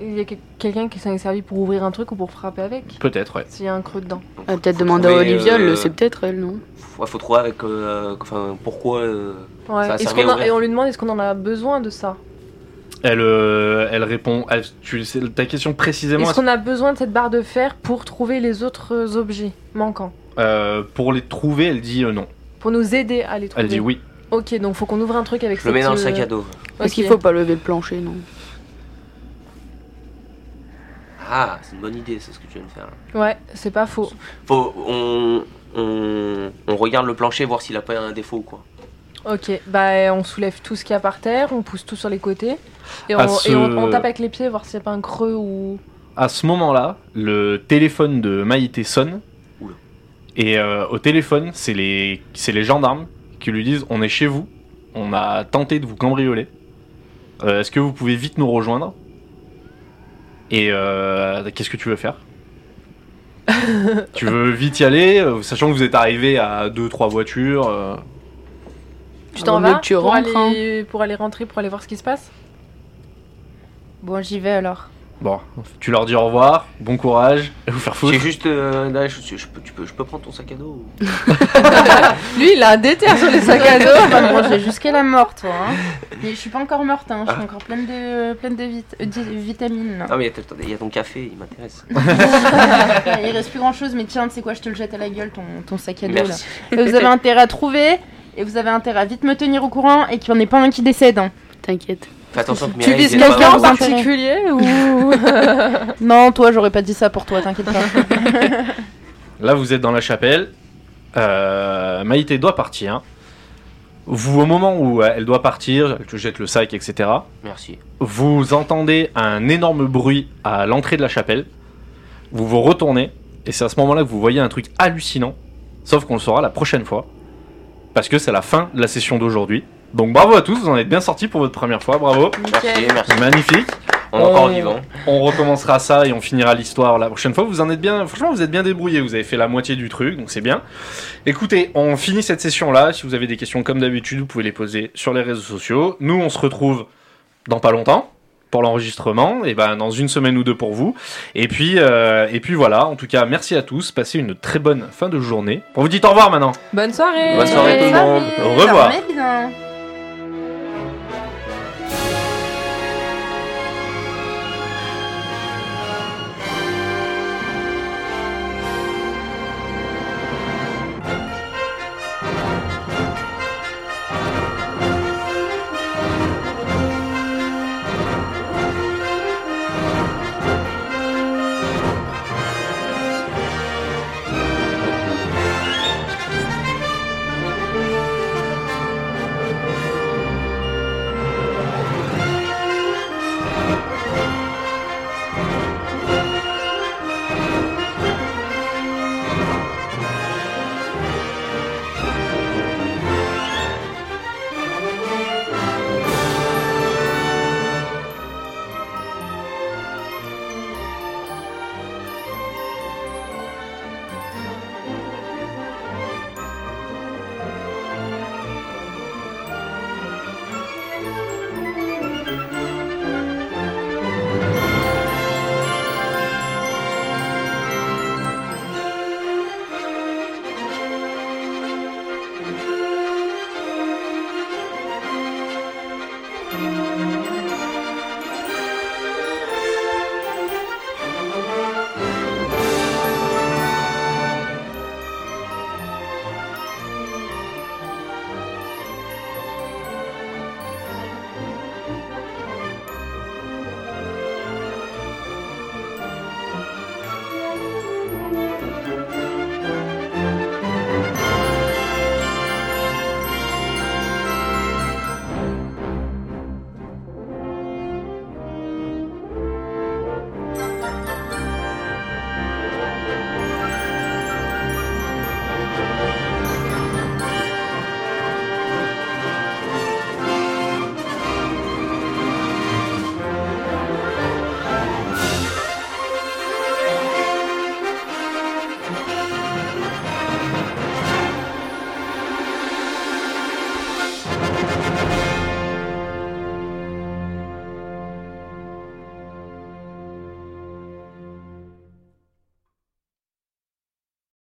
Speaker 6: Il y a que- quelqu'un qui s'en est servi pour ouvrir un truc ou pour frapper avec.
Speaker 2: Peut-être, ouais.
Speaker 6: S'il y a un creux dedans.
Speaker 3: Donc,
Speaker 5: Ah,
Speaker 3: faut-
Speaker 5: peut-être
Speaker 3: faut
Speaker 5: demander à
Speaker 3: trouver,
Speaker 5: Olivia, elle
Speaker 3: euh,
Speaker 5: le sait peut-être, elle, non
Speaker 3: Ouais, faut trouver avec. euh, enfin, pourquoi. euh,
Speaker 6: Ouais.
Speaker 3: Ça a
Speaker 6: Est-ce
Speaker 3: servi à
Speaker 6: qu'on en-
Speaker 3: ouvrir.
Speaker 6: et on lui demande est-ce qu'on en a besoin de ça
Speaker 2: Elle, euh, elle répond. elle- tu, c'est- ta question précisément,
Speaker 6: Est-ce qu'on a besoin de cette barre de fer pour trouver les autres objets manquants
Speaker 2: euh, pour les trouver, elle dit euh, non.
Speaker 6: Pour nous aider à les trouver
Speaker 2: Elle dit oui.
Speaker 6: Ok, donc faut qu'on ouvre un truc avec
Speaker 3: Je le mets
Speaker 6: cette,
Speaker 3: dans le sac
Speaker 6: euh,
Speaker 3: à dos.
Speaker 5: Est-ce qu'il
Speaker 6: ok.
Speaker 5: faut pas lever le plancher, non
Speaker 3: Ah, c'est une bonne idée, c'est ce que tu viens de faire. là.
Speaker 6: Ouais, c'est pas faux.
Speaker 3: Faut. On. On, on regarde le plancher, voir s'il a pas un défaut ou quoi.
Speaker 6: Ok, bah on soulève tout ce qu'il y a par terre, on pousse tout sur les côtés. Et on,
Speaker 2: À ce-
Speaker 6: et on- on tape avec les pieds, voir s'il n'y a pas un creux ou.
Speaker 2: À ce moment-là, le téléphone de Maïté sonne.
Speaker 3: Oula.
Speaker 2: Et euh, au téléphone, c'est les, c'est les gendarmes qui lui disent On est chez vous, on a tenté de vous cambrioler. Euh, Est-ce que vous pouvez vite nous rejoindre Et euh, qu'est-ce que tu veux faire Tu veux vite y aller, euh, sachant que vous êtes arrivé à 2-3 voitures euh,
Speaker 6: Tu hein.
Speaker 5: Je Ah
Speaker 6: t'en
Speaker 5: bah,
Speaker 6: vas
Speaker 5: mais tu
Speaker 6: pour,
Speaker 5: rentres,
Speaker 6: aller, pour aller rentrer, pour aller voir ce qui se passe
Speaker 4: Bon, j'y vais alors.
Speaker 2: Bon, tu leur dis au revoir, bon courage, et vous faire foutre.
Speaker 3: J'ai juste. euh, là, je, je- je peux, tu peux, je peux prendre ton sac à dos ou-
Speaker 6: Lui, il a un déter sur les sacs à dos
Speaker 4: Enfin, bon, j'ai jusqu'à la mort, toi. hein. Mais je suis pas encore morte, hein. je suis encore pleine de, pleine de, vit- euh, de vitamines. là.
Speaker 3: Ah, mais attendez, il y a ton café, il m'intéresse.
Speaker 4: Il reste plus grand chose, mais tiens, tu sais quoi, je te le jette à la gueule, ton, ton sac à dos. Là.
Speaker 3: Merci.
Speaker 4: Et vous avez intérêt à trouver, et vous avez intérêt à vite me tenir au courant, et qu'il n'y en ait pas un qui décède. hein.
Speaker 5: T'inquiète.
Speaker 3: Fais attention que
Speaker 6: Tu
Speaker 3: Mireille
Speaker 6: vises
Speaker 3: vienne pas
Speaker 6: quelqu'un en
Speaker 3: voir.
Speaker 6: particulier ou
Speaker 4: Non, toi, j'aurais pas dit ça pour toi, t'inquiète pas.
Speaker 2: Là, vous êtes dans la chapelle. Euh, Maïté doit partir. Vous, au moment où euh, elle doit partir, elle te jette le sac, etc.,
Speaker 3: Merci.
Speaker 2: vous entendez un énorme bruit à l'entrée de la chapelle. Vous vous retournez, et c'est à ce moment-là que vous voyez un truc hallucinant. Sauf qu'on le saura la prochaine fois. Parce que c'est la fin de la session d'aujourd'hui. Donc bravo à tous, vous en êtes bien sortis pour votre première fois, bravo.
Speaker 3: Merci, merci.
Speaker 2: Magnifique.
Speaker 3: On est encore
Speaker 2: On-
Speaker 3: vivant.
Speaker 2: On recommencera ça et on finira l'histoire la prochaine fois. Vous en êtes bien, franchement, vous êtes bien débrouillés. Vous avez fait la moitié du truc, donc c'est bien. Écoutez, on finit cette session là. Si vous avez des questions, comme d'habitude, vous pouvez les poser sur les réseaux sociaux. Nous, on se retrouve dans pas longtemps pour l'enregistrement, et ben dans une semaine ou deux pour vous. Et puis, euh, et puis voilà. En tout cas, merci à tous. Passez une très bonne fin de journée. On vous dit au revoir maintenant.
Speaker 6: Bonne soirée
Speaker 3: Bonne soirée tout le monde.
Speaker 2: Au revoir.
Speaker 4: Dormez bien.